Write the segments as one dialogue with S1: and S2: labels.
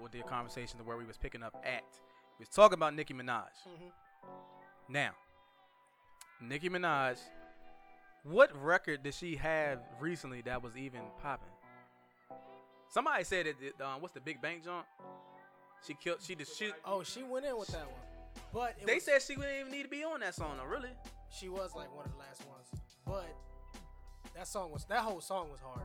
S1: or did conversations where we was picking up at. We was talking about Nicki Minaj.
S2: Mm-hmm.
S1: Now, Nicki Minaj, what record did she have recently that was even popping? Somebody said that the- um, what's the Big Bang jump? She killed. She just she.
S2: Oh, she went in with that one. But it
S1: They
S2: was,
S1: said she wouldn't even need to be on that song, though. Really?
S2: she was like one of the last ones. But that song was that whole song was hard.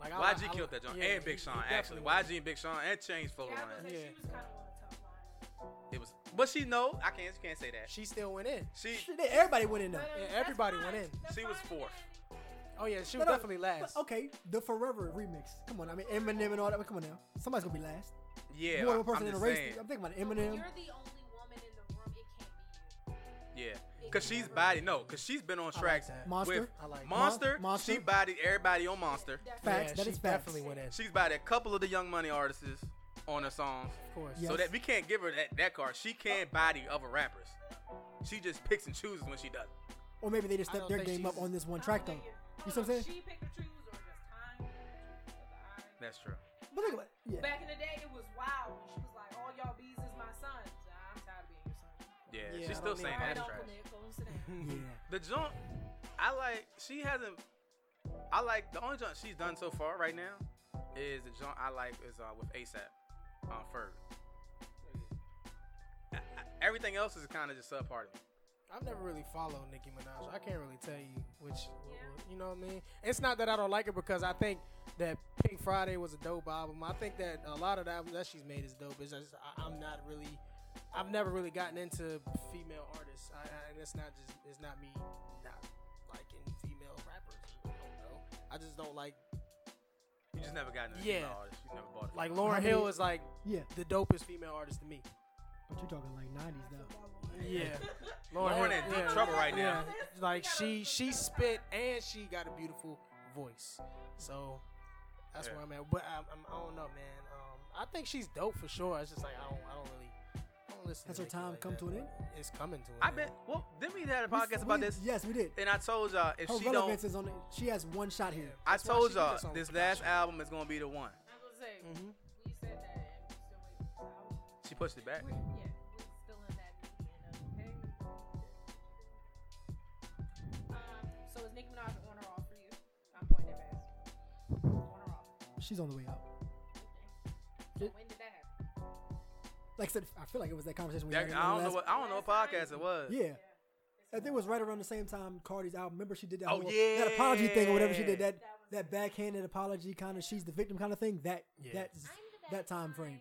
S2: Like I-
S1: YG
S2: I-
S1: killed that jump,
S2: yeah,
S1: and
S2: he-
S1: Big
S2: he
S1: Sean
S2: definitely
S1: actually.
S2: won.
S1: YG and Big Sean and Chains floated
S3: Yeah, I
S1: on it.
S3: was like,
S2: Yeah.
S3: she was kind of on the top line.
S1: It was, but she no, I can't. You can't say that.
S2: She still went in.
S1: She
S4: Shit, Everybody went in
S3: No,
S4: there.
S3: no, no,
S2: Yeah,
S3: um, that's
S2: everybody
S3: fine.
S2: went in.
S3: That's
S1: She was
S3: fine,
S1: fourth.
S3: yeah.
S2: Oh yeah, she
S4: No,
S2: was
S4: no,
S2: definitely last.
S4: but Okay, the Forever remix. Come on, I mean Eminem and all that. Come on now, somebody's gonna be last.
S1: yeah.
S4: More than
S1: I-
S4: one
S1: I'm
S4: person in the
S1: just
S4: race.
S1: saying,
S4: I'm thinking about
S3: But when
S4: Eminem.
S3: You're the only woman in the room. It can't be you.
S1: yeah, cause she's body no, cause she's been on
S2: like
S1: tracks
S2: that.
S4: Monster.
S1: with
S2: I like that.
S1: Monster.
S4: Mon- Monster.
S1: She bodied everybody on Monster.
S3: Definitely.
S4: Facts.
S2: Yeah,
S4: that
S2: she
S4: is facts.
S2: definitely went in. Of
S1: She's bodied a couple of the Young Money artists on her songs.
S2: course.
S4: Yeah.
S1: So
S4: Yes.
S1: that we can't give her that, that card. She can body other rappers. She just picks and chooses when she does. it.
S4: Or maybe they just
S2: I
S4: stepped
S2: don't
S4: their
S2: think
S4: game up
S2: she's-
S4: on this one
S3: I
S4: track though.
S3: don't
S4: You
S3: think it-
S4: see what I'm saying?
S3: She picked and choose or just time. But I-
S1: That's true.
S4: But think about it. Yeah.
S3: Back in the day, it was wild when she was like, "All y'all bees is my sons. I'm tired of being your son."
S1: Yeah,
S2: Yeah, I
S1: she's still
S2: don't
S1: saying
S2: think-
S3: Alright,
S1: that's trash.
S3: Uncle Nick, go sit down.
S4: Yeah.
S1: The joint, I like. She hasn't. I like the only joint she's done so far right now is the joint I like is uh, with ASAP on uh, Ferg. I- I- Everything else is kind of just subpar to me.
S2: I've never really followed Nicki Minaj. I can't really tell you which, what-
S3: Yeah.
S2: what- you know what I mean. It's not that I don't like her because I think that Pink Friday was a dope album. I think that a lot of the albums that she's made is dope. It's just I, I'm not really, I've never really gotten into female artists, I, I, and it's not just it's not me not liking female rappers. I don't know. I just don't like
S1: You just never got into
S2: Yeah.
S1: female artists. You never bought it.
S2: like Lauren
S4: many-
S2: Hill is like
S4: Yeah.
S2: the dopest female artist to me.
S4: But you're talking like 90s now.
S2: Yeah,
S1: Lauren in deep trouble right
S2: Yeah,
S1: now.
S2: like she she spit and she got a beautiful voice. So that's
S1: Yeah.
S2: where I'm at. But I, I'm, I don't know, man. Um, I think she's dope for sure. It's just like I don't I don't really I don't listen.
S4: Has
S2: to
S4: her
S2: Nicki
S4: time
S2: like
S4: come
S2: that.
S4: to an end?
S2: It's coming to an
S1: I
S2: end.
S1: bet. Well, didn't we had a
S4: We-
S1: podcast
S4: we-
S1: about this?
S4: Yes, we did.
S1: And I told y'all if
S4: Her
S1: she don't,
S4: relevance is on. the- She has one shot here.
S1: I
S2: That's why
S1: told
S2: she did
S1: y'all
S2: this on
S1: this
S2: Takashi.
S1: last album is gonna be the one.
S3: I was gonna say
S2: Mhm.
S3: we said that, and we still waiting for the album.
S1: She pushed it back.
S3: We're, yeah, we're still in that median of hey. Um, so is Nicki Minaj on or off for you? I'm pointing at fast. On or off?
S4: She's on the way out.
S3: Okay. So
S4: It-
S3: when did that happen?
S4: Like I said, I feel like it was that conversation we
S1: That-
S4: had. in the
S1: I don't know
S4: last-
S1: what I don't know what podcast it was.
S4: Yeah. I think it was right around the same time Cardi's album. Remember she did that
S1: Oh,
S4: whole, that apology thing or whatever she did
S1: yeah.
S4: that that backhanded apology kind of she's the victim kind of thing. That
S2: Yeah.
S4: that's that time frame.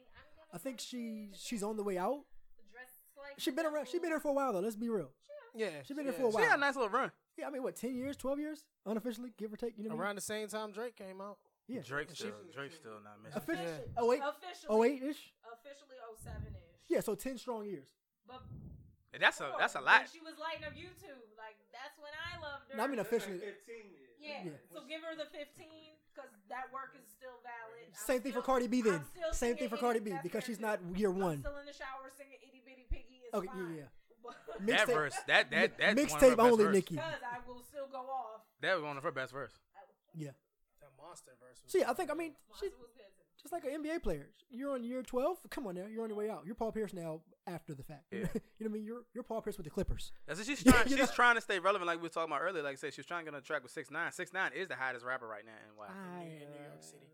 S4: I think she she's on the way out. She been around. She been here for a while though. Let's be real.
S2: Yeah,
S4: She been here for a
S2: is.
S1: She
S4: Wow.
S1: had a nice little run.
S4: Yeah, I mean what, ten years, twelve years, unofficially, give or take. You know what
S2: Around the same time Drake came out.
S4: I mean? Yeah.
S1: Drake's still Drake's still not missing.
S4: Officially,
S2: Yeah.
S4: oh eight,
S3: Officially,
S4: oh eight ish.
S3: officially 07 ish.
S4: Yeah, so ten strong years.
S3: But
S1: That's a
S3: before,
S1: that's a
S3: when
S1: lot.
S3: She was lighting up YouTube. Like that's when I loved her.
S4: No, I mean officially.
S3: Yeah.
S4: Yeah.
S3: So give her the 15 because that work is still valid. I'm
S4: Same thing for
S3: still-
S4: Cardi B then.
S3: I'm still
S4: Same
S3: singing
S4: thing for Cardi
S3: Itty-
S4: B
S3: that's
S4: because
S3: fair
S4: she's
S3: too.
S4: not year
S3: I'm
S4: one.
S3: still in the shower singing itty bitty piggy. It's
S4: Okay, yeah,
S3: fine.
S4: yeah.
S3: But-
S4: Mixtape-
S1: That verse, that that that
S4: Mi-
S1: one of her
S4: mixtape
S1: best
S4: only,
S1: verse.
S4: Nikki.
S3: Because I will still go off.
S1: That was one of her best verse.
S4: Yeah.
S2: That monster verse.
S4: So yeah, I think I mean
S3: Monster
S4: she,
S3: was good. too.
S4: just like an NBA player. You're on year twelve. Come on now, you're on your way out. You're Paul Pierce now after the fact. you
S1: Yeah.
S4: know what I mean? You're you're Paul Pierce with the Clippers.
S1: That's it. She's
S4: Yeah,
S1: trying.
S4: you
S1: she's
S4: know.
S1: trying to stay relevant, like we were talking about earlier. Like I said, she was trying to get on track with six nine. Six nine is the hottest rapper right now in why.
S2: in New, in New York City.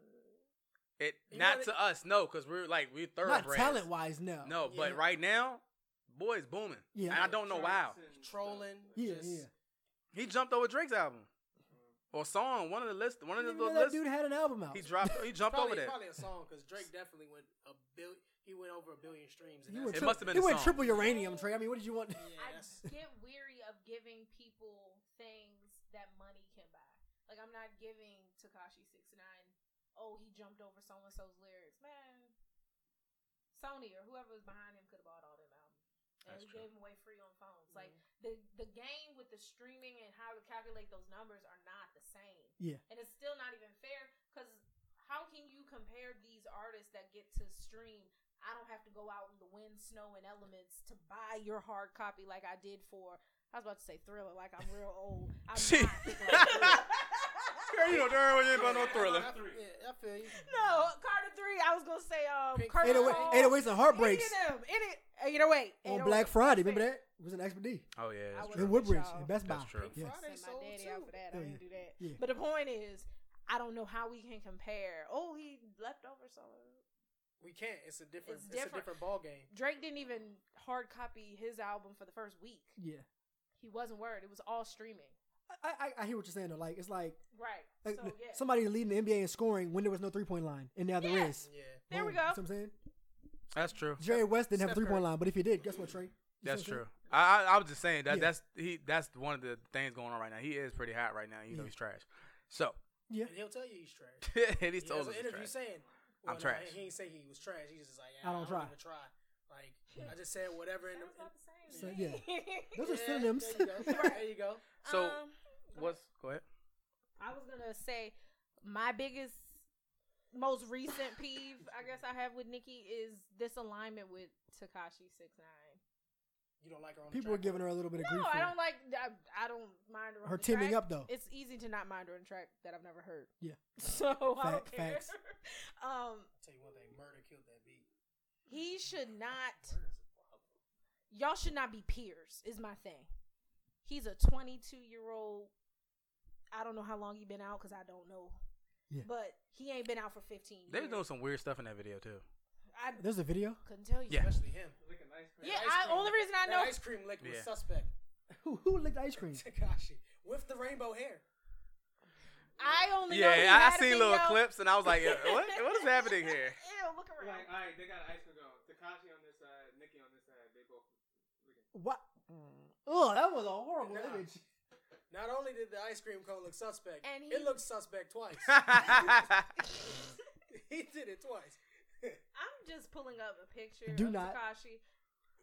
S1: It
S2: You
S1: not
S2: know
S1: to us, no, because we're like we're third.
S4: Not
S1: brass.
S4: talent wise, no.
S1: No,
S2: Yeah.
S1: but right now, boy is booming.
S4: Yeah.
S1: and I don't know why.
S2: Trolling.
S4: Yeah,
S2: just,
S4: yeah.
S1: He jumped over Drake's album or song. One of the list. One of
S4: Didn't
S1: the
S4: even know
S1: little
S4: that
S1: lists.
S4: dude had an album out.
S1: He dropped. He jumped
S2: Probably,
S1: over that.
S2: probably a song because Drake definitely went a billion. He went over a billion streams. And
S4: He
S1: It
S2: that's
S4: went tri-
S1: must have been
S4: He
S1: a
S4: went
S1: song.
S4: triple uranium, Trey. I mean, what did you want?
S2: Yeah,
S3: I
S2: that's-
S3: get weary of giving people things that money can buy. Like I'm not giving Takashi six nine. Oh, he jumped over so and so's lyrics, man. Sony or whoever was behind him could have bought all them albums, and
S1: That's
S3: he
S1: true.
S3: gave them away free on phones. Like the the game with the streaming and how to calculate those numbers are not the same,
S4: Yeah,
S3: and it's still not even fair because how can you compare these artists that get to stream I don't have to go out in the wind, snow, and elements to buy your hard copy like I did for. I was about to say Thriller, like I'm real old. I'm
S1: Shit.
S3: not.
S1: Girl, you know darn well you ain't about no thriller.
S5: I, yeah, I feel you.
S3: No, Carter three. I was gonna say um,
S5: Pink
S3: Carter
S5: Ain't no
S4: 808
S5: way-
S4: 808s and Heartbreaks
S3: Any uh, of them? Any? You know, wait.
S4: on Black Friday. Remember that? It was an Expedie.
S1: Oh yeah,
S3: I
S1: that's
S3: was-
S1: true.
S4: In Woodbridge,
S3: y'all.
S4: in Best Buy.
S1: That's true.
S4: Yes.
S5: Friday
S3: Send my
S5: sold
S3: daddy out
S5: too.
S3: for that.
S4: Yeah,
S3: I
S4: yeah,
S3: didn't do that.
S4: yeah.
S3: But the point is, I don't know how we can compare. Oh, he left over some.
S5: We can't. It's a different.
S3: It's
S5: It's, a
S3: different.
S5: different ball game.
S3: Drake didn't even hard copy his album for the first week.
S4: Yeah.
S3: He wasn't worried. It was all streaming.
S4: I, I, I hear what you're saying though. Like it's like,
S3: Right.
S4: like
S3: so yeah.
S4: somebody leading the NBA in scoring when there was no three point line, and now
S3: Yeah.
S4: there is.
S5: Yeah.
S3: There we
S4: Boom.
S3: go.
S4: You see what I'm saying?
S1: That's true.
S4: Jerry West didn't have a
S5: Steph
S4: three point
S5: Curry.
S4: line, but if he did, guess what, Trey? You see
S1: That's
S4: what I'm saying?
S1: true. I, I I was just saying that
S4: Yeah.
S1: that's he that's one of the things going on right now. He is pretty hot right now. You know
S4: Yeah.
S1: he's trash. So
S4: Yeah.
S5: And he'll tell you he's trash.
S1: and he's
S5: He
S1: told
S5: has
S1: us
S5: an
S1: he's
S5: interview
S1: trash.
S5: saying,
S1: I'm
S5: no,
S1: trash.
S5: He ain't say he was trash. He's just like,
S4: I don't try."
S5: even try. Like, I just said whatever. In
S3: That
S5: the,
S3: was about the same.
S4: So,
S3: to
S4: yeah.
S3: me.
S4: Those are
S5: Yeah,
S4: synonyms.
S5: There you go. there you go.
S1: So
S3: Um,
S1: what's go ahead?
S3: I was gonna say my biggest, most recent peeve I guess I have with Nikki is this alignment with Takashi Six Nine.
S5: You don't like her on
S4: People
S5: the
S4: were
S5: track.
S4: giving her a little bit of grief.
S3: No,
S4: for
S3: I
S4: it.
S3: don't like. I, I don't mind her. on
S4: Her
S3: the
S4: teaming
S3: track.
S4: up though.
S3: It's easy to not mind her on track that I've never heard.
S4: Yeah.
S3: So I don't
S4: Fact-
S3: care.
S4: facts.
S3: Um,
S5: I'll tell you one thing. Murder killed that beat.
S3: he should not.
S5: Murder's a problem.
S3: Y'all should not be peers. Is my thing. He's a 22 year old. I don't know how long he been out because I don't know.
S4: Yeah.
S3: But he ain't been out for 15 years.
S1: They was doing some weird stuff in that video too.
S3: I
S4: There's a video.
S3: couldn't tell you.
S1: Yeah.
S5: Especially him.
S3: Yeah,
S5: Ice
S3: I,
S5: cream.
S3: only reason I
S5: That
S3: know
S5: ice cream lick was
S1: Yeah.
S5: suspect.
S4: Who who licked ice cream?
S5: Takashi with the rainbow hair.
S3: I only know Oh he
S1: yeah,
S3: had
S1: I
S3: a
S1: seen little
S3: video.
S1: clips and I was like, "Uh, what what is happening here?
S3: Ew, look around.
S6: Like, all right, they got an ice cream going. Takashi on this side, Nikki on this side. They both.
S4: What? Oh, that was a horrible
S5: Nah.
S4: image.
S5: Not only did the ice cream cone look suspect,
S3: And he-
S5: it looked suspect twice. he did it twice.
S3: I'm just pulling up a picture
S4: Do
S3: of
S4: not.
S3: Takashi.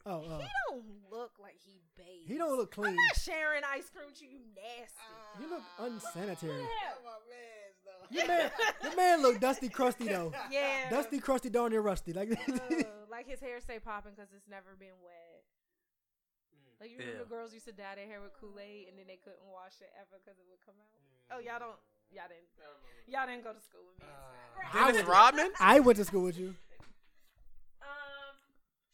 S4: Oh, oh.
S3: He don't look like he bathes.
S4: he don't look
S3: I'm
S4: clean.
S3: not sharing ice cream with you, you nasty.
S5: Uh,
S4: You look unsanitary.
S5: Not my mans, though.
S4: Your Uh, man, your man look dusty, crusty though.
S3: yeah.
S4: Dusty, crusty, darn near rusty. Like
S3: Ugh, like his hair stay popping because it's never been wet.
S5: Mm.
S3: Like you remember
S1: Ew.
S3: girls used to dye their hair with Kool Aid and then they couldn't wash it ever because it would come out. Oh y'all don't y'all didn't y'all didn't go to school with me.
S5: Uh,
S3: I
S1: Dennis
S3: would-
S1: Rodman?
S4: I went to school with you.
S3: Um,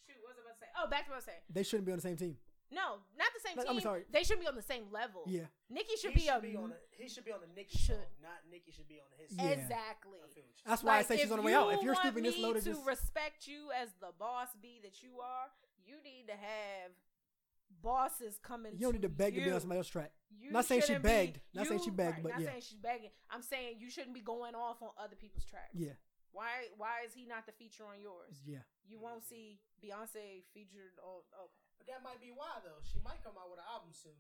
S3: shoot, what was I about to say? Oh, back to what I was saying.
S4: They shouldn't be on the same team.
S3: No, not the same
S4: But,
S3: team.
S4: I'm sorry.
S3: They should be on the same level.
S4: Yeah.
S3: Nikki
S5: He
S3: should be a
S5: on the, he should be on the Nikki
S3: Should.
S5: should. not Nikki should be on his.
S4: Yeah.
S3: exactly.
S5: I feel what you're
S4: That's
S3: Like,
S4: why I say
S3: if
S4: she's on the way out. If
S3: you
S4: you're
S3: want
S4: stupid, this
S3: me
S4: loaded,
S3: to
S4: just
S3: respect you as the boss B that you are, you need to have bosses coming.
S4: you don't need to beg to
S3: you.
S4: be on somebody else's track.
S3: You
S4: Not saying she
S3: shouldn't
S4: begged.
S3: be-
S4: Not saying
S3: you-
S4: she
S3: right,
S4: begged, but
S3: not
S4: yeah.
S3: saying she's begging. I'm saying you shouldn't be going off on other people's tracks.
S4: Yeah,
S3: Why? Why is he not the feature on yours?
S4: yeah.
S3: You won't see Beyonce featured on. oh. Okay.
S5: But that might be why though. She might come out with an album soon,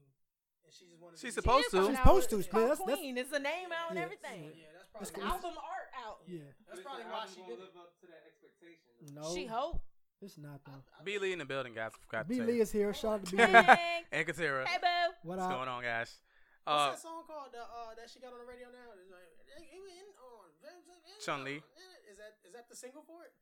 S5: and she just wanted.
S1: She's
S5: be-
S1: supposed- to.
S3: She is coming
S1: She's
S3: out with-
S4: supposed to. Yeah,
S3: it's
S4: that's- that's-
S3: Queen. It's the name out and
S4: Yeah,
S3: everything.
S5: Yeah,
S4: That's
S5: that's probably.
S4: cool.
S5: Album.
S3: Album art out.
S4: Yeah.
S5: That's probably why she did it.
S6: live up to that expectation.
S4: No.
S3: She hope.
S4: It's not though.
S1: B Lee in the building, guys. Forgot to
S4: B
S1: tell
S4: Lee
S1: you.
S4: is here. Shout out to B Lee.
S3: Dang.
S1: and Katera.
S3: Hey boo.
S4: What
S1: What's
S4: up?
S1: going on, guys? Uh,
S5: What's that song called? The, uh, that she got on the radio now. It's like, "It- it was in on-
S1: Chun-Li.
S5: Is that is that the single for it?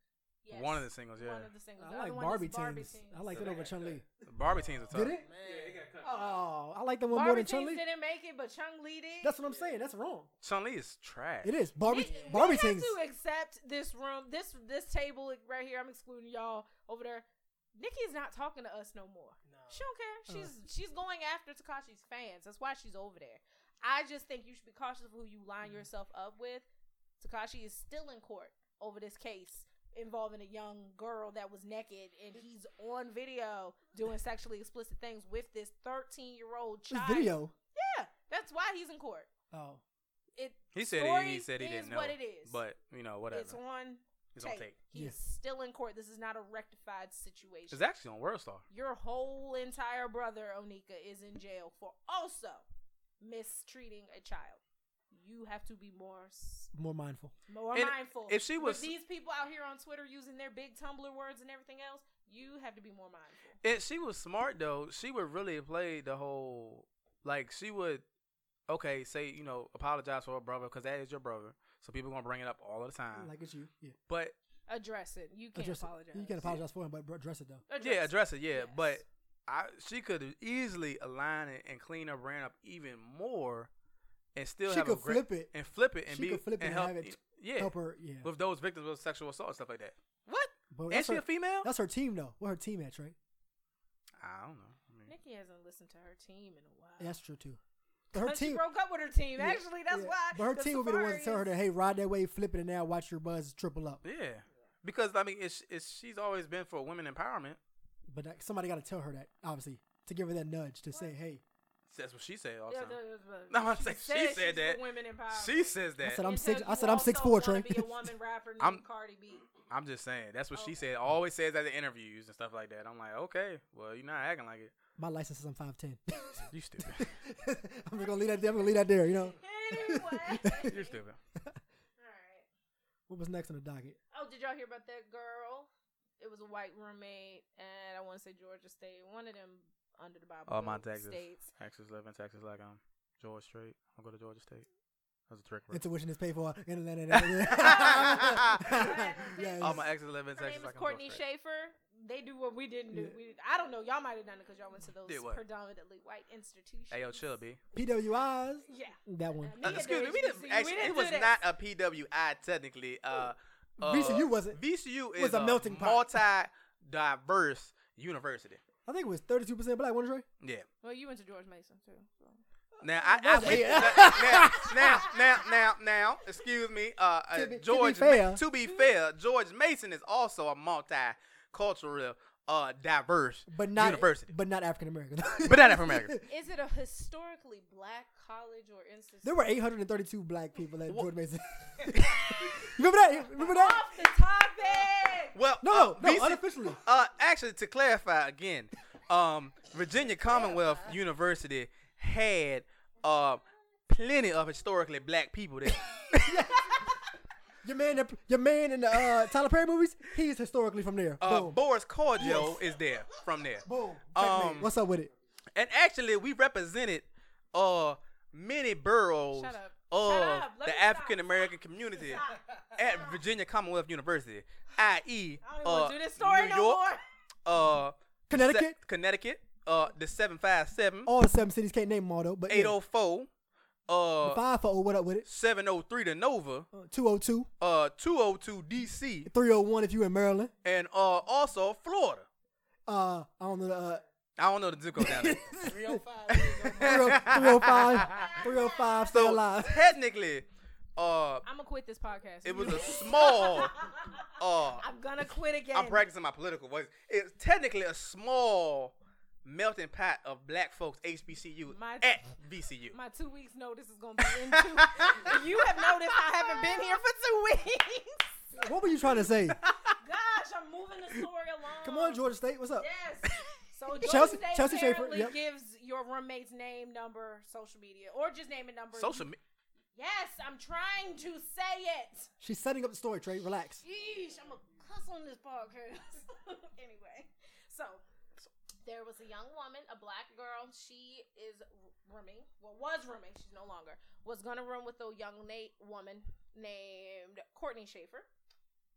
S1: one of the singles, yeah.
S3: One of the singles.
S4: I
S3: The
S4: like
S3: other one
S4: Barbie
S3: is
S4: teams. I like
S6: So
S4: that
S6: they got
S4: over Chun Li.
S1: The Barbie teams are tough.
S4: Did it?
S5: Man,
S6: Yeah, it got cut.
S4: Oh, I like that one more
S3: Barbie
S4: than Chun
S3: teams
S4: Li.
S3: didn't make it, but Chung Lee did.
S4: That's what I'm saying. That's wrong.
S1: Chun Lee is trash.
S4: It is Barbie.
S3: We- we
S4: Barbie
S3: have
S4: teams.
S3: to accept this room, this this table right here. I'm excluding y'all over there. Nikki's not talking to us no more.
S5: No.
S3: She don't care.
S4: Uh.
S3: She's she's going after Takashi's fans. That's why she's over there. I just think you should be cautious of who you line
S4: Mm-hmm.
S3: yourself up with. Takashi is still in court over this case involving a young girl that was naked and he's on video doing sexually explicit things with this 13 year old
S4: This
S3: child.
S4: video.
S3: Yeah, that's why he's in court.
S4: Oh,
S3: It
S1: He said he, he
S3: story
S1: said he
S3: is
S1: didn't know.
S3: what it is.
S1: But you know, whatever.
S3: it's on
S1: It's on tape.
S3: He's
S4: Yeah.
S3: still in court. This is not a rectified situation.
S1: It's actually on World Star.
S3: Your whole entire brother Onika is in jail for also mistreating a child. You have to be more s-
S4: more mindful.
S3: more
S1: And
S3: mindful.
S1: if she was-
S3: With these people out here on Twitter using their big Tumblr words and everything else, you have to be more mindful.
S1: And she was smart though. She would really play the whole like she would okay, say, you know, apologize for her brother because that is your brother. So people gonna bring it up all the time.
S4: Like it's you. Yeah.
S1: but
S3: Address it. You can't
S4: Address it.
S3: apologize.
S4: You can apologize for him, but address it though.
S1: yeah, address it, yeah.
S3: Yes.
S1: But I she could easily align it and clean her brand up even more and still
S4: She
S1: have
S4: could
S1: a great,
S4: flip it.
S1: and flip it and
S4: She
S1: be
S4: could flip it
S1: and
S4: and
S1: help,
S4: have it
S1: yeah,
S4: help her. Yeah,
S1: with those victims of sexual assault and stuff like that. What?
S4: but
S1: and
S4: that's
S1: she
S4: her,
S1: a female?
S4: That's her team though. What her team at, right?
S1: I don't know. I mean,
S3: Nikki hasn't listened to her team in a while.
S4: Yeah, that's true too. But her
S3: But she
S4: team.
S3: broke up with her team.
S4: yeah,
S3: Actually, that's
S4: yeah.
S3: why.
S4: But her
S3: the
S4: team would be the one to tell her
S3: Safaris-
S4: that, hey, ride that wave, flip it, and now watch your buzz triple up.
S1: yeah, because I mean, it's, it's she's always been for women empowerment.
S4: But that, somebody got to tell her that, obviously, to give her that nudge to say, hey,
S1: That's what she said all the
S3: Yeah,
S1: time.
S3: the-
S1: No, I'm
S3: she
S1: saying she
S3: said
S1: said
S3: she's
S1: that.
S3: for Women empowerment.
S1: She says that.
S4: I said "Oh." I'm
S3: Until
S4: six.
S3: you
S4: I said I'm
S3: also
S4: six four,
S3: wanna
S4: Trey.
S3: Be a woman rapper named
S1: I'm-
S3: Cardi B.
S1: I'm just saying that's what
S3: Okay.
S1: she said. Always says that in interviews and stuff like that. I'm like, okay, well, you're not acting like it.
S4: My license is I'm five ten.
S1: You stupid.
S4: I'm just gonna leave that. there. I'm gonna leave that there. You know.
S3: Anyway. All
S1: You're stupid.
S3: right.
S4: What was next on the docket?
S3: Oh, did y'all hear about that girl? It was a white roommate, and I want to say Georgia State, one of them under the Bible
S1: All Oh, my
S3: Belt
S1: Texas.
S3: states.
S1: Texas living, Texas like I'm Georgia Straight. I'll go to Georgia State. That's a trick. Bro.
S4: Intuition is paid for. And then- and then-
S1: All
S3: All
S4: Yes.
S1: my exes live in
S3: Her
S1: Texas
S3: name is
S1: like I'm
S3: Courtney
S1: Georgia Strait.
S3: Schaefer. They do what we didn't do.
S4: Yeah.
S3: We, I don't know. Y'all might have done it because y'all went to those
S1: Did what?
S3: predominantly white institutions.
S1: Hey yo, chill, B.
S4: PWIs.
S3: Yeah.
S4: That one.
S3: Uh,
S1: Uh,
S3: Me at
S1: excuse
S3: the
S1: me, we didn't.
S3: HBCU,
S1: Actually,
S3: we didn't
S1: it was
S3: do
S1: not
S3: that.
S1: a PWI technically. Uh, uh,
S4: VCU wasn't.
S1: VCU is
S4: was a melting pot.
S1: multi-diverse university.
S4: I think it was 32 percent black. One Trey.
S1: Yeah.
S3: Well, you went to George Mason too. So.
S1: Now I, I
S4: it?
S1: went,
S4: Yeah.
S1: now, now now now now excuse me uh, uh
S4: To be- to be
S1: George Ma-
S4: fair.
S1: to be fair George Mason is also a multicultural uh diverse
S4: But not
S1: university
S4: But not African American.
S1: but not African American
S3: Is it a historically black college or institution?
S4: There were 832 black people at
S1: Wha-
S4: George Mason. remember that? Remember that?
S3: Off the topic.
S1: well
S4: No,
S1: uh,
S4: no,
S1: VC
S4: unofficially.
S1: uh actually to clarify again um Virginia Commonwealth University had uh plenty of historically black people there
S4: Your man, that- your man in the uh, Tyler Perry movies. He's historically from there.
S1: uh
S4: Boom.
S1: Boris Cordio is there from there
S4: Boom.
S1: Um,
S4: Checkmate. What's up with it?
S1: And actually, we represented uh many boroughs
S3: Shut up.
S1: of
S3: Shut up. Let me
S1: the
S3: stop.
S1: African American community at Virginia Commonwealth University, i.e.,
S3: I don't even
S1: uh,
S3: want to do this story
S1: New
S3: no
S1: York,
S3: more.
S1: uh,
S4: Connecticut?
S1: Se- Connecticut, uh, the seven five seven,
S4: All the seven cities can't name them all though. But
S1: eight
S4: yeah.
S1: oh four, uh,
S4: five four. What up with it?
S1: seven oh three to Nova,
S4: Uh, 202,
S1: uh, two oh two D.C.,
S4: 301 if you in Maryland.
S1: and uh, also Florida.
S4: Uh, I don't know. Uh,
S1: I don't know the zip code down there.
S5: 305.
S4: 30- 305, 305 still
S1: so
S4: oh alive.
S1: technically, uh,
S3: I'm gonna quit this podcast.
S1: it was a small, uh,
S3: I'm gonna quit again.
S1: I'm practicing my political voice. It's technically a small melting pot of black folks HBCU
S3: My-
S1: at VCU.
S3: My two weeks notice is gonna be in two. you have noticed I haven't been here for two weeks.
S4: What were you trying to say?
S3: Gosh, I'm moving the story along.
S4: Come on, Georgia State. What's up?
S3: Yes. So Georgia
S4: Chelsea-
S3: State
S4: Chelsea Schaefer,
S3: apparently
S4: yep.
S3: gives your roommate's name, number, social media, or just name and number.
S1: Social media.
S3: Yes, I'm trying to say it.
S4: She's setting up the story, Trey. Relax.
S3: Yeesh, I'm a cuss on this podcast. anyway, so there was a young woman, a black girl. She is rooming, well, was rooming. She's no longer. Was gonna room with a young Nate woman named Courtney Schaefer.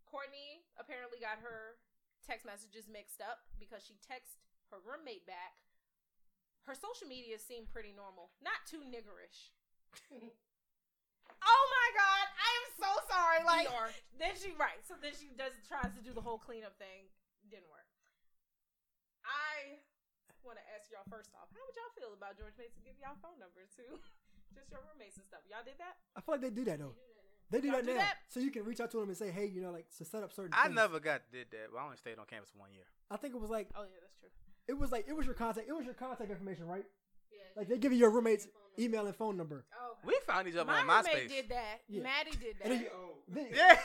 S3: Courtney apparently got her text messages mixed up because she texted her roommate back. Her social media seemed pretty normal, not too niggerish. oh my god, I am so sorry. Like then she right. So then she does tries to do the whole cleanup thing. Didn't work. I want to ask y'all first off, how would y'all feel about George Mason give y'all phone number to just your roommates and stuff? Y'all did that?
S4: I feel like they do that though. They do
S3: Y'all
S4: that
S3: do
S4: now,
S3: that?
S4: so you can reach out to them and say, "Hey, you know, like to set up certain."
S1: I
S4: things.
S1: never got did that. Well, I only stayed on campus for one year.
S4: I think it was like
S3: Oh yeah, that's true.
S4: it was like it was your contact. It was your contact information, right?
S3: Yeah.
S4: Like they give you your roommate's email and phone number.
S3: Oh.
S1: We found each other
S3: My
S1: on
S3: roommate
S1: MySpace.
S3: did that.
S4: Yeah.
S3: Maddie did that.
S4: And then you-
S6: Oh.
S4: then-
S1: Yeah.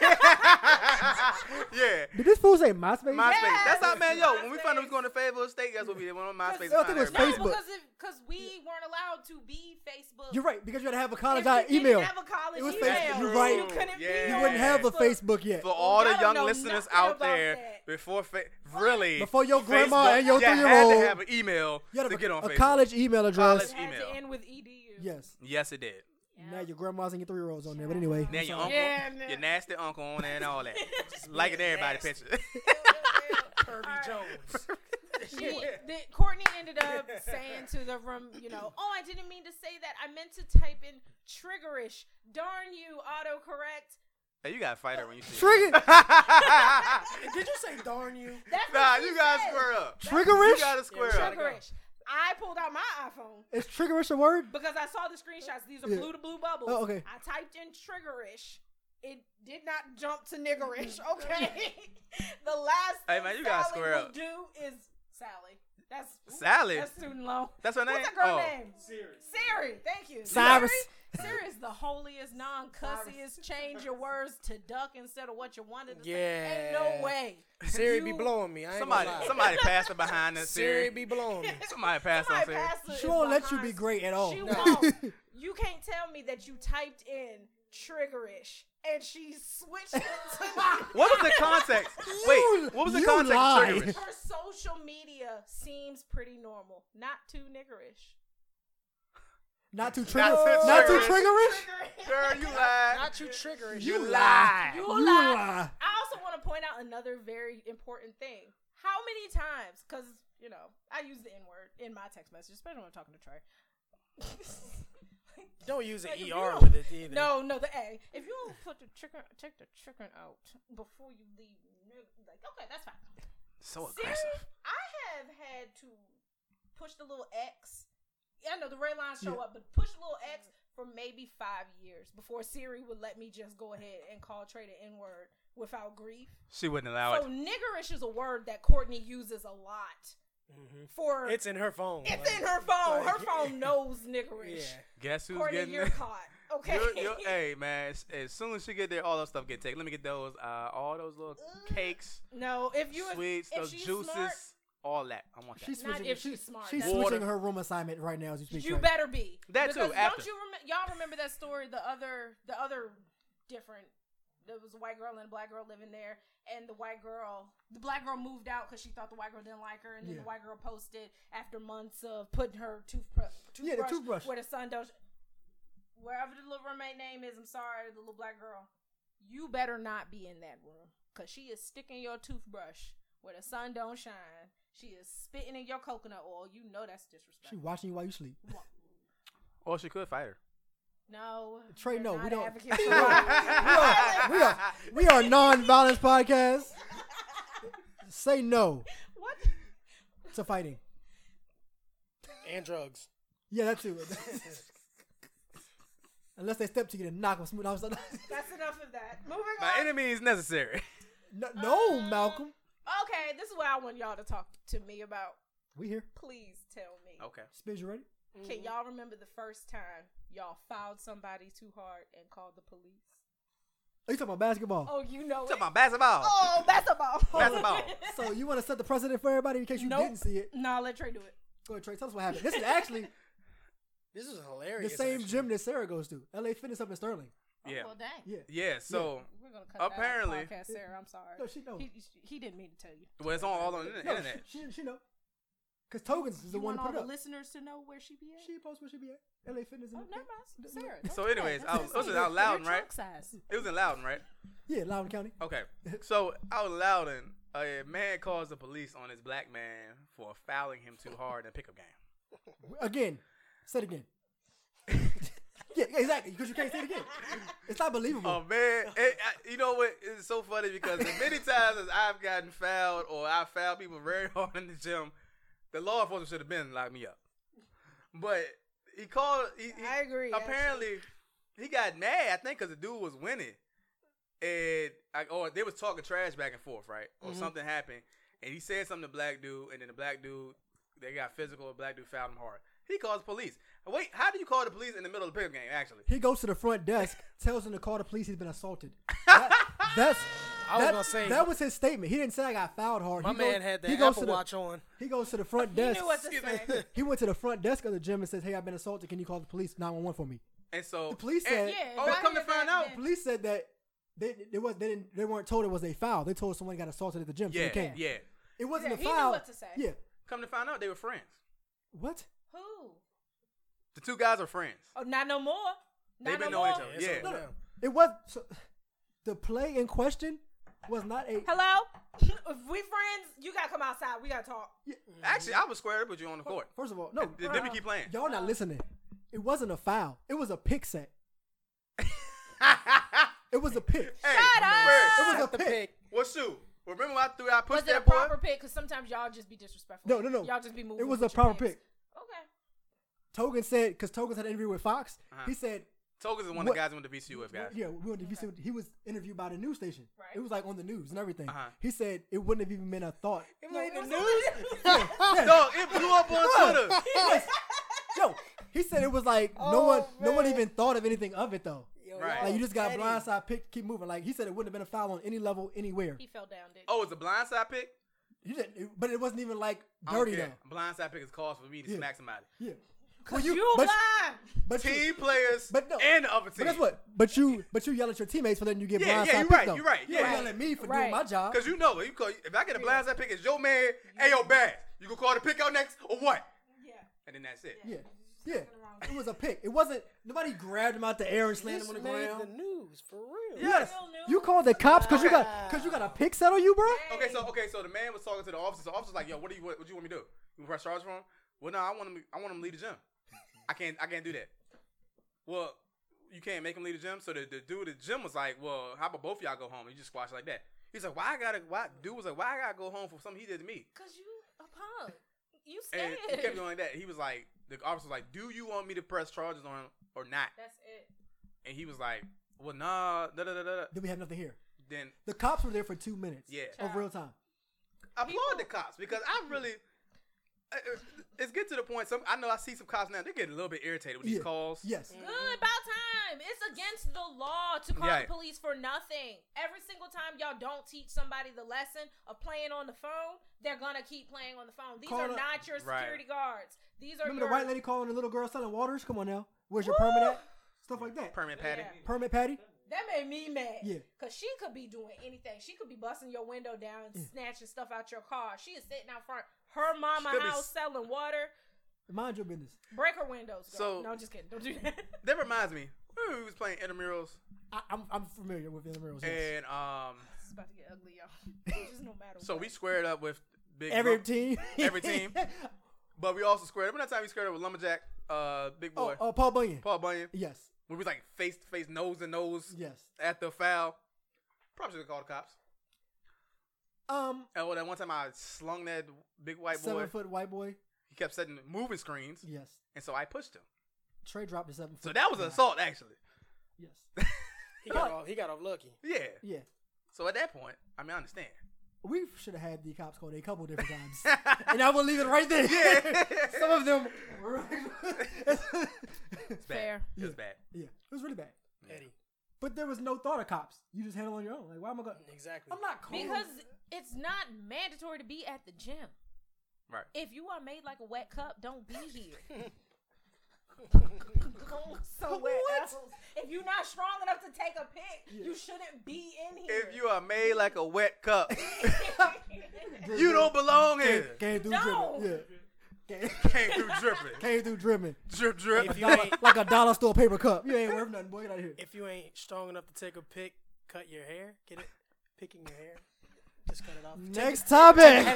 S1: yeah.
S4: Did this fool say MySpace?
S1: MySpace.
S3: Yes.
S1: That's how, man, yo, when we found out
S3: MySpace.
S1: we was going to Fayetteville State, that's what we did. We went on MySpace. and
S4: I
S1: found
S4: think it was
S1: everybody.
S4: Facebook.
S3: no, because because we weren't allowed to be Facebook.
S4: You're right because you had to have a college
S3: If you
S4: email.
S3: Didn't have a college
S4: It was
S3: email.
S4: Facebook. You're right.
S3: You couldn't
S1: Yeah.
S3: be.
S4: you
S3: on
S4: wouldn't have a Facebook yet.
S1: For all the
S3: Y'all
S1: young
S3: know
S1: listeners
S3: nothing
S1: out
S3: about
S1: there,
S3: that.
S1: before fa- really
S4: Before your grandma
S1: Facebook,
S4: and your
S1: you had
S4: three-year-old-
S1: to have an email
S4: You had
S1: to
S4: a,
S1: get on
S4: a
S1: Facebook.
S4: college email address.
S3: It
S1: College-
S3: had
S1: email.
S3: to end with E edu.
S4: Yes.
S1: Yes, it did.
S4: Now your grandmas and your three year olds on there, but anyway.
S1: Now your
S4: I'm sorry.
S1: uncle,
S3: Yeah, nah.
S1: your nasty uncle on there and all that, Just liking everybody pictures.
S5: Kirby Jones.
S3: she, the, Courtney ended up saying to the room, you know, oh, I didn't mean to say that. I meant to type in triggerish. Darn you, autocorrect.
S1: Hey, you gotta fight her when you see her.
S4: Trigger.
S5: Did you say darn you?
S3: That's
S1: Nah,
S3: what she
S1: you gotta
S3: said.
S1: square up. You
S4: Triggerish.
S1: gotta square
S5: Yeah,
S1: up.
S5: we gotta-
S3: Triggerish. I pulled out my iPhone
S4: Is triggerish a word?
S3: because I saw the screenshots. These are
S4: Yeah.
S3: blue to blue bubbles.
S4: Oh, okay.
S3: I typed in triggerish. It did not jump to niggerish. Okay. the last
S1: Hey,
S3: thing
S1: man, you
S3: Sally
S1: gotta square
S3: will
S1: up.
S3: do is Sally. That's
S1: Sally.
S3: That's student loan.
S1: That's her name.
S3: What's that girl
S1: oh.
S3: name?
S6: Serious.
S3: Siri. Thank you.
S4: Cyrus.
S3: Siri, Siri is the holiest, non-cussiest. Change your words to duck instead of what you wanted to say. Ain't
S5: Yeah.
S3: no way.
S5: Siri be
S3: You-
S5: blowing me. I ain't
S1: Somebody,
S5: gonna lie.
S1: somebody passed her behind us.
S5: Siri
S1: Siri.
S5: be blowing me.
S1: Somebody passed on
S3: Somebody
S1: Siri.
S3: passed her
S4: She
S3: is
S4: won't let you
S3: behind
S4: be great at all.
S3: She
S5: No.
S3: won't. You can't tell me that you typed in triggerish and she switched it to
S1: What was the context? Wait, what was the
S4: you
S1: context? of
S4: lie.
S1: Triggerish?
S3: her social media seems pretty normal, not too niggerish.
S4: Not too trigger.
S1: Not too
S4: Not too
S1: triggerish.
S4: triggerish.
S1: Girl, you lied.
S5: Not you triggering.
S1: You lied.
S3: You
S4: You
S3: lie.
S4: lie.
S3: I also want to point out another very important thing. How many times? Because you know, I use the N word in my text message, especially when I'm talking to Trey.
S5: Don't use an
S3: Like, if
S5: ER
S3: you-
S5: with it either.
S3: No, no, the A. If you don't put the chicken, take the chicken out before you leave, like okay, that's fine.
S1: So aggressive.
S3: Siri, I have had to push the little X. Yeah, I know the red lines show
S4: Yeah.
S3: up, but push the little X for maybe five years before Siri would let me just go ahead and call Trey the N word without grief.
S1: She wouldn't allow
S3: So
S1: it.
S3: niggerish is a word that Courtney uses a lot
S1: Mm-hmm.
S3: for. It's,
S5: It's in her phone. like-
S3: in her phone. her
S5: like-
S3: phone knows niggerish.
S5: Yeah.
S1: Guess who's
S3: Courtney,
S1: getting
S3: you're
S1: it?
S3: caught. Okay.
S1: You're, you're, hey man, as, as soon as she get there, all that stuff get taken. Let me get those, uh, all those little cakes,
S3: no, Mm. if you
S1: sweets,
S3: if
S1: those
S3: she's
S1: juices,
S3: smart,
S1: all that. I want that.
S4: She's
S3: Not
S4: switching.
S3: if
S4: she-
S3: she's smart,
S4: She's
S3: that's-
S4: switching
S1: Water.
S4: her room assignment right now as you speak.
S3: You
S4: right?
S3: better be.
S1: That too,
S3: because
S1: after.
S3: Don't you rem- y'all remember that story? The other, the other different. There was a white girl and a black girl living there, and the white girl, the black girl moved out because she thought the white girl didn't like her, and then
S4: Yeah.
S3: the white girl posted after months of putting her toothbrush, toothbrush
S4: Yeah, the toothbrush.
S3: where the sun don't. Wherever the little roommate name is, I'm sorry, the little black girl. You better not be in that room because she is sticking your toothbrush where the sun don't shine. She is spitting in your coconut oil. You know that's disrespectful.
S4: She watching you while you sleep.
S1: Or she could fight her.
S3: No.
S4: Trey,
S3: we're
S4: no, we
S3: not
S4: don't-
S3: advocates for violence.
S4: We are, we are non-violence podcast. Say no
S3: What?
S4: to fighting.
S5: And drugs.
S4: Yeah, that too. Unless they step to you to knock them smooth. I was like,
S3: That's enough of that. Moving
S1: My
S3: on.
S1: enemy is necessary.
S4: no, no, Malcolm.
S3: okay, this is what I want y'all to talk to me about.
S4: We here.
S3: Please tell me.
S1: Okay.
S4: Spiz, you ready?
S3: Can y'all remember the first time y'all fouled somebody too hard and called the police?
S4: Are you talking about basketball?
S3: Oh, you know it.
S1: Talk about basketball.
S3: Oh, basketball.
S1: Basketball.
S4: So you want to set the precedent for everybody in case you
S3: Nope.
S4: didn't see it?
S3: nah, let Trey do it.
S4: Go ahead, Trey. Tell us what happened. This is actually
S5: This is
S4: the
S5: hilarious.
S4: same
S5: actually.
S4: gym that Sarah goes to. LA Fitness up in Sterling.
S1: Yeah.
S3: Oh, Well, dang.
S4: Yeah.
S1: Yeah. So
S3: We're gonna cut apparently.
S1: Apparently-
S3: That out of the podcast, Sarah. I'm sorry.
S4: No, she knows.
S3: He, he didn't mean to tell you.
S1: well, it's on all on the
S4: No,
S1: internet.
S4: she, she, she know. Cause Togans is the
S3: you
S4: one
S3: want all
S4: who put it
S3: the
S4: up.
S3: listeners to know where she be at?
S4: She posts where she be at. LA Fitness.
S3: Oh,
S4: and-
S3: never mind. Sarah. don't
S1: So
S3: do that.
S1: anyways,
S3: That's
S1: I was-
S3: just
S1: I was
S3: me.
S1: out loud,
S3: You're
S1: right?
S3: drunk size.
S1: It was in Loudon, right?
S4: Yeah, Loudoun County.
S1: Okay. So out in Loudon, a man calls the police on this black man for fouling him too hard in a pickup game.
S4: Again, say it again. yeah, yeah, exactly. Because you can't say it again. It's not believable.
S1: Oh man, It- I- you know what? It's so funny because as many times as I've gotten fouled or I fouled people very hard in the gym, the law enforcement should have been locked me up. But he called. He, he-
S3: I agree,
S1: Apparently, he got mad. I think because the dude was winning, and I, or they was talking trash back and forth, right? Or
S3: Mm-hmm.
S1: something happened, and he said something to black dude, and then the black dude they got physical. Black dude fouled him hard. He calls police. Wait, how do you call the police in the middle of the pickup game? Actually,
S4: He goes to the front desk, tells them to call the police. He's been assaulted. That, that's.
S5: I was
S4: that,
S5: gonna say-
S4: that was his statement. He didn't say I got fouled hard.
S5: My
S4: he
S5: man
S4: goes,
S5: had the
S4: he goes
S5: Apple
S4: to the,
S5: Watch on.
S4: He goes to the front
S3: He
S4: desk.
S3: knew what to
S1: Excuse me.
S3: say.
S4: He went to the front desk of the gym and says, "Hey, I've been assaulted. Can you call the police 911 for me?"
S1: and so
S4: The police
S1: and-
S4: said-
S3: Yeah,
S1: Oh,
S3: if I
S1: come to
S3: hear that,
S1: find out,
S3: then-
S4: The police said that they they was they didn't they weren't told it was a foul. They told someone got assaulted at the gym. so
S1: Yeah,
S4: they came.
S1: yeah.
S4: It wasn't
S3: Yeah,
S4: a
S3: he knew
S4: foul.
S3: what to say.
S4: Yeah.
S1: Come to find out, they were friends.
S4: What?
S3: Who?
S1: The two guys are friends.
S3: Oh, not no more. Not
S1: They've been
S3: no more.
S1: knowing each other. Yeah.
S5: No, no.
S4: It was so, the play in question was not a
S3: Hello? if we friends, you gotta come outside. We gotta talk.
S1: Actually, I was squared up with you on the court.
S4: First of all, no.
S1: Then then we keep playing.
S4: Y'all not listening. It wasn't a foul. It was a pick set. It was a pick.
S3: Shut
S1: Bird,
S3: up!
S4: It was a
S5: the
S4: pick.
S5: pick.
S1: What's Sue? Remember when I threw out
S3: Was
S1: pushed
S3: it a
S1: that boy?
S3: proper pick? Because sometimes y'all just be disrespectful.
S4: No, no, no.
S3: Y'all just be moving.
S4: It was
S3: with
S4: a
S3: your
S4: proper
S3: hands.
S4: pick.
S3: Okay.
S4: Togan said because Togan's had an interview with Fox. He said,
S1: Togas is one of
S4: What-
S1: the guys who went to VCU Uh-huh. with, guys.
S4: "Yeah, we wanted to be." He was interviewed by the news station.
S3: Right.
S4: It was like on the news and everything.
S1: Uh-huh.
S4: He said it wouldn't have even been a thought.
S5: It made the
S3: was
S5: news.
S1: No, it blew up on Twitter.
S4: Yes. Yo, he said it was like no
S5: Oh,
S4: one, no one
S5: man.
S4: even thought of anything of it though.
S5: Yo,
S1: Right.
S5: y'all
S4: Like you just got
S5: petty.
S4: blindside pick, keep moving. Like he said, it wouldn't have been a foul on any level anywhere.
S3: He fell down, didn't
S1: Oh, it's a blindside pick.
S4: You didn't, it- but it wasn't even like
S1: I don't
S4: dirty
S1: care.
S4: though.
S1: Blindside pick is cause for me to
S4: Yeah.
S1: smack somebody.
S4: Yeah,
S3: Cause
S4: Well,
S3: you,
S4: you- but-
S3: blind.
S4: but you-
S1: Team players
S4: but no.
S1: and the other team.
S4: But guess what? But you, but you yell at your teammates for letting you get
S1: Yeah, yeah,
S4: blindside
S1: you're
S4: pick
S1: right,
S4: though.
S1: you're right,
S4: You don't
S1: yeah.
S4: yell at me for
S3: Right.
S4: doing my job.
S1: Because you know, you call, if I get a blindside pick, it's your man and your bad. You gonna call the pick out next or what?
S3: Yeah.
S1: And then that's it.
S4: Yeah. Yeah.
S3: around.
S4: It was a pick. It wasn't nobody grabbed him out the air and slammed
S5: This
S4: him on the
S5: made
S4: ground.
S5: the news for real.
S4: Yes.
S3: Real news.
S4: You called the cops because you got
S5: Wow.
S4: because you got a pick set on you, bro.
S1: Okay, so okay, so the man was talking to the officer. The officer's like, "Yo, what do you what, what you want me to do? You want to press charge for him? Well, no, I want him. I want him to leave the gym. I can't. I can't do that. Well, you can't make him leave the gym. So the, the dude at the gym was like, "Well, how about both of y'all go home? You just squash like that." He's like, "Why I gotta? Why?" Dude was like, "Why I gotta go home for something he did to me?"
S3: Cause you a punk. You
S1: And
S3: scared.
S1: he kept going like that. He was like, the officer was like, "Do you want me to press charges on him or not?"
S3: That's it.
S1: And he was like, "Well, nah." Da da da da. da."
S4: Then we have nothing here.
S1: Then
S4: The cops were there for two minutes.
S1: Yeah.
S4: Of real time.
S1: applaud the cops because I really. uh, uh, It's get to the point. Some I know I see some cops now. They're getting a little bit irritated with these
S4: Yeah.
S1: calls.
S4: Yes.
S3: Good about time. It's against the law to call
S1: Yeah.
S3: the police for nothing. Every single time y'all don't teach somebody the lesson of playing on the phone, they're gonna keep playing on the phone. These
S4: Call
S3: are
S4: up-
S3: not your
S1: Right.
S3: security guards. These are
S4: Remember the
S3: your
S4: white lady calling the little girl selling waters? Come on now. Where's your
S3: Woo!
S4: permit at? Stuff like that.
S1: Permanent patty.
S3: Yeah.
S4: Permit, Patty.
S3: That made me mad.
S4: Yeah.
S3: Cause she could be doing anything. She could be busting your window down and snatching stuff out your car. She is sitting out front her mama
S1: She could be
S3: house
S1: s-
S3: selling water.
S4: Mind your business.
S3: Break her windows.
S1: So-
S3: girl. no, I'm just kidding. Don't do that.
S1: That reminds me. Remember we was playing intramurals
S4: I, I'm I'm familiar with the murals. Yes.
S1: and um.
S3: it's about to get ugly, y'all. Just no matter.
S1: So
S3: what.
S1: we squared up with big
S4: Every
S1: Lum-
S4: team.
S1: Every team. but we also squared up. Remember that time we squared up with lumberjack, uh, big
S4: oh,
S1: boy,
S4: uh, Paul Bunyan.
S1: Paul Bunyan.
S4: Yes.
S1: We was like face to face, nose to nose
S4: Yes.
S1: at the foul. Probably should have called the cops.
S4: Um.
S1: Oh, that one time I slung that big white boy.
S4: seven foot white boy.
S1: He kept setting moving screens,
S4: Yes.
S1: and so I pushed him.
S4: Trey dropped the seven foot.
S1: So that was an
S4: Yeah.
S1: assault, actually.
S4: Yes.
S5: He got off. He got off lucky.
S1: Yeah.
S4: Yeah.
S1: So at that point, I mean, I understand.
S4: We should have had the cops called a couple different times. and I will leave it right there.
S1: Yeah.
S4: Some of them were
S1: It's bad.
S3: Fair.
S1: It was bad.
S4: Yeah. It was really bad.
S5: Eddie,
S4: But there was no thought of cops. You just handle on your own. Like why am I going
S5: exactly.
S4: I'm not calling
S3: because it's not mandatory to be at the gym.
S1: Right.
S3: If you are made like a wet cup, don't be here. Go somewhere
S4: What?
S3: else. If you're not strong enough to take a pick, you shouldn't be in here.
S1: If you are made like a wet cup,
S3: Oh,
S1: you don't belong
S4: came,
S1: here.
S4: came through
S3: No.
S4: dripping. Yeah. Came,
S1: Came through dripping.
S4: came through dripping.
S1: Drip, drip.
S5: If you
S4: Dollar,
S5: ain't,
S4: like a dollar store paper cup. You ain't worth nothing, boy. Get out of here.
S5: if you ain't strong enough to take a pick, cut your hair. Get it? Picking your hair. Just cut it off.
S4: Next topic.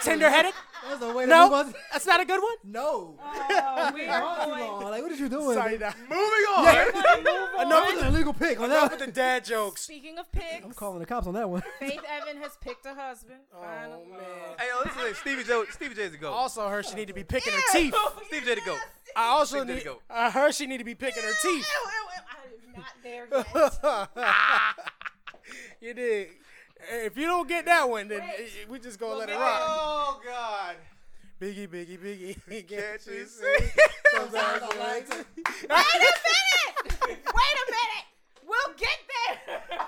S5: Tender headed?
S4: That's the way to move
S5: No,
S4: on.
S5: that's not a good one.
S4: No.
S3: Oh, we are
S4: Come
S3: going.
S4: on, Like what are you doing?
S5: Sorry,
S4: man?
S5: nah.
S1: Moving on.
S4: Enough with the illegal pick on
S5: Enough with
S4: that.
S5: the dad jokes.
S3: Speaking of picks,
S4: I'm calling the cops on that one.
S3: Faith Evan has picked a husband.
S5: Oh
S3: finally.
S5: man.
S1: Hey, yo, listen, Stevie Joe, Stevie J's a goat.
S5: Also, her she need to be picking her teeth.
S1: Stevie J the goat.
S5: I also
S1: Think that
S5: need
S1: go.
S5: uh, her she need to be picking her
S3: Ew, ew,
S5: Ah, teeth.
S3: ew. I am not there yet.
S5: you did. If you don't get that one, then
S3: Wait.
S5: i- i- we just gonna let it rock.
S1: Oh God.
S5: Biggie, biggie, biggie.
S1: Can't
S5: Can't
S1: you
S5: you
S1: see?
S5: see? Sometimes I like to.
S3: Wait a minute! Wait a minute! We'll get there!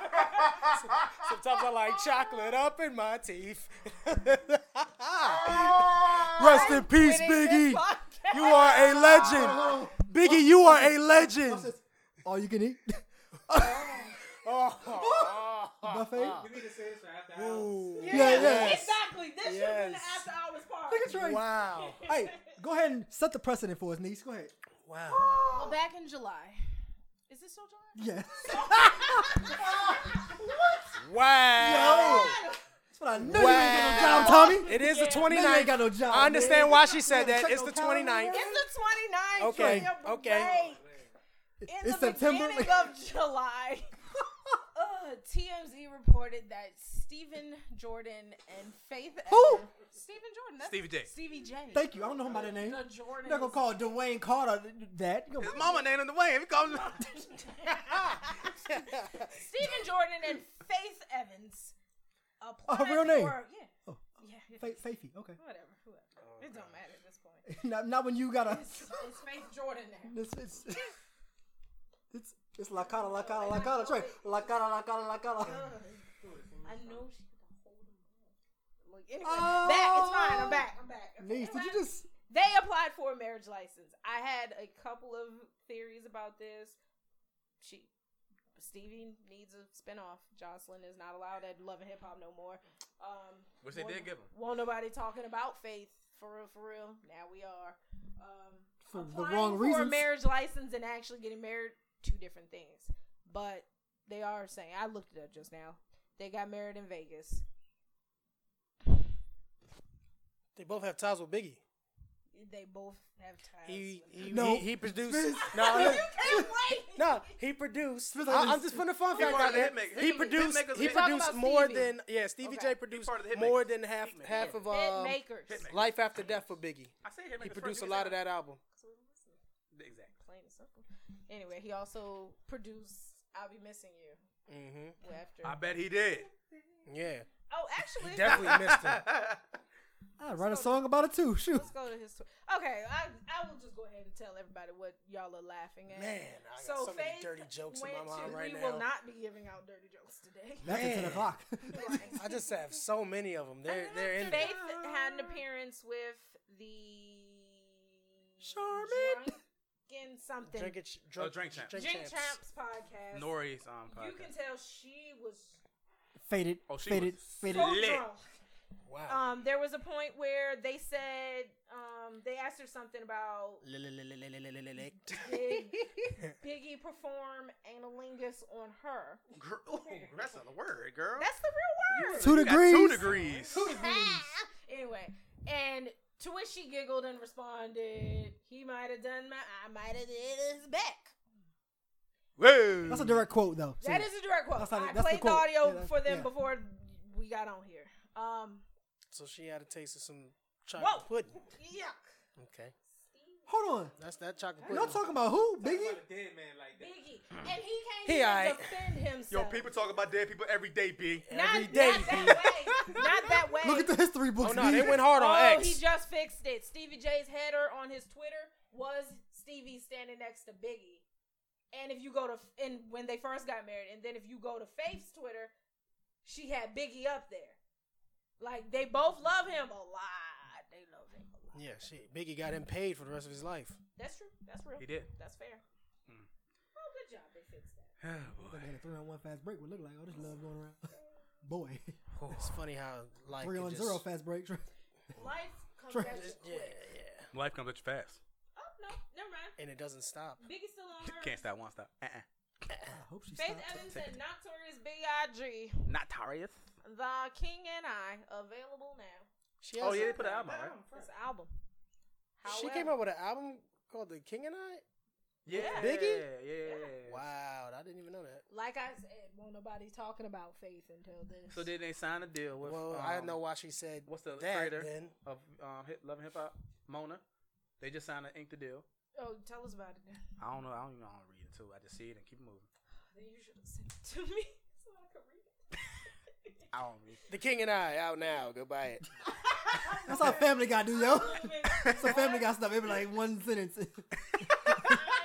S5: Sometimes I like chocolate up in my teeth. Rest in peace, Biggie. You are a legend. Biggie, you are a legend.
S4: All you can eat.
S5: Oh.
S4: Buffet.
S5: Ooh.
S3: Yeah,
S4: Yes.
S3: exactly. This should have been the
S5: Yes.
S3: after hours party.
S4: Look at Trey.
S5: Wow.
S4: Hey, go ahead and set the precedent for us, niece. Go ahead.
S5: Wow.
S3: Well, back in July. Is this still July?
S4: Yes.
S5: Wow.
S4: Yo. But I knew you ain't get no job, Tommy.
S5: It is
S3: Yeah.
S4: Man,
S5: the
S4: you
S5: 29th.
S4: ain't got no job.
S5: I understand why she
S4: You
S5: said
S4: haven't
S5: that.
S4: checked
S5: It's
S4: no
S5: the
S4: calendar.
S5: 29th.
S3: It's the 29th.
S5: Okay,
S3: Give me a
S5: okay.
S3: break. In
S4: It's
S3: the
S4: September.
S3: beginning of July, uh, TMZ reported that Stephen Jordan and Faith.
S4: Who?
S3: Evans- Stephen Jordan. That's
S1: Stevie J.
S3: Stevie J.
S4: Thank you. I don't know him by that name.
S3: The
S4: You're
S3: Jordan.
S4: not gonna call Dwayne Carter that. You're
S1: His
S4: gonna-
S1: mama named him Dwayne. He called him.
S3: Stephen Jordan and Faith Evans.
S4: Oh, her real name.
S3: For, yeah.
S4: Oh.
S3: yeah. yeah.
S4: Fa- Faithy. Okay.
S3: Whatever. Whoever. it don't matter at this point.
S4: not, not when you got a.
S3: It's, it's Faith Jordan now.
S4: It's it's it's, it's la cara, la cara, la cara. Trey, la cara, la cara, la cara.
S3: I know she could hold him up. Look, anyway, back. It's fine. I'm back. I'm back. Okay,
S4: Niece, Oh. did you
S3: anyway,
S4: just?
S3: They applied for a marriage license. I had a couple of theories about this. She, Stevie needs a spinoff. Jocelyn is not allowed at Love and Hip Hop no more. Um,
S1: Which they
S3: won't-
S1: did give him.
S3: Won't nobody talking about faith for real, for real. Now we are. Um,
S4: For the
S3: applying
S4: wrong
S3: for a
S4: reasons.
S3: marriage license and actually getting married, two different things. But they are saying I looked it up just now. They got married in Vegas.
S5: They both have ties with Biggie.
S3: They both have ties.
S5: He
S3: with-
S5: he,
S4: No.
S5: he, he produced.
S4: Smith.
S5: No,
S3: You
S5: no,
S3: can't wait.
S5: no, he produced.
S4: Smith
S5: I,
S4: Owens.
S5: am just putting a fun
S1: He
S5: fact
S1: part
S5: out
S1: of the
S5: there.
S1: hitmakers.
S5: He
S1: He-
S5: produced.
S1: hitmakers.
S5: He
S1: We're talking
S5: produced
S3: about
S5: more
S3: Stevie.
S5: than yeah. Stevie
S3: Okay.
S5: J produced
S1: part of the hitmakers.
S5: more than half
S1: Hitmakers.
S5: half of um,
S3: Hitmakers.
S1: Hitmakers.
S5: Life After Death for Biggie.
S1: I say him.
S5: He produced a lot of that album.
S1: Exactly.
S3: Plain and simple. Anyway, he also produced "I'll Be Missing You."
S5: hmm
S3: After
S1: I bet he did.
S5: Yeah,
S3: oh, actually,
S5: definitely missed him.
S4: I'd write a song about it too. Shoot.
S3: Let's go to his. Tw- okay, I I will just go ahead and tell everybody what y'all are laughing at.
S5: Man, I got so, many dirty jokes in my
S3: went
S5: mind
S3: to-
S5: right
S3: we
S5: now.
S3: will not be giving out dirty jokes today.
S4: That's at ten
S5: Man.
S4: o'clock.
S5: I just have so many of them. They're they're in there.
S3: Faith had an appearance with the
S4: Charmin?
S3: Drunken something
S5: Drink
S3: Drink,
S5: it, sh- drunk,
S1: Drink Champs.
S5: Champs.
S3: Champs. podcast.
S1: Nori's um,
S3: you
S1: podcast.
S3: can tell she was
S4: faded.
S1: Oh, she
S4: faded.
S1: was
S4: Faded.
S3: so
S1: Lit.
S3: drunk.
S5: Wow.
S3: Um, there was a point where they said um, they asked her something about did Biggie perform analingus on her.
S1: Gr- oh, that's not a word, girl.
S3: That's the real word.
S4: Two
S1: You got
S4: degrees.
S1: Two degrees.
S3: anyway, and to which she giggled and responded, "He might have done my, I might have did his back."
S1: Whoa.
S4: That's a direct quote though. So,
S3: That is a direct quote.
S4: That's not-
S3: I
S4: that's the
S3: played the,
S4: quote.
S3: audio
S4: Yeah, that's-
S3: for them
S4: yeah.
S3: before we got on here. Um,
S5: So she had a taste of some
S3: Whoa.
S5: chocolate pudding.
S3: yuck.
S5: Okay,
S4: Hold on.
S5: that's that chocolate
S4: Y'all
S5: pudding.
S4: talking about who? Biggie.
S6: dead man like that.
S3: Biggie, and he can't
S5: He
S3: even
S5: aight.
S3: defend
S1: Yo,
S3: himself.
S1: people talk about dead people every day, B.
S3: not,
S5: every day,
S3: not that way. Not that way.
S4: Look at the history books.
S5: Oh no, they
S4: B.
S5: went hard
S3: oh,
S5: on
S3: he
S5: X.
S3: just fixed it. Stevie J's header on his Twitter was Stevie standing next to Biggie. And if you go to and when they first got married, and then if you go to Faith's Twitter, she had Biggie up there. Like they both love him a lot. They love him a lot.
S5: Yeah, shit. Biggie got him paid for the rest of his life.
S3: That's true. That's real.
S1: He did. Mm.
S3: That's fair. Oh, good job. They fixed that.
S1: Oh,
S4: I had a three on one fast break. Would look like all this love going around. Boy,
S1: boy.
S5: It's funny how life
S4: three
S5: could
S4: on
S5: just,
S4: zero fast break.
S3: Life comes
S4: True.
S3: at you
S5: Yeah,
S3: quick.
S5: yeah,
S1: Life comes at you fast.
S3: Oh no, never mind.
S5: and it doesn't stop.
S3: Biggie's still on her.
S1: Can't stop, won't stop. Uh-uh.
S4: I hope she
S3: Faith
S4: stopped.
S3: Evans and Notorious B.I.G.
S1: Not Tarius.
S3: The King and I available now.
S5: She
S1: Oh
S5: has
S1: yeah,
S5: a-
S1: they put an album out, right?
S3: This album.
S5: she
S3: However-
S5: came out with an album called The King and I.
S1: Yeah.
S5: Biggie?
S1: Yeah.
S5: Wow, I didn't even know that.
S3: Like I said, won't nobody talking about faith until this.
S1: So did they sign a deal with?
S5: Well,
S1: um,
S5: I know why she said
S1: What's the
S5: that.
S1: creator
S5: Then
S1: of um, hip, Love and Hip Hop? Mona. They just signed an ink the deal.
S3: Oh, tell us about it. Then
S1: I don't know. I don't even know how to read it too. I just see it and keep it moving.
S3: Then you should have sent it to me so I could read it.
S1: I don't read.
S5: The King and I out now. Go buy it.
S4: That's how Family Guy do, yo.
S3: It's
S4: Some Family Guy stuff. It be like one sentence.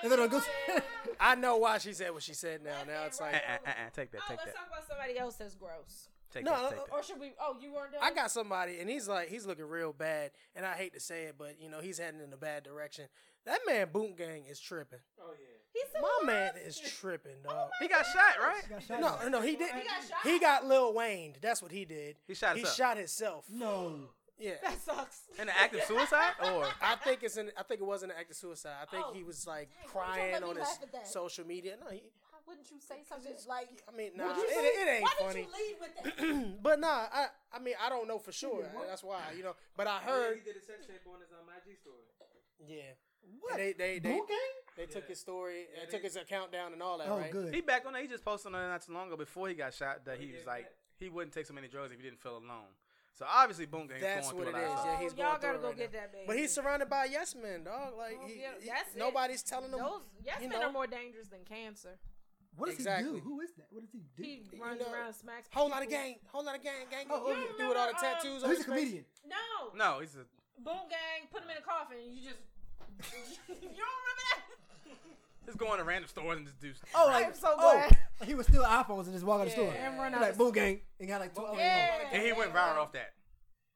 S4: and then it goes.
S5: I know why she said what she said now. Now it's
S1: Uh,
S5: like
S1: uh, uh, uh, take that.
S3: Oh,
S1: Take
S3: let's
S1: that.
S3: talk about somebody else that's gross.
S1: Take
S5: No,
S1: that.
S5: uh,
S1: Take
S3: Or
S1: that.
S3: should we? Oh, you weren't done.
S5: I got somebody, and he's like, he's looking real bad, and I hate to say it, but you know, he's heading in a bad direction. That man, Boot Gang, is tripping.
S6: Oh yeah.
S3: He's
S5: My man is tripping, dog.
S1: He got shot, right?
S4: Got shot
S5: no,
S4: at.
S5: no, he didn't.
S3: Oh He got shot.
S5: He got Lil Wayne. That's what he did.
S1: He shot
S5: He
S1: himself.
S5: shot himself.
S4: no.
S5: Yeah,
S3: That sucks.
S1: In an act of suicide, or
S5: I think it's an. I think it wasn't an act of suicide. I think
S3: Oh,
S5: he was like
S3: dang, why you
S5: crying
S3: let me
S5: on
S3: laugh at that?
S5: his social media. No, he
S3: wouldn't you say
S5: 'Cause
S3: something
S5: it's-
S3: like?
S5: I mean, nah,
S3: Would
S5: it,
S3: you leave-
S5: it ain't
S3: why
S5: funny.
S3: did you leave with that?
S5: but nah, I I mean I don't know for sure. That's why you know. But I heard,
S6: He did a sex tape on his um, IG story.
S5: yeah,
S4: What?
S5: And they they they,
S4: Bull gang?
S5: they took
S6: Yeah.
S5: his story,
S6: Yeah,
S5: they took
S6: they-
S5: his account down and all that,
S4: Oh,
S5: right?
S4: good.
S1: He back on that. He just posted on that not too long ago before he got shot
S5: Oh,
S1: that
S6: He
S1: he was
S6: did
S1: like
S6: that.
S1: he wouldn't take so many drugs if he didn't feel alone. So obviously, Boom Gang's
S5: That's
S1: going
S5: what
S1: through
S5: it
S1: a lot of
S5: is, yeah,
S1: stuff.
S5: he's
S3: Oh, y'all
S5: going through
S3: gotta
S5: it
S3: go
S5: right
S3: get that baby.
S5: But he's surrounded by yes men, dog. Like
S3: Oh,
S5: he,
S3: yeah,
S5: he-
S3: that's it.
S5: nobody's telling him.
S3: Those yes
S5: you
S3: men
S5: know-
S3: are more dangerous than cancer.
S4: What does he
S5: Exactly.
S4: do? Who is that? What does he do?
S3: He
S5: You
S3: runs
S5: know,
S3: around and smacks.
S5: Whole lot of
S3: people.
S5: gang, whole lot of gang, gang.
S4: Oh,
S5: gang,
S4: oh,
S5: gang,
S3: yeah.
S5: dude with all the
S3: Remember, um,
S5: tattoos.
S4: Oh, he's a
S5: on his face.
S4: comedian.
S3: No,
S1: No, he's a
S3: boom gang. Put him in a coffin. and You just you don't remember that?
S1: just going to random stores and just do.
S4: Oh,
S3: I
S4: like,
S3: am so
S4: oh,
S3: glad.
S4: he was stealing iPhones and just walking the store.
S5: Yeah.
S3: And run
S4: He
S3: out.
S4: like
S3: the-
S4: boom gang and got like twelve.
S3: Yeah.
S4: oh,
S1: and he went viral off that.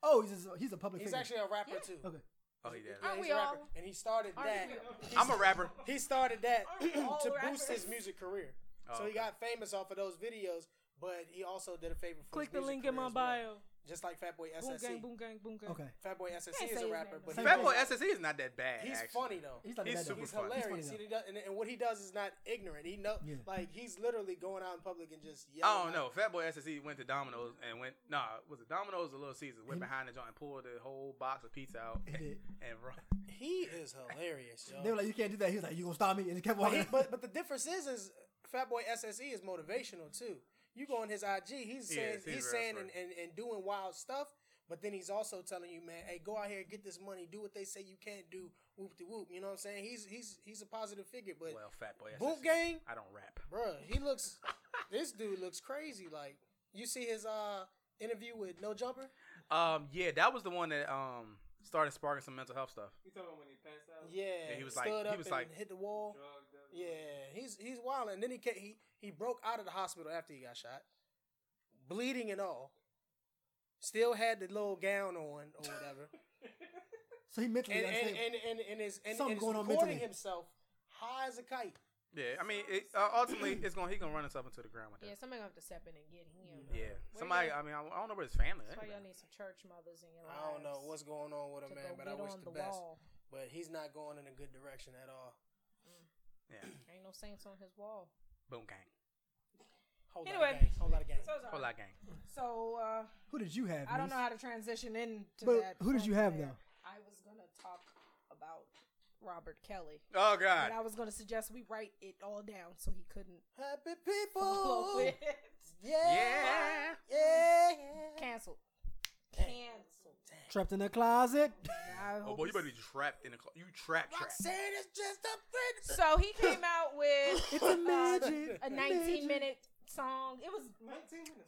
S4: Oh, he's just, he's a public
S5: He's
S4: figure.
S5: actually a rapper
S3: Yeah.
S5: too.
S4: okay.
S1: Oh, he did.
S5: Yeah,
S3: Aren't
S5: he's
S3: we
S5: a rapper,
S3: all?
S5: and he started
S3: Aren't
S5: that.
S3: we all?
S5: he's-
S1: I'm a rapper.
S5: He started that
S3: Aren't we all
S5: to
S3: rappers?
S5: boost his music career.
S1: Oh,
S5: so he
S1: okay.
S5: got famous off of those videos, but he also did a favor for his music career as well. Just like Fatboy SSE.
S3: boom gang, boom gang.
S4: Okay.
S5: Fatboy SSE
S3: Can't
S5: is
S3: say
S5: a
S3: his
S5: rapper,
S3: name,
S5: but
S4: though.
S5: he's-
S1: Fatboy SSE E is not that bad.
S5: he's
S1: actually.
S5: funny though.
S4: He's like a
S1: He's
S4: bad dude.
S1: super
S5: He's
S1: funny.
S5: hilarious.
S4: He's funny
S5: He does, and, and what he does is not ignorant. He know,
S4: Yeah.
S5: like he's literally going out in public and just.
S1: I don't
S5: Yelling
S1: know. Fatboy SSE E went to Domino's and went. Nah, was it Domino's or Little Caesars? Went behind the joint and pulled the whole box of pizza out
S4: He
S1: and,
S4: did.
S1: and run.
S5: He is hilarious,
S4: They
S5: yo.
S4: were like, you can't do that. He was like, you gonna stop me? And he kept
S5: but,
S4: walking.
S5: he, but but the difference is is Fatboy SSE E is motivational too. You go on his IG, he's
S1: He
S5: saying
S1: is,
S5: he's,
S1: he's very
S5: saying and,
S1: smart.
S5: and, and doing wild stuff, but then he's also telling you, man, hey, go out here, get this money, do what they say you can't do, whoop de whoop. You know what I'm saying? He's he's he's a positive figure, but
S1: Well, Fatboy SSE.
S5: Boot Gang?
S1: E. I don't rap.
S5: bruh, he looks this dude looks crazy. Like you see his uh interview with No Jumper?
S1: Um, yeah, that was the one that um started sparking some mental health stuff.
S6: You talking about when he passed out?
S5: Yeah.
S1: he was like-
S5: stood
S1: he
S5: up
S1: was
S5: and
S1: like-
S5: hit the wall.
S6: Drugged up.
S5: Yeah, he's he's wild, and then he ca he he broke out of the hospital after he got shot, bleeding and all. Still had the little gown on or whatever,
S4: so he mentally
S5: and and,
S4: unstable.
S5: and and and is and,
S4: Something
S5: and is
S4: going on
S5: recording
S4: mentally.
S5: himself high as a kite.
S1: Yeah, I mean, it, uh, ultimately, it's gonna he gonna run himself into the ground with
S3: Yeah,
S1: that.
S3: somebody gonna have to step in and get him.
S1: Yeah,
S3: Where
S1: somebody.
S3: y'all-
S1: I mean, I, I don't know where his family.
S3: That's why
S1: anyway.
S3: y'all need some church mothers in your life.
S5: I don't know what's going on with him, man, but I wish the, best.
S3: Wall.
S5: But he's not going in a good direction at all.
S1: Yeah,
S3: Ain't no saints on his wall.
S1: boom gang,
S5: Whole lot
S3: Anyway.
S5: of gang, whole lot of gang.
S3: So, sorry.
S1: whole lot gang.
S3: so uh,
S4: Who did you have?
S3: I don't
S4: Mace?
S3: know how to transition into
S4: But
S3: that.
S4: who did
S3: from
S4: you have,
S3: there.
S4: though?
S3: I was gonna talk about Robert Kelly,
S1: Oh
S3: and
S1: god,
S3: I was gonna suggest we write it all down so he couldn't
S5: Happy
S3: follow
S5: people,
S3: it.
S5: yeah,
S1: yeah.
S5: yeah.
S3: Cancelled.
S5: Dang.
S3: Cancelled.
S4: Trapped in the closet.
S3: I
S1: Oh
S3: hope
S1: boy, you
S3: he's-
S1: better be trapped in a clo You trap trap.
S5: Roxanne is just a friend.
S3: So he came out with
S4: It's
S3: uh,
S4: a magic.
S3: a 19 minute song. It was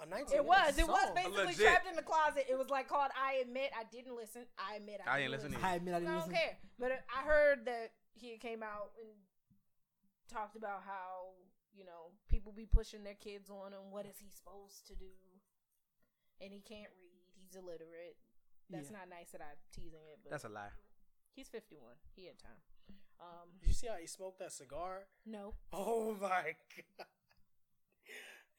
S5: A 19
S3: it was it was
S5: song.
S3: basically
S1: Legit.
S3: trapped in the closet. It was like called I admit I didn't listen. I admit I,
S1: I ain't listen
S3: listen.
S1: either.
S4: I admit I
S3: I
S4: didn't
S3: don't
S4: listen.
S3: care. But I heard that he came out and talked about how you know people be pushing their kids on him. What is he supposed to do? And he can't read. He's illiterate. That's
S4: Yeah.
S3: not nice that I'm teasing it, but
S1: That's a lie.
S3: he's 51. He had time. Um,
S5: You see how he smoked that cigar?
S3: no.
S5: Oh my god!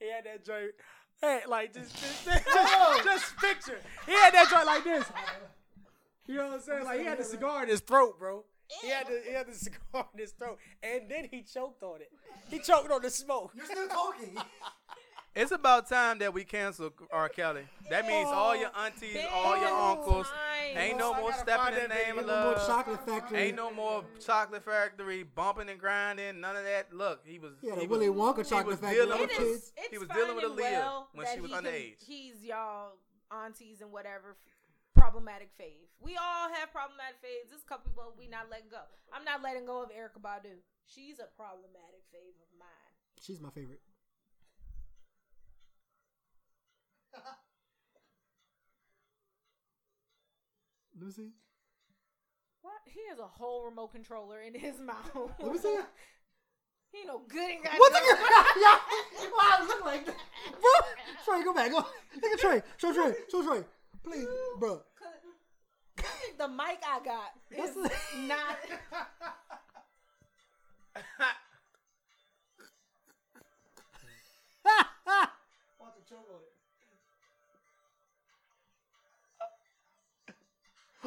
S5: He had that joint. Hey, like just just, just, just picture. He had that joint like this. You know what I'm saying? Like he had the cigar in his throat, bro. He had the he had the cigar in his throat, and then he choked on it. He choked on the smoke.
S4: You're still talking.
S1: It's about time that we cancel R. Kelly. That means all your aunties, all your uncles.
S3: Time.
S1: Ain't no
S5: I
S1: more
S5: gotta
S1: stepping
S5: find
S1: in the
S5: that
S1: name of
S4: Ain't
S5: video.
S4: no more
S1: love.
S4: chocolate factory.
S1: Ain't no more chocolate factory bumping and grinding. None of that. Look, he was.
S4: Yeah, the
S1: he
S4: Willy
S1: was,
S4: Wonka chocolate
S1: was
S4: factory.
S1: dealing
S4: Little
S1: with
S3: It
S4: kids.
S3: is, it's
S1: He was
S3: fine
S1: dealing with
S3: and
S1: Aaliyah
S3: well
S1: when
S3: that
S1: she was
S3: he can-
S1: underage.
S3: he's y'all aunties and whatever problematic fave. We all have problematic faves. There's a couple people we not letting go. I'm not letting go of Erica Badu. She's a problematic fave of mine.
S4: She's my favorite. Let me see.
S3: What? He has a whole remote controller in his mouth.
S4: Let me see.
S3: he no good in God.
S4: What's the yeah? Why I look like that, bro? Trey, go back. Go. Look at Trey. Show Trey. Show Trey. Please, bro.
S3: I think the mic I got is
S4: That's-
S3: not.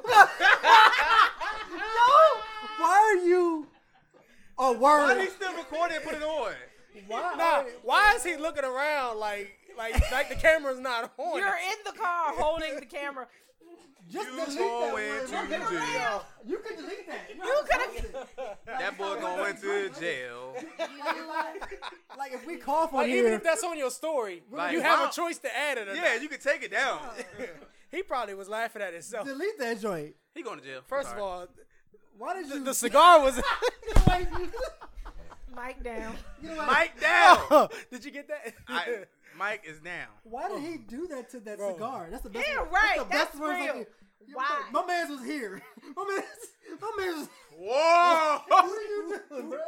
S4: Why are you a
S1: Why
S4: word?
S1: he still recording and put it on?
S4: Why?
S3: Oh,
S5: Nah, why is he looking around like like like the camera's not on?
S3: You're in the car holding the camera.
S4: Just
S1: You
S4: delete
S1: going
S4: that word.
S1: to
S4: Look at
S1: jail.
S4: around. You can delete that. You,
S3: could've-
S1: That boy going to jail.
S4: like, like if we cough on
S5: Like
S4: here,
S5: even if that's on your story,
S1: Like,
S5: you have
S1: why-
S5: a choice to add it or
S1: Yeah,
S5: not.
S1: you can take it down.
S5: He probably was laughing at himself.
S4: delete that joint.
S1: He going to jail.
S5: First
S1: Sorry.
S5: of all,
S4: Why did
S5: the,
S4: you?
S5: the cigar was.
S4: Get away from you.
S3: Mic down.
S4: Get away.
S1: Mike down.
S5: Did you get that?
S1: I, Mike is down.
S4: Why did he do that to that
S5: Bro.
S4: cigar? That's the best.
S3: Yeah,
S4: one.
S3: right.
S4: That's the best
S3: That's
S4: one.
S3: real. Why?
S4: My man's was here. My man's. My man's. Was, what
S1: Whoa!
S4: are you doing, bro?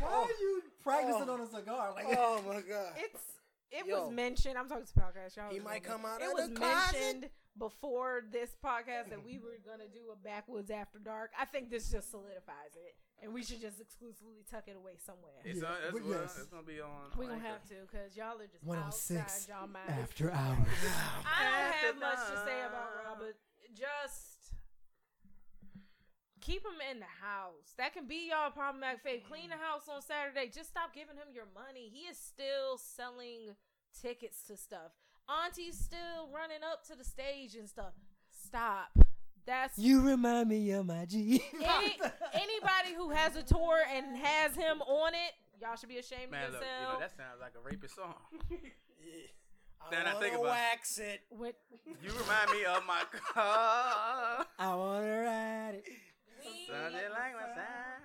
S4: Why are you practicing on a cigar? Like,
S5: oh my god.
S3: It's it
S5: Yo.
S3: was mentioned. I'm talking to the podcast, y'all.
S5: He
S3: don't
S5: might
S3: know.
S5: come out
S3: It
S5: of
S3: was
S5: the closet.
S3: mentioned before this podcast that we were gonna do a backwoods after dark. I think this just solidifies it, and we should just exclusively tuck it away somewhere.
S1: It's,
S4: Yeah,
S1: on, that's,
S4: but
S1: well,
S4: yes.
S1: it's gonna be on.
S3: We gonna
S1: Anchor.
S3: have to, cause y'all are just
S4: 106
S3: outside y'all mind.
S4: after hours.
S3: I don't have
S1: After
S3: much to say
S1: dark.
S3: about Robert. Just keep him in the house. That can be y'all problematic fave. Clean the house on Saturday. Just stop giving him your money. He is still selling tickets to stuff. Auntie's still running up to the stage and stuff. Stop. That's
S4: You remind me of my G.
S3: any, anybody who has a tour and has him on it. Y'all should be ashamed
S1: Man,
S3: of
S1: look,
S3: yourselves.
S1: you know, that sounds like a rapist song. Now
S5: I
S1: that I
S5: wanna
S1: think about it.
S5: wax it.
S3: When-
S4: Oh,
S1: You remind me of my car.
S4: I wanna ride it.
S3: we-
S1: Something like my sign.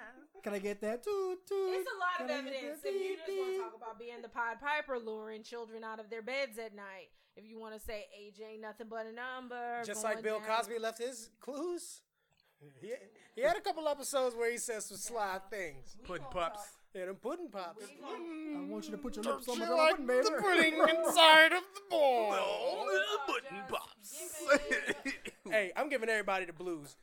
S4: Can I get that? Toot, toot.
S3: It's a lot of
S4: Can I get
S3: evidence.
S4: that?
S3: If you just want to
S4: Beep,
S3: talk about being the Pied Piper, luring children out of their beds at night. If you want to say age ain't nothing but a number,
S5: Just
S3: going
S5: like Bill
S3: down-
S5: Cosby left his clues. He, he had a couple episodes where he said some sly things.
S3: We
S1: Putting
S3: gonna
S1: pups.
S3: talk-
S5: Yeah, them pudding pops.
S3: we gonna-
S4: beep. I want you to put your lips on
S5: Don't
S4: my
S5: you
S4: girl,
S5: like
S4: baby.
S5: the pudding inside of the ball?
S1: Oh,
S3: Oh,
S1: button
S3: just
S1: pops.
S3: give
S5: Hey, I'm giving everybody the blues.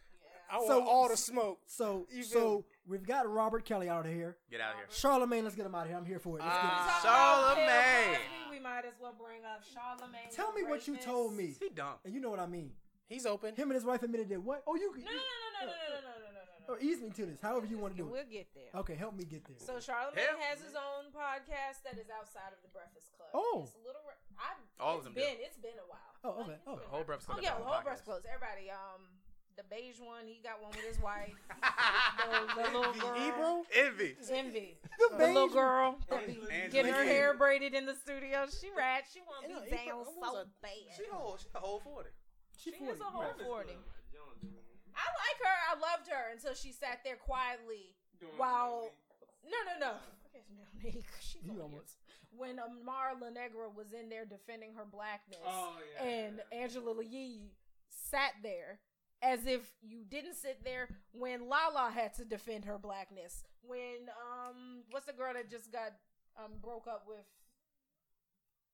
S5: I want
S4: So-
S5: all the smoke.
S4: So,
S5: You
S4: so we've got Robert Kelly out of here.
S1: Get out of here.
S4: Charlemagne, let's get him out of here. I'm here for it. Let's
S3: We
S5: Ah.
S3: talk about Bill
S1: Charlemagne.
S3: Cosby, We might as well bring up Charlemagne.
S4: get him. Tell me what you told me,
S1: He dumb.
S4: and you know what I mean.
S5: He's open.
S4: Him and his wife admitted that what? Oh, you.
S3: No, no, no, no, no, no, no, no, no, no, no.
S4: Or ease me to this, however you want to do it.
S3: We'll get there.
S4: Okay, help me get there.
S3: So Charlemagne
S1: Hell,
S3: has his own podcast that is outside of the Breakfast Club.
S4: Oh.
S3: it's a little. re- I've,
S1: All of
S3: it's
S1: them do.
S3: Been, it's been a while.
S4: Oh,
S3: Like,
S4: okay.
S3: it's
S4: Oh.
S3: been a
S1: Whole
S3: while.
S1: Breakfast
S3: Oh
S1: Club
S3: yeah,
S1: got
S3: the
S1: one
S3: whole
S1: podcast.
S3: Breakfast Club. Everybody. Um, the beige one. He got one with his wife. the, the little girl.
S5: Ebro?
S1: Envy.
S3: Envy.
S4: The
S3: The little
S4: beige-
S3: girl.
S1: Angela
S3: Getting her
S1: Yee.
S3: hair braided in the studio. She rat. She want
S5: You know,
S3: to be
S5: Ebro-
S3: down
S5: what was
S3: so
S5: that?
S3: bad.
S1: She whole, she a whole 40.
S4: She
S3: She is a
S4: 40.
S3: whole
S4: Right.
S3: 40.
S6: You don't do it.
S3: I like her. I loved her until she sat there quietly
S6: Doing
S3: while
S6: it.
S3: No, no, no. She's
S4: You
S3: on
S4: almost-
S3: here. When Amara LaNegra was in there defending her blackness,
S6: Oh yeah.
S3: and Angela Yee sat there as if you didn't sit there when Lala had to defend her blackness. When um, what's the girl that just got um broke up with?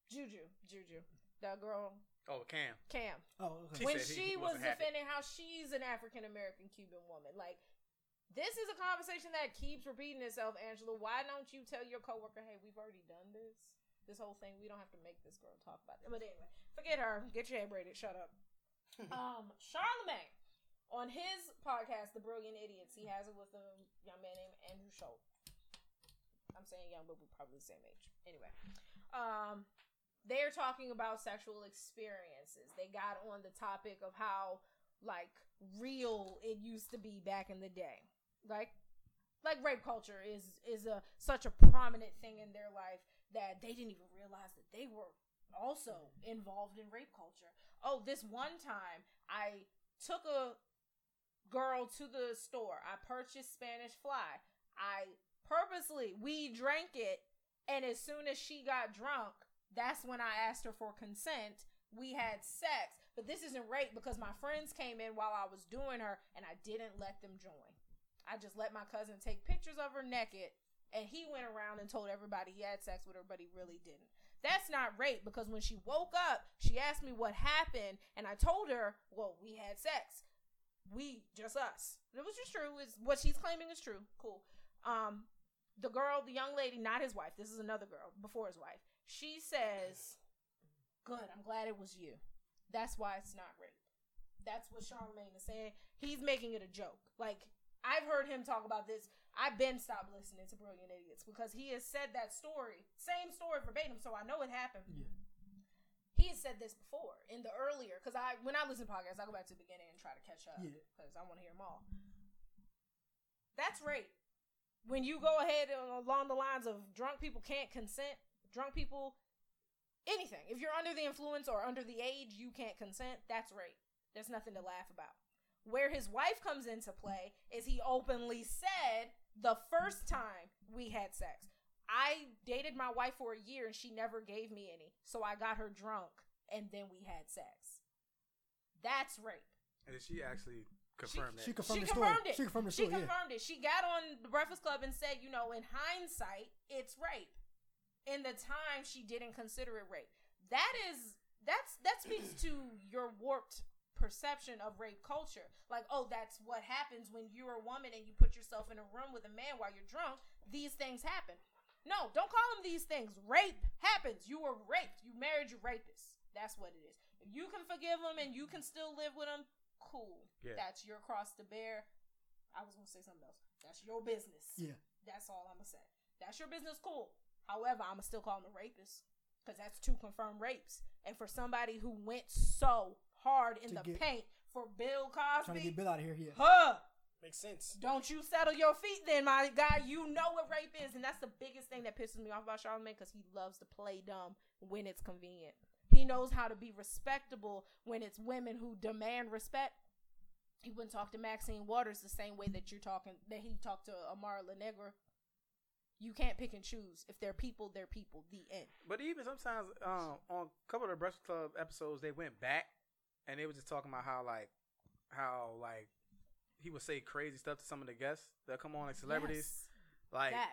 S3: Juju, Juju, that girl
S1: Oh, Cam.
S3: Cam
S4: Oh, okay.
S1: She
S3: when
S1: said he
S3: she was
S1: wasn't happy.
S3: defending how she's an African American Cuban woman. Like, this is a conversation that keeps repeating itself, Angela. Why don't you tell your coworker, hey, we've already done this? This whole thing, we don't have to make this girl talk about it. But anyway, forget her. Get your head braided. Shut up. um, Charlemagne, on his podcast, The Brilliant Idiots, he has it with a young man named Andrew Schultz. I'm saying young, but we're probably the same age. Anyway, um, they're talking about sexual experiences. They got on the topic of how like real it used to be back in the day. Like like rape culture is is a such a prominent thing in their life that they didn't even realize that they were also involved in rape culture. Oh, this one time I took a girl to the store. I purchased Spanish fly. I purposely we drank it and as soon as she got drunk, that's when I asked her for consent. We had sex, but this isn't rape because my friends came in while I was doing her and I didn't let them join. I just let my cousin take pictures of her naked and he went around and told everybody he had sex with her, but he really didn't. That's not rape because when she woke up, she asked me what happened and I told her, well, we had sex. We, just us. It was just true. Is what she's claiming is true. Cool. Um, the girl, the young lady, not his wife. This is another girl before his wife. She says, "Good, I'm glad it was you. That's why it's not rape. That's what Charlemagne is saying. He's making it a joke. Like I've heard him talk about this. I've been stopped listening to Brilliant Idiots because he has said that story, same story verbatim, so I know it happened.
S4: Yeah.
S3: He has said this before in the earlier because I when I listen to podcasts, I go back to the beginning and try to catch up
S4: Yeah.
S3: because I want to hear them all. That's rape. When you go ahead and along the lines of drunk people can't consent, drunk people, anything. If you're under the influence or under the age, you can't consent. That's rape. There's nothing to laugh about. Where his wife comes into play is he openly said the first time we had sex. I dated my wife for a year and she never gave me any. So I got her drunk and then we had sex. That's rape.
S1: And then she actually confirmed
S4: She
S1: that.
S4: confirmed
S3: she
S4: the story.
S3: confirmed it.
S4: She confirmed the
S3: She
S4: story. yeah.
S3: confirmed it. She got on the Breakfast Club and said, you know, in hindsight, it's rape. In the time, she didn't consider it rape. That is that's that speaks to your warped perception of rape culture. Like, oh, that's what happens when you're a woman and you put yourself in a room with a man while you're drunk. These things happen. No, don't call them these things. Rape happens. You were raped. You married your rapist. That's what it is. If you can forgive them and you can still live with them, cool.
S1: Yeah.
S3: That's your cross to bear. I was gonna say something else. That's your business.
S4: Yeah.
S3: That's all I'm gonna say. That's your business, cool. However, I'm gonna still call him a rapist because that's two confirmed rapes. And for somebody who went so hard in
S4: To
S3: the
S4: get-
S3: paint for Bill
S4: Trying to get
S3: Cosby,
S4: Bill out of here. Yeah.
S3: huh?
S5: Makes sense.
S3: Don't you settle your feet then, my guy. You know what rape is. And that's the biggest thing that pisses me off about Charlamagne because he loves to play dumb when it's convenient. He knows how to be respectable when it's women who demand respect. He wouldn't talk to Maxine Waters the same way that you're talking, that he talked to Amara La Negra. You can't pick and choose. If they're people, they're people. The end.
S1: But even sometimes um, on a couple of the Breakfast Club episodes, they went back and they were just talking about how like how like he would say crazy stuff to some of the guests that come on like celebrities. Like
S3: that.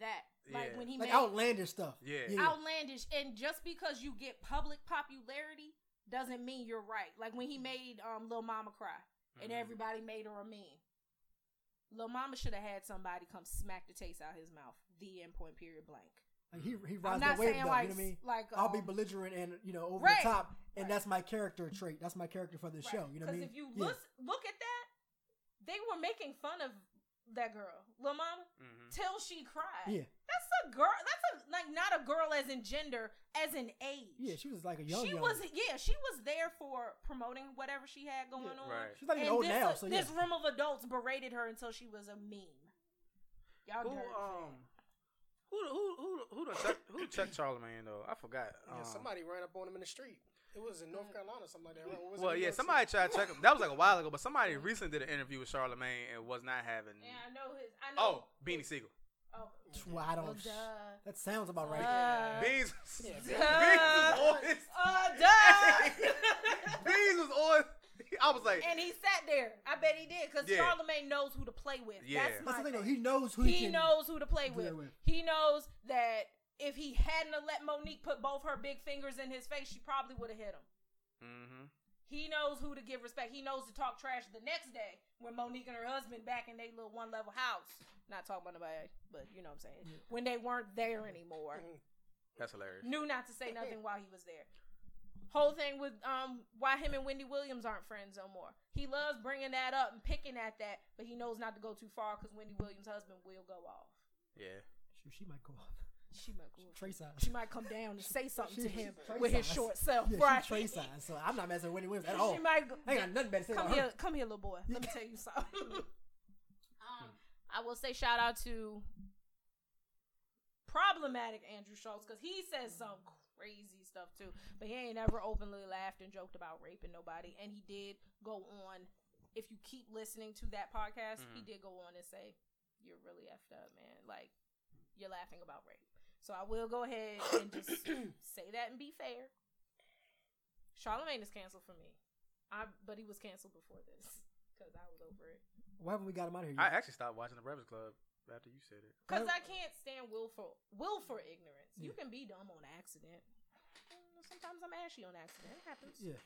S3: That. Like
S1: Yeah.
S3: when he
S4: Like
S3: made
S4: outlandish stuff.
S1: Yeah.
S3: outlandish and just because you get public popularity doesn't mean you're right like
S4: Mm.
S3: when he made um lil mama cry
S4: Mm-hmm.
S3: and
S1: Mhm.
S3: everybody made her a meme lil mama should have had somebody come smack the taste out his mouth the end point period blank
S4: Like he he
S3: i'm not
S4: rides that wave though.
S3: saying
S4: You know
S3: like
S4: what I mean?
S3: like
S4: I'll be
S3: um,
S4: belligerent and you know over
S3: Right.
S4: the top, and
S3: Right.
S4: that's my character trait. That's my character for the show. You know what I
S3: Because
S4: mean?
S3: if you
S4: yeah.
S3: look look at that, they were making fun of that girl, Lil Mama,
S1: Mhm.
S3: till she cried.
S4: Mm. Yeah.
S3: that's a girl. That's a like not a girl as in gender, as in age.
S4: yeah, she was like a young.
S3: she
S4: young.
S3: was yeah, she was there for promoting whatever she had going
S4: Yeah.
S3: on.
S1: Right.
S4: She's not even
S3: And
S4: old
S3: this,
S4: now. So yeah.
S3: this room of adults berated her until she was a meme. Y'all
S1: Who
S3: dirty.
S1: um who who who who done Chuck, who Chuck Charlemagne though? I forgot.
S5: Yeah,
S1: Um,
S5: somebody ran up on him in the street. It was in
S3: Mm.
S5: North Carolina, something like that. Right? What was it
S1: Well,
S5: in New
S1: yeah,
S5: York City?
S1: somebody tried to check him. That was like a while ago, but somebody recently did an interview with Charlemagne and was not having.
S3: Yeah, I know his. I
S1: Oh,
S3: know.
S1: Beanie Siegel.
S3: Oh,
S4: well, I don't.
S3: well, duh.
S4: that sounds about right.
S3: Uh,
S1: Beans,
S5: Yeah,
S1: Beans
S3: Duh.
S1: was on. his-
S3: Uh, duh.
S1: Beans was on. I was like,
S3: and he sat there. I bet he did because
S1: Yeah.
S3: Charlemagne knows who to play with.
S1: Yeah.
S3: That's,
S4: That's
S3: my
S4: the thing though.
S3: thing.
S4: He knows who
S3: He,
S4: he, can,
S3: knows who to play
S4: deal
S3: with.
S4: with.
S3: He knows that if he hadn't have let Monique put both her big fingers in his face, she probably would have hit him.
S1: mm-hmm.
S3: He knows who to give respect. He knows to talk trash the next day when Monique and her husband back in their little one level house. Not talking about nobody, but you know what I'm saying. When they weren't there anymore
S1: that's hilarious.
S3: knew not to say nothing while he was there. Whole thing with um why him and Wendy Williams aren't friends no more. He loves bringing that up and picking at that, but he knows not to go too far because Wendy Williams' husband will go off.
S1: Yeah,
S4: She, she might go off.
S3: She might go.
S4: Trey size.
S3: She might come down and say something
S4: She-
S3: to him
S4: she-
S3: with his
S4: Trey size.
S3: short self,
S4: Yeah,
S3: right?
S4: she's Trey size. So I'm not messing with Wendy Williams at
S3: She
S4: all.
S3: might go-
S4: I ain't got nothing bad to say
S3: come
S4: about
S3: here,
S4: her.
S3: come here, little boy. Let me tell you something. um, I will say shout out to problematic Andrew Schultz because he says some crazy stuff too, but he ain't ever openly laughed and joked about raping nobody, and he did go on. If you keep listening to that podcast, he did go on and say, "You're really effed up, man. Like you're laughing about rape." So I will go ahead and just say that and be fair. Charlemagne is canceled for me. I but he was canceled before this because I was over it.
S4: Why haven't we got him out of here?
S1: I
S4: Yet?
S1: actually stopped watching the Breakfast Club after you said it.
S3: Because
S4: Well-
S3: I can't stand willful willful ignorance. You can be dumb on accident. Mm, Sometimes I'm ashy on accident. It happens.
S4: yeah.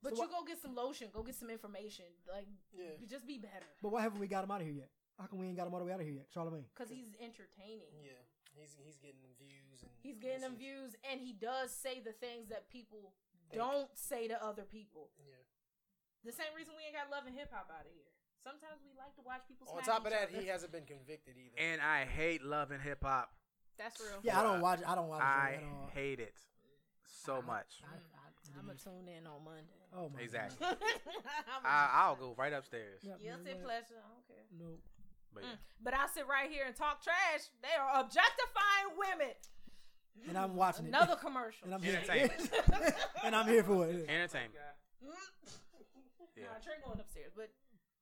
S3: But
S4: So
S3: you go get some lotion. Go get some information. Like,
S5: Yeah.
S3: you just be better.
S4: But why haven't we got him out of here yet? How come we ain't got him all the way out of here yet, Charlemagne?
S3: Because he's entertaining.
S5: Yeah, he's he's getting them views and
S3: He's getting them views,
S5: listens.
S3: and he does say the things that people
S5: Think.
S3: don't say to other people.
S5: Yeah,
S3: The same reason we ain't got love and hip hop out of here. Sometimes we like to watch people. smack
S5: On top
S3: each
S5: of that,
S3: other.
S5: he hasn't been convicted either.
S1: And I hate Love and Hip Hop.
S3: That's real.
S4: Yeah, I don't watch. I don't watch.
S1: I
S4: it at all.
S1: hate it so much.
S4: I-
S3: I'm gonna tune in on Monday.
S4: Oh my.
S1: Exactly.
S3: I'm
S1: I, I'll go right upstairs.
S4: God. Yeah,
S3: Guilty
S4: man, what?
S3: pleasure. I don't care.
S4: Nope.
S1: But yeah.
S3: Mm. But I sit right here and talk trash. They are objectifying women.
S4: And I'm watching
S3: Another
S4: it.
S3: commercial.
S4: And I'm
S1: Entertainment.
S4: here. and I'm here for it.
S1: entertainment,
S3: Mm.
S1: Yeah.
S3: Nah, Trey going upstairs, but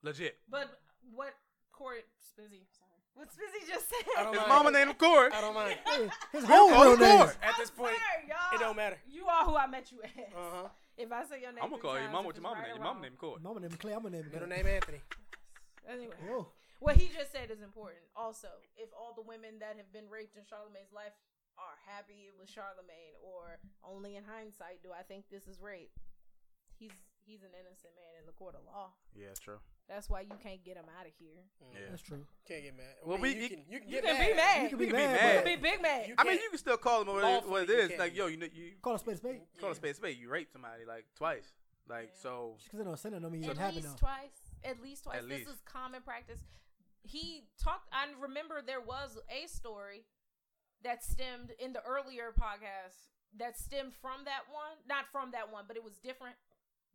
S1: legit.
S3: but what Corey Spizzy? Sorry, what Spizzy just said.
S5: I don't
S1: His
S5: mind.
S1: mama named Oh, him Corey.
S5: I don't mind.
S4: His- His whole
S1: Call
S4: real
S1: him Corey.
S4: name.
S5: At this
S3: I'm
S5: point,
S3: sorry, y'all.
S5: it don't matter.
S3: You are who I met you as.
S5: Uh huh.
S3: If I say your name,
S1: I'm gonna
S3: three
S1: call your
S3: times,
S1: mama what
S3: if
S1: your
S3: it's
S1: mama
S3: right or
S1: name. Your mama
S3: wrong-
S1: named Corey.
S4: Mama name Clay. I'm gonna name Oh,
S5: Middle
S4: him.
S5: name Anthony.
S3: Anyway,
S4: Whoa.
S3: what he just said is important. Also, if all the women that have been raped in Charlemagne's life are happy it was Charlemagne, or only in hindsight do I think this is rape, he's he's an innocent man in the court of law.
S1: Yeah, it's true.
S3: That's why you can't get him out of here.
S1: Yeah.
S4: That's true.
S5: Can't get mad. I
S1: Well, we-
S5: mean, you,
S1: you-
S5: can, you can
S3: You
S5: get
S3: can be mad.
S4: You can be
S1: You can be
S4: mad.
S1: mad.
S3: You
S4: but
S3: can be big mad.
S5: You
S1: I mean,
S5: can't-
S1: you can still call him what it,
S5: Lawfully,
S1: what it
S5: you
S1: is.
S5: can't.
S1: Like, yo, you kn- you
S4: Call a spade a spade.
S1: call a spade a spade. You raped somebody like twice. Like,
S3: Yeah.
S1: so
S4: Just 'cause it don't send it, don't mean it
S3: at
S4: didn't happen
S3: least
S4: though.
S3: twice. At least twice.
S1: Uh-huh. At
S3: this
S1: least.
S3: is common practice. He talked. I remember there was a story that stemmed in the earlier podcast that stemmed from that one, not from that one, but it was different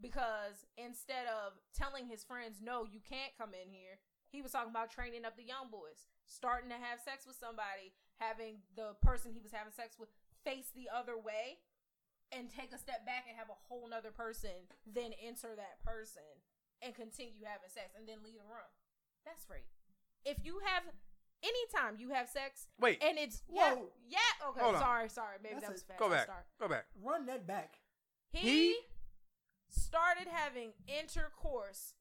S3: because instead of telling his friends, "No, you can't come in here," he was talking about training up the young boys, starting to have sex with somebody, having the person he was having sex with face the other way. And take a step back and have a whole nother person, then enter that person and continue having sex and then leave the room. That's rape. If you have anytime you have sex
S1: wait,
S3: and it's yeah,
S4: Whoa.
S3: yeah okay,
S1: Hold on.
S3: sorry, sorry, maybe
S4: That's
S3: that
S4: a-
S3: was fast.
S1: go
S3: I'll
S1: back,
S3: start.
S1: go back.
S4: Run that back.
S3: He,
S1: He-
S3: started having intercourse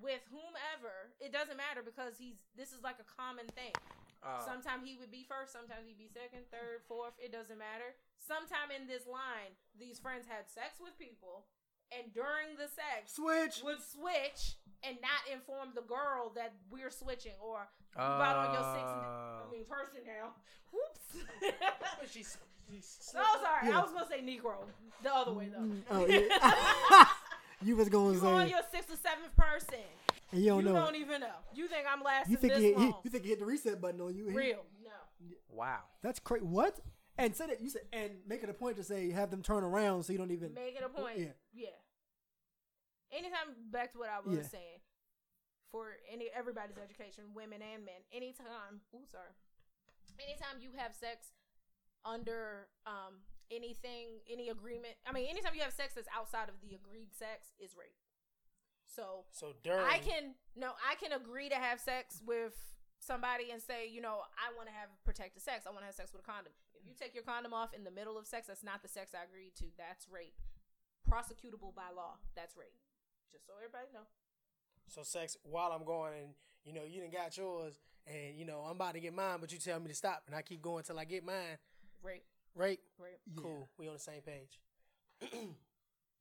S3: with whomever. It doesn't matter because he's this is like a common thing.
S1: Uh,
S3: Sometimes he would be first, sometimes he'd be second, third, fourth. It doesn't matter. Sometime in this line, these friends had sex with people, and during the sex,
S4: Switch.
S3: would switch and not inform the girl that we're switching or about on your six
S1: uh,
S3: I mean person now. Whoops.
S5: She's, she's
S3: so sorry, I was gonna say Negro. The other way though.
S4: Mm, oh, yeah. you was gonna
S3: you on
S4: say, it,
S3: your sixth or seventh person.
S4: and you
S3: You
S4: don't
S3: don't,
S4: know. it.
S3: even know. You think I'm lasting
S4: You think
S3: this
S4: he, he-
S3: long.
S4: you think he hit the reset button on you? He-
S3: Real. No.
S1: wow.
S4: That's crazy. What? And said it. You said and make it a point to say have them turn around so you don't even.
S3: Make it a point.
S4: Yeah.
S3: Yeah. Anytime back to what I was
S4: Yeah.
S3: saying. For any everybody's education, women and men. Anytime ooh, sorry. Anytime you have sex under um anything, any agreement I mean anytime you have sex that's outside of the agreed sex is rape. So
S5: so during.
S3: I can no, I can agree to have sex with somebody and say, you know, I want to have protected sex. I want to have sex with a condom. If you take your condom off in the middle of sex, that's not the sex I agreed to. That's rape. Prosecutable by law. That's rape. Just so everybody know.
S5: So sex while I'm going and you know you didn't got yours and you know I'm about to get mine, but you tell me to stop and I keep going till I get mine.
S3: Rape.
S5: Right?
S3: Rape.
S4: Yeah.
S5: Cool. We on the same page.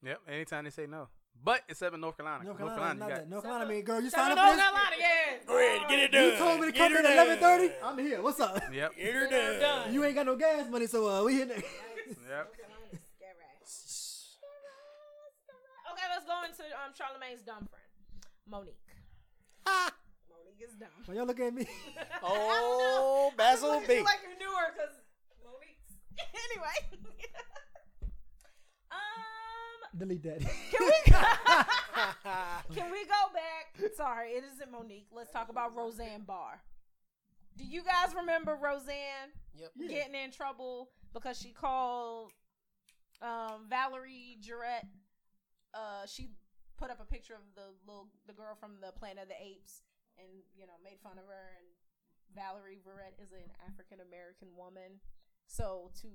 S1: Yep. Anytime they say no, but except in North Carolina.
S4: North
S1: 'cause North Carolina,
S4: Carolina, not
S1: you
S4: that.
S1: got-
S4: North Carolina,
S3: Southern
S4: mean, girl, you
S3: Southern
S4: signed
S3: North
S4: up for
S3: Carolina, yes.
S5: get it
S4: this. You told me to come in at eleven thirty. I'm here. What's up?
S1: Yep.
S5: Get
S3: her done. done.
S4: You ain't got no gas money, so uh, we here.
S1: Yep.
S3: Carolina's scary. Okay, let's go into um Charlemagne's dumb friend, Monique.
S5: Ah!
S3: Monique is dumb.
S4: When y'all look at me,
S5: Oh, Basil
S3: Look at
S5: B.
S3: you like you knew her because Monique's. anyway. um,
S4: delete that.
S3: can we can we go back? Sorry, it isn't Monique. Let's talk about Roseanne Barr. Do you guys remember Roseanne
S5: yep.
S3: getting in trouble because she called um, Valerie Jarrett? Uh, she put up a picture of the little the girl from the Planet of the Apes, and you know made fun of her. And Valerie Jarrett is an African American woman, so to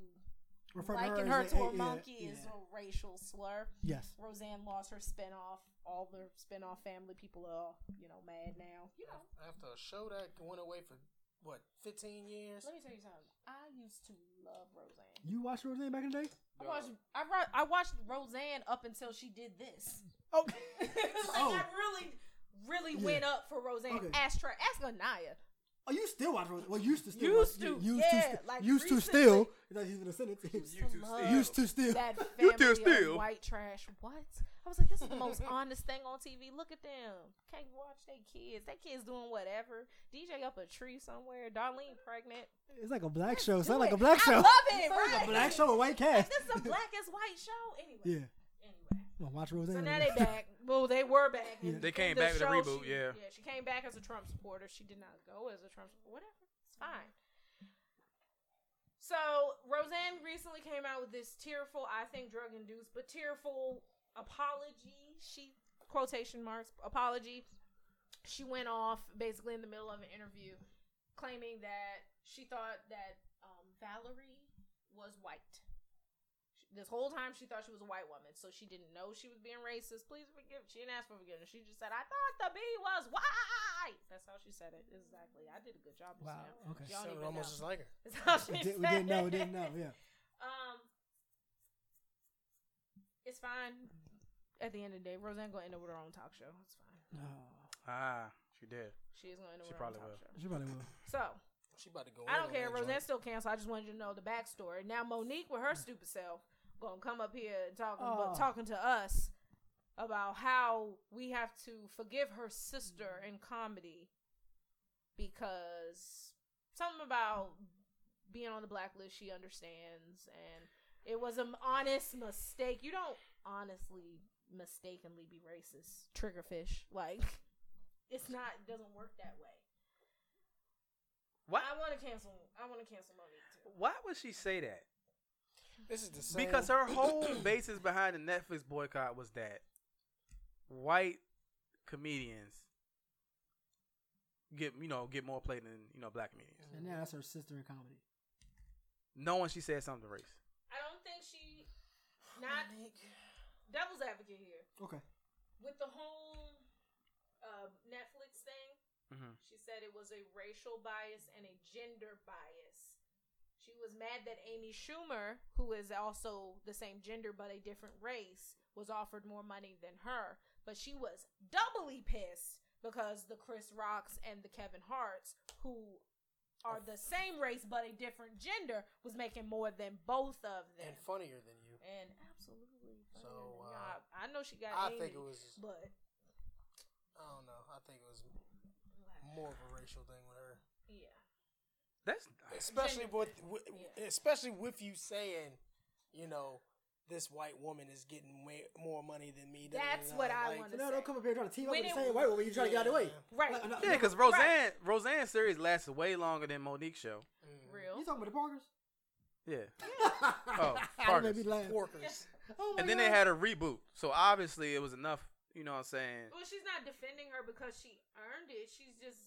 S4: Refer
S3: liken
S4: as
S3: her, to
S4: yeah,
S3: a monkey
S4: yeah.
S3: is a racial slur.
S4: Yes.
S3: Roseanne lost her spinoff. All the spinoff family people are, you know, mad now. You know,
S5: After a show that went away for what, fifteen years?
S3: let me tell you something. I used to love Roseanne.
S4: You watched Roseanne back in the day?
S3: I watched, I, ro- I watched Roseanne up until she did this.
S4: Oh,
S3: like I
S4: Oh.
S3: really, really
S4: Yeah.
S3: went up for Roseanne.
S4: Okay.
S3: Ask Trey, ask Anaya.
S4: Oh, you still watch Rose? Well, used to still.
S2: Used
S4: watch-
S2: to,
S4: Used
S2: yeah,
S4: to. st-
S2: like
S4: used to
S2: recently.
S4: still. It's like he's in a sentence.
S2: used to love
S4: Used to still.
S3: that
S1: You
S3: family
S1: do
S3: of
S1: still.
S3: white trash. What? I was like, this is the most honest thing on TV. Look at them. Can't watch their kids. They kids doing whatever. DJ up a tree somewhere. Darlene pregnant.
S4: It's like a black show.
S3: Do
S4: Sound like
S3: it.
S4: a black
S3: I love
S4: show.
S3: it.
S4: Sound like
S3: right?
S4: a black show with white
S3: Like,
S4: cast.
S3: this is a blackest white show. Anyway.
S4: Yeah.
S3: Anyway.
S4: I'm gonna watch Rose.
S3: So now they back. Well, they were back.
S4: Yeah.
S3: And
S1: They came
S3: the
S1: back with a
S3: show,
S1: reboot,
S3: she-
S1: yeah.
S3: Yeah, she came back as a Trump supporter. She did not go as a Trump supporter. Whatever. It's
S4: Mm-hmm.
S3: fine. So Roseanne recently came out with this tearful, I think drug induced, but tearful apology. She quotation marks apology. She went off basically in the middle of an interview claiming that she thought that um, Valerie was white. She- This whole time she thought she was a white woman, so she didn't know she was being racist. Please forgive. She didn't ask for forgiveness. She just said, "I thought the bee was white." That's how she said it exactly. I did a good job.
S4: Wow.
S3: Sam.
S4: Okay.
S3: Y'all
S5: Sounded
S3: don't even
S5: almost
S3: know.
S5: just like her.
S3: That's how she
S4: We, did, we
S3: said
S4: didn't know. We
S3: it.
S4: didn't know. Yeah.
S3: Um, it's fine.
S4: Mm-hmm.
S3: At the end of the day, Roseanne gonna end up with her own talk show. It's fine.
S4: No.
S1: Ah, she did.
S3: She is gonna end up
S1: She
S3: with her own
S1: probably
S3: talk
S1: will.
S3: show.
S4: She probably will.
S3: So
S5: She about to go.
S3: I
S5: in
S3: don't
S5: on
S3: care.
S5: that joint.
S3: Roseanne's still canceled. I just wanted you to know the backstory. Now Monique with her stupid self gonna come up here and talking
S4: Oh.
S3: but talking to us about how we have to forgive her sister in comedy because something about being on the blacklist she understands and it was an honest mistake. You don't honestly mistakenly be racist, triggerfish. Like it's not it doesn't work that way.
S1: Why?
S3: I want to cancel. I want to cancel Monique too.
S1: Why would she say that?
S5: This is the same.
S1: Because her whole basis behind the Netflix boycott was that white comedians get you know get more play than you know black comedians.
S4: And now that's her sister in comedy.
S1: Knowing she said something to race.
S3: I don't think she. Not devil's advocate here
S4: Okay.
S3: with the whole uh, Netflix thing.
S1: Mm-hmm.
S3: She said it was a racial bias and a gender bias. She was mad that Amy Schumer, who is also the same gender but a different race, was offered more money than her. But she was doubly pissed because the Chris Rocks and the Kevin Harts, who are the same race but a different gender, was making more than both of them.
S5: and funnier than you.
S3: And absolutely.
S5: So,
S3: funnier than
S5: uh,
S3: y'all. I know she got
S5: I
S3: Amy,
S5: think it was.
S3: but
S5: I don't know. I think it was more of a racial thing with her,
S3: yeah.
S1: That's
S5: especially with, with
S3: Yeah.
S5: especially with you saying, you know, this white woman is getting way more money than me. da, da, da,
S3: That's
S5: da,
S3: what I
S5: like,
S3: wanna
S4: No, don't come up here trying to team up
S3: When
S4: with the
S3: it-
S4: same white woman. You trying to get out of the way.
S3: Right.
S4: Like, no,
S1: yeah, because Roseanne Roseanne's series lasted way longer than Monique's show.
S5: Mm.
S3: Real.
S4: You talking about the Parkers?
S1: Yeah.
S4: oh,
S1: Oh, Parkers.
S4: Made me laugh.
S5: Workers.
S4: Oh my
S1: And then
S4: God.
S1: they had a reboot. So obviously it was enough. You know what I'm saying?
S3: Well, she's not defending her because she earned it. She's just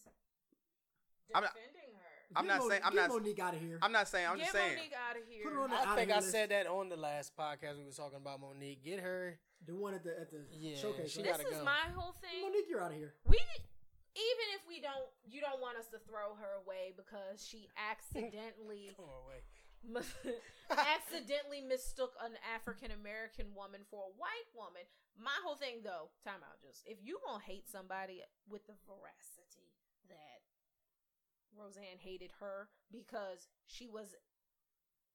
S1: I'm not-
S3: defending her.
S1: I'm
S4: Get
S1: not saying- I'm
S4: get
S1: not-
S4: Monique out of here.
S1: I'm not saying. I'm
S3: Get
S1: just saying.
S3: Monique out of here.
S4: Put her on the
S5: I
S4: out
S5: think
S4: of
S5: I
S4: here
S5: said that on the last podcast we were talking about Monique. Get her.
S4: the one at the at the
S5: Yeah,
S4: showcase.
S5: she
S4: right?
S3: this
S5: gotta
S3: is
S5: go.
S3: my whole thing.
S4: Monique, you're out of here.
S3: We even if we don't, you don't want us to throw her away because she accidentally
S5: Oh wait.
S3: accidentally mistook an African American woman for a white woman. My whole thing, though, time out. Just if you gonna hate somebody with the veracity that Roseanne hated her because she was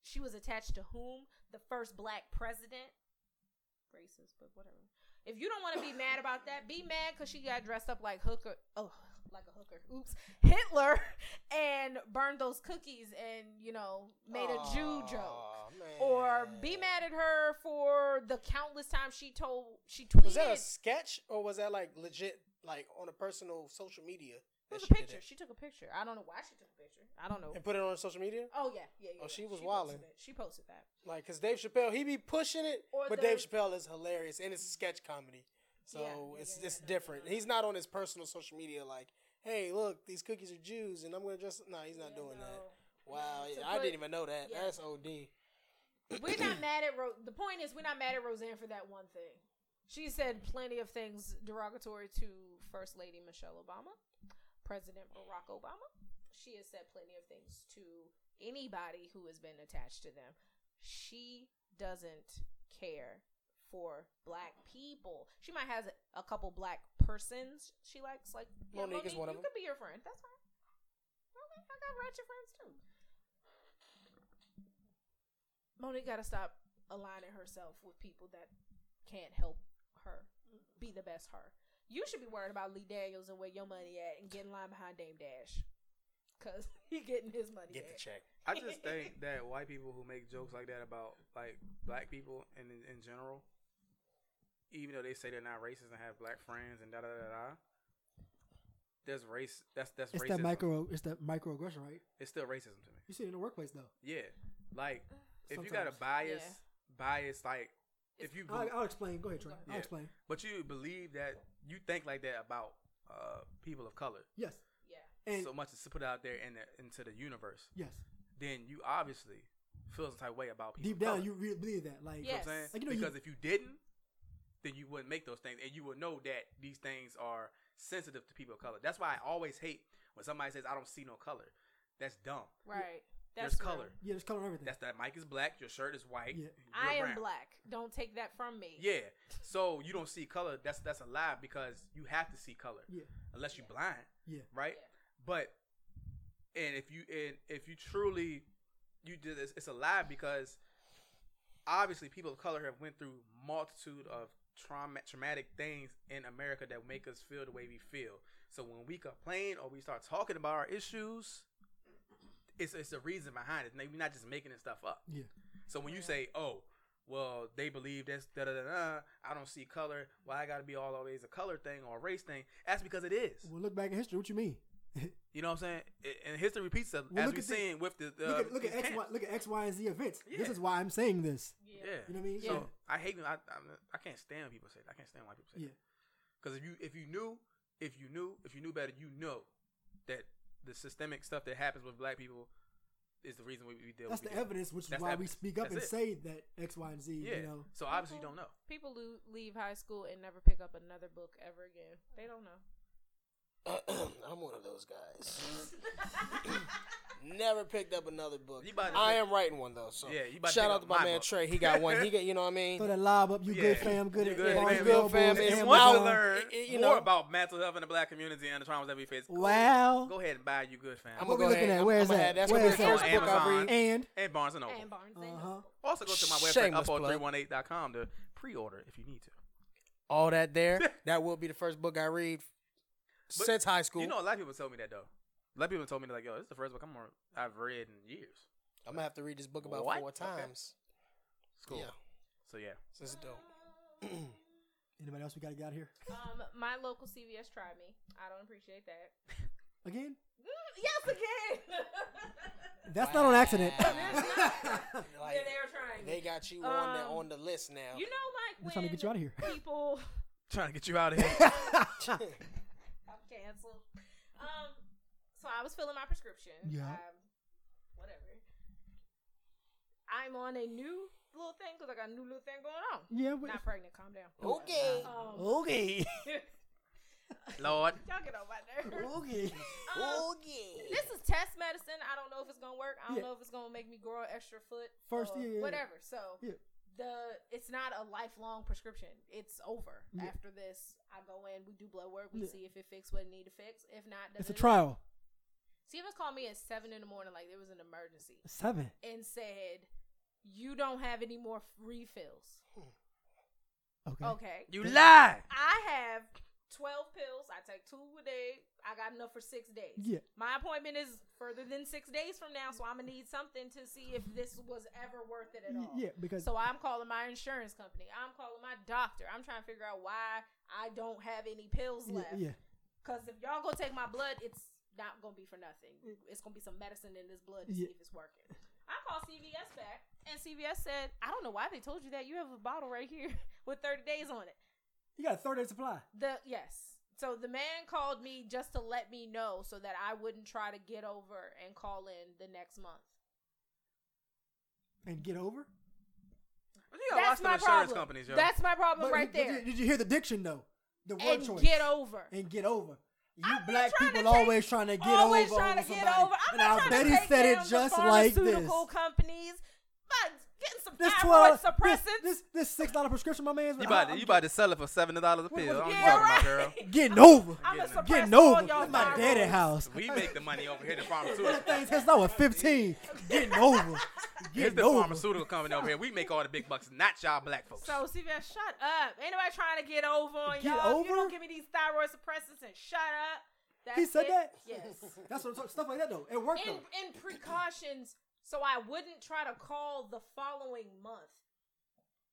S3: she was attached to whom the first black president racist, but whatever. If you don't want to be mad about that, be mad because she got dressed up like hooker. Oh, like a hooker. Oops, Hitler, and burned those cookies, and you know made a Jew joke.
S5: Aw, man.
S3: Or be mad at her for the countless times she told she tweeted.
S5: Was that a sketch or was that like legit, like on a personal social media?
S3: it was
S5: that
S3: a
S5: she did
S3: picture. She took a picture. I don't know why she took a picture. I don't know.
S5: it? and put it on social media.
S3: Oh yeah, yeah, yeah.
S5: Oh,
S3: yeah.
S5: she was
S3: posted
S5: wildin'.
S3: it. She posted that.
S5: Like, cause Dave Chappelle, he be pushing it,
S3: Or
S5: but
S3: the-
S5: Dave Chappelle is hilarious and it's a sketch comedy, so
S3: Yeah, yeah,
S5: it's
S3: yeah,
S5: it's
S3: yeah, no,
S5: different.
S3: no, no.
S5: He's not on his personal social media like, hey, look, these cookies are Jews, and I'm gonna dress. Nah, he's not
S3: Yeah,
S5: doing that.
S3: no.
S5: Wow,
S3: No,
S5: yeah,
S3: to
S5: I
S3: put-
S5: didn't even know that.
S3: yeah.
S5: That's OD.
S3: we're not mad at Ro- the point is we're not mad at Roseanne for that one thing. She said plenty of things derogatory to First Lady Michelle Obama, President Barack Obama. She has said plenty of things to anybody who has been attached to them. She doesn't care for black people. She might have a couple black persons she likes, like yeah,
S5: Monique is one of
S3: you
S5: them.
S3: could be your friend. That's fine. I I got ratchet friends too. Monique gotta stop aligning herself with people that can't help her be the best her. You should be worried about Lee Daniels and where your money at and getting line behind Dame Dash. Cause he getting his money.
S2: Get the
S3: back.
S2: check.
S1: I just think that white people who make jokes like that about like black people and in, in general, even though they say they're not racist and have black friends and da da da da, there's race. That's that's
S4: It's
S1: racism.
S4: that micro. It's that microaggression, right?
S1: It's still racism to me.
S4: You see it in the workplace though.
S1: Yeah, like if you got a
S4: Sometimes.
S1: bias,
S3: Yeah.
S1: bias like if you,
S4: I'll,
S1: bel-
S4: I'll explain. Go ahead, Trey.
S1: Yeah.
S4: I'll explain.
S1: but you believe that you think like that about uh people of color
S4: Yes.
S3: Yeah.
S4: And
S1: so much as to put out there in the, into the universe,
S4: yes,
S1: then you obviously feel some type of way about people.
S4: deep
S1: of
S4: down
S1: color.
S4: you really believe that. Like
S1: You know what I'm saying?
S3: Yes.
S4: Like, you know,
S1: because
S4: you-
S1: if you didn't, then you wouldn't make those things, and you would know that these things are sensitive to people of color. That's why I always hate when somebody says, "I don't see no color." That's dumb.
S3: Right.
S1: There's
S3: That's true.
S1: color.
S4: yeah, there's color and everything.
S1: That's that. Mike is black. Your shirt is white.
S4: Yeah.
S1: you're
S3: I am
S1: brown.
S3: black. Don't take that from me.
S1: Yeah. So you don't see color. That's that's a lie because you have to see color
S4: yeah,
S1: unless you're blind,
S4: yeah.
S1: right?
S3: Yeah.
S1: But and if you and if you truly you did this, it's a lie because obviously people of color have went through multitude of trauma traumatic things in America that make us feel the way we feel. So when we complain or we start talking about our issues, it's it's a reason behind it. We're not just making this stuff up.
S4: Yeah.
S1: So when you say, "Oh, well, they believe this da da da da," I don't see color. Why I got to be all always a color thing or a race thing? That's because it is.
S4: Well, look back in history. What you mean?
S1: You know what I'm saying? I- And history repeats itself,
S4: Well,
S1: as
S4: look
S1: we've
S4: at the-
S1: seen with the uh,
S4: look at look at
S1: these
S4: X,
S1: camps.
S4: y, look at X, Y, and Z events. This
S1: Yeah.
S4: is why I'm saying this.
S1: Yeah.
S4: You know what I mean?
S1: So
S4: Yeah.
S1: I hate. I, I I can't stand when people say. That. I can't stand why people say.
S4: Yeah.
S1: Because if you if you knew if you knew if you knew better, you know that the systemic stuff that happens with black people is the reason we, we deal.
S4: That's
S1: we
S4: the
S1: deal.
S4: evidence, which is
S1: That's
S4: why we
S1: evidence.
S4: speak up
S1: That's
S4: and
S1: it.
S4: say that X, Y, and Z.
S1: Yeah.
S4: You know,
S1: So obviously you don't know.
S3: People lo- leave high school and never pick up another book ever again. They don't know.
S2: I'm one of those guys.
S3: That's
S2: Never picked up another book.
S1: You about to
S2: I
S1: pick-
S2: am writing one though. So
S1: Yeah, you about to
S2: shout
S1: pick
S2: out
S1: up
S2: to my,
S1: my
S2: man
S1: book.
S2: Trey. He got one. He got you know what I mean.
S4: throw that lob up. You
S1: Yeah.
S4: good fam? Good
S1: You
S4: at
S1: good,
S4: Barnes
S1: fam.
S4: and
S2: Good fam.
S4: Nobles
S2: It's
S4: and
S1: want to
S2: wild.
S4: Walmart.
S1: learn
S2: It- it- you
S1: more
S2: know-
S1: about mental health in the black community and the traumas that we face,
S4: Wow.
S1: go ahead and buy you good fam.
S2: I'm
S4: What
S2: gonna
S4: we
S2: go
S4: looking
S2: ahead-
S4: at? Where
S2: I'm
S4: is
S2: gonna
S4: that?
S2: have- That's
S4: Where
S2: gonna
S4: is
S2: be the first
S1: that?
S2: book I
S1: Amazon.
S2: read.
S4: And
S1: and Barnes and Noble.
S3: and Barnes and
S4: Uh-huh.
S3: Noble.
S1: Also go to my website
S2: Shameless plug.
S1: upo318.com to pre-order if you need to.
S2: All that there. That will be the first book I read
S1: But
S2: since high school.
S1: You know, a lot of people told me that though. A lot of people told me like, "Yo, this is the first book I'm on, I've read in years."
S2: I'm gonna have to read this book about
S1: What?
S2: four
S1: Okay.
S2: times.
S1: School.
S2: Yeah,
S1: So yeah,
S2: this is dope.
S4: Uh-huh. anybody else we got to get out here
S3: Um, my local CVS tried me. I don't appreciate that.
S4: again?
S3: Mm, yes, again.
S4: That's not on accident.
S2: Like,
S3: yeah, they were trying.
S2: they
S3: me.
S2: got you on the
S3: Um,
S2: on the list now.
S3: you know, like
S4: We're
S3: when
S4: trying to get you out of here.
S3: people
S1: trying to get you out of here.
S3: I'm canceled. Um, so I was filling my prescription.
S4: Yeah.
S3: Um, whatever. I'm on a new little thing because I got a new little thing going on.
S4: yeah. What,
S3: Not pregnant. Calm down.
S2: okay.
S3: Um,
S4: okay.
S3: y'all
S1: Lord,
S3: get on my nerves.
S4: Okay.
S3: Um,
S2: Okay.
S3: this is test medicine. I don't know if it's gonna work. I don't
S4: Yeah.
S3: know if it's gonna make me grow an extra foot.
S4: First,
S3: or
S4: yeah, yeah, yeah.
S3: Whatever. So
S4: Yeah.
S3: the it's not a lifelong prescription. It's over
S4: Yeah.
S3: after this. I go in. We do blood work. We
S4: Yeah.
S3: see if it fixed what it need to fix. If not,
S4: It's a
S3: da-da-da.
S4: trial.
S3: CMS called me at seven in the morning, like there was an emergency,
S4: Seven.
S3: and said, "You don't have any more refills."
S4: Okay.
S3: Okay,
S1: you lie.
S3: I have twelve pills. I take two a day. I got enough for six days.
S4: Yeah.
S3: My appointment is further than six days from now, so I'm gonna need something to see if this was ever worth it at
S4: Y-
S3: all.
S4: Yeah, because
S3: So I'm calling my insurance company. I'm calling my doctor. I'm trying to figure out why I don't have any pills
S4: yeah,
S3: left.
S4: yeah.
S3: Cause if y'all gonna take my blood, it's not gonna be for nothing. It's gonna be some medicine in this blood to
S4: Yeah.
S3: see if it's working. I called CVS back, and CVS said, "I don't know why they told you that. You have a bottle right here with 30 days on it."
S4: You got a third day supply.
S3: The yes. So the man called me just to let me know so that I wouldn't try to get over and call in the next month.
S4: And get over.
S1: You got lots
S3: That's
S1: of
S3: my
S1: insurance
S3: problem.
S1: companies, yo.
S3: That's my problem
S4: But-
S3: right
S4: but
S3: there.
S4: Did, did you hear the diction though? The word
S3: and
S4: choice.
S3: get over.
S4: And get over. You
S3: I'm not
S4: black
S3: trying to
S4: people
S3: take-
S4: always trying to get
S3: always
S4: over.
S3: trying
S4: on
S3: to get
S4: somebody.
S3: over. I'm
S4: and
S3: not
S4: I
S3: trying
S4: bet
S3: to
S4: he
S3: take
S4: said
S3: down
S4: it
S3: the
S4: just like this.
S3: pharmaceutical companies, but getting some
S4: This
S3: thyroid
S4: twelve,
S3: suppressant.
S4: this this, this six dollar prescription, my man's.
S1: You about to,
S4: I'm
S1: you about to sell it for seven dollars a
S4: What
S1: pill. I
S4: was it?
S1: don't
S4: Yeah,
S1: know about
S3: right.
S1: it, girl.
S4: getting over,
S3: I'm gonna
S1: Getting
S3: suppress
S4: getting
S3: all
S4: over.
S3: y'all
S4: This my
S3: thyroids.
S4: daddy house.
S1: We make the money over here in the
S4: That
S1: pharmaceutical.
S4: thing since I was fifteen. Getting over,
S1: Here's
S4: getting
S1: the
S4: over.
S1: pharmaceutical company over here. We make all the big bucks, not y'all black folks.
S3: So CVS, shut up. Ain't nobody trying to get over on
S4: Get
S3: y'all. If you
S4: over?
S3: don't give me these thyroid suppressants and shut up. That's
S4: He said
S3: it.
S4: that?
S3: Yes.
S4: That's what I'm talking- stuff like that though. It worked
S3: in,
S4: though.
S3: in precautions so I wouldn't try to call the following month.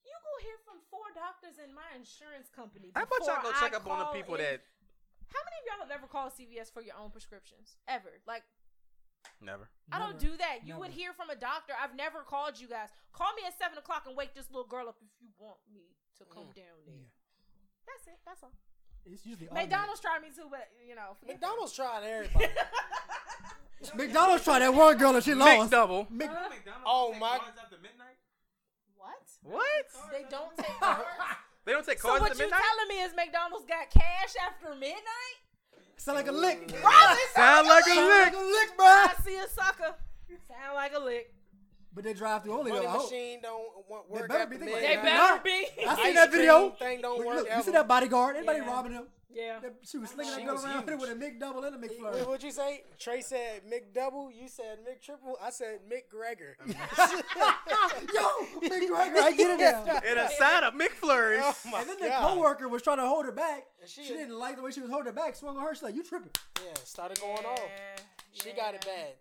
S3: You go hear from four doctors in my insurance company.
S1: How about y'all go
S3: before
S1: check
S3: I
S1: up on the
S3: call
S1: people
S3: in-
S1: that
S3: How many of y'all have ever called CVS for your own prescriptions? Ever? Like,
S1: never?
S3: I don't
S4: Never.
S3: do that. You would
S4: Never.
S3: hear from a doctor. I've never called you guys. Call me at 7 o'clock and wake this little girl up if you want me
S1: Mm.
S3: to come down there. That's it. That's all.
S4: It's usually all
S3: McDonald's tried me too, but, you know. forget that.
S5: McDonald's trying everybody.
S4: that. McDonald's tried that one girl and she lost.
S1: double.
S4: Mc-
S6: McDonald's
S5: Oh,
S6: take
S5: my-
S6: cars after midnight?
S3: What?
S1: What?
S3: They don't take cards?
S1: They don't take
S3: So
S1: cards
S3: what
S1: at
S3: you
S1: midnight.
S3: telling me is McDonald's got cash after midnight?
S4: Sound like a lick.
S1: Sound like
S4: Sound
S1: a
S4: like
S1: lick.
S4: a lick,
S3: I
S4: bruh.
S3: see a sucker. Sound like a lick.
S4: But they drive through only
S5: Money
S4: though. I hope.
S5: machine don't want
S4: They
S5: work
S4: better
S5: after
S4: be thinking
S5: midnight.
S4: like
S3: They
S4: Yeah.
S3: better be.
S4: I seen
S5: Ice
S4: that video.
S5: cream thing don't
S4: Look,
S5: work
S4: look, you
S5: ever.
S4: see that bodyguard? Anybody
S3: Yeah.
S4: robbing him?
S3: Yeah.
S4: That, she was slinging
S5: She
S4: that girl
S5: was
S4: around
S5: huge.
S4: with a McDouble and a
S5: Wait,
S4: McFlurry.
S5: what'd you say? Trey said McDouble. You said McTriple. I said McGregor.
S4: Yo, McGregor, I get it now.
S1: And a side of McFlurries.
S5: Oh my
S4: And then the
S5: God.
S4: coworker was trying to hold her back. She,
S5: she-
S4: didn't like the way she was holding her back. Swung on her. She's like, "You tripping?
S5: Yeah, started going off. She got it bad.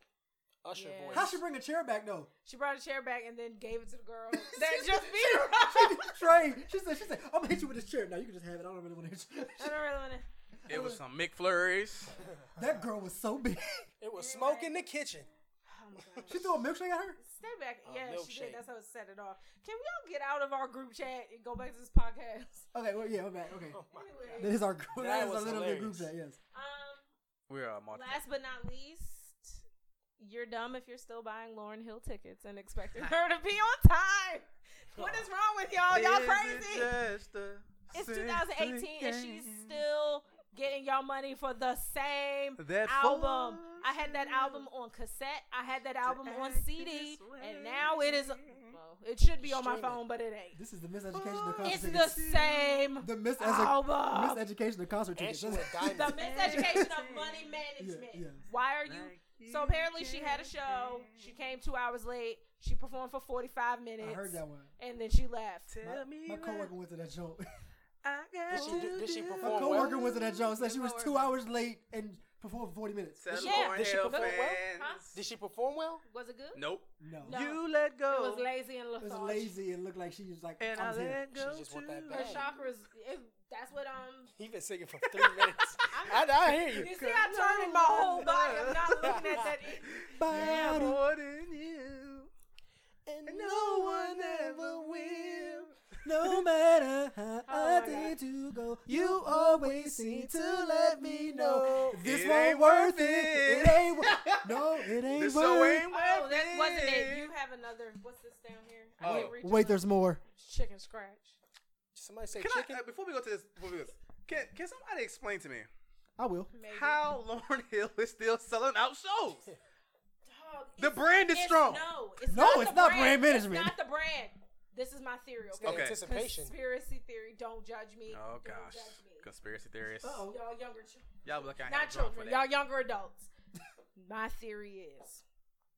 S5: Usher
S3: Yeah.
S5: voice.
S4: How she bring a chair back though?"
S3: She brought a chair back and then gave it to the girl that just beat her
S4: She
S3: up.
S4: Trey, she said, "She said, I'm gonna hit you with this chair. Now you can just have it. I don't really want to hit you."
S3: I don't really want to.
S1: It was some McFlurries.
S4: That girl was so big.
S5: It was smoke in the kitchen.
S3: Oh my god.
S4: She threw a milkshake at her.
S3: Stay back. Yeah, she
S5: milkshake.
S3: did. That's how it set it off. Can we all get out of our group chat and go back to this podcast?
S4: Okay, well, yeah, okay, okay.
S3: Anyway,
S4: That is our, that is our
S5: was
S4: little bit group
S5: hilarious.
S4: chat. Yes.
S3: um,
S1: We are a multi-
S3: last but not least, you're dumb if you're still buying Lauren Hill tickets and expecting her to be on time. What is wrong with y'all? Oh, Y'all
S1: Is it
S3: crazy.
S1: just a
S3: It's
S1: simple
S3: 2018 and
S1: game?
S3: she's still getting y'all money for the same
S1: That
S3: album.
S1: falls
S3: I had that album on cassette. I had that album on CD, and now it is. Well, it should be on my
S5: Stream it.
S3: phone, but it ain't.
S4: This is the miseducation of concert
S3: It's the
S4: tickets.
S3: same
S4: the mis- as a,
S3: album.
S4: miseducation of concert
S5: And
S4: tickets.
S5: she went
S4: That's-
S5: diamond.
S3: the miseducation of money management.
S4: Yeah, yeah.
S3: Why are you? So apparently, she had a show. She came two hours late. She performed for 45 minutes.
S4: I heard that one.
S3: And then she left.
S4: My, my coworker went to that show.
S5: Did she, do- did she
S4: my
S5: perform
S4: coworker
S5: well?
S4: went to that show. Said she was two
S3: Coworker.
S4: hours late and performed forty minutes.
S1: Tell
S3: Did she-
S1: them
S3: Yeah.
S1: more
S5: Did she
S1: hell
S5: perform well?
S3: Huh?
S1: fans.
S5: Did she perform well?
S3: Was it good?
S1: Nope.
S4: No,
S3: No.
S1: You let
S3: It
S1: go.
S3: was lazy and
S4: it was
S3: lethargic.
S4: lazy. It looked like she was like,
S1: And
S4: I
S1: I
S4: was here.
S1: let go.
S5: She just want
S1: too.
S5: that
S3: Her
S5: back.
S3: chakras. It, that's what um.
S5: He been singing for three minutes. I, I hear you.
S3: You see, I turned in my whole body. I'm not looking at that.
S1: Yeah,
S4: Body.
S1: more than you.
S5: And
S1: No one ever will.
S4: No matter how
S3: Oh
S4: I
S3: my
S4: did to go, you always seem to let me know this
S1: It
S4: won't
S1: ain't
S4: worth
S1: worth
S4: it.
S1: it.
S4: It ain't worth. No, it ain't
S1: This so
S4: worth.
S1: ain't
S3: Oh,
S1: worth
S3: that wasn't it.
S1: it.
S3: You have another. What's this down here? I
S1: Oh.
S3: can't reach.
S4: Wait,
S3: it.
S4: there's more.
S3: chicken scratch.
S5: Somebody say
S1: Can
S5: chicken.
S1: I, uh, before we go to this, before we go, can, can somebody explain to me
S4: I will.
S3: Maybe.
S1: how Lauren Hill is still selling out shows?
S3: Dog,
S1: The
S3: it's-
S1: brand is
S3: it's-
S1: strong.
S3: No, it's
S4: No,
S3: not
S4: it's
S3: the
S4: not brand
S3: brand
S4: management.
S3: It's not the brand. This is my theory.
S5: It's the
S1: Okay.
S3: Okay.
S5: anticipation.
S3: Conspiracy theory. Don't judge me.
S1: Oh
S3: Don't
S1: gosh,
S3: judge me.
S1: conspiracy theorists.
S4: Uh-oh.
S3: Y'all younger children.
S1: Y'all look
S3: not
S1: For
S3: children,
S1: that.
S3: y'all younger adults. My theory is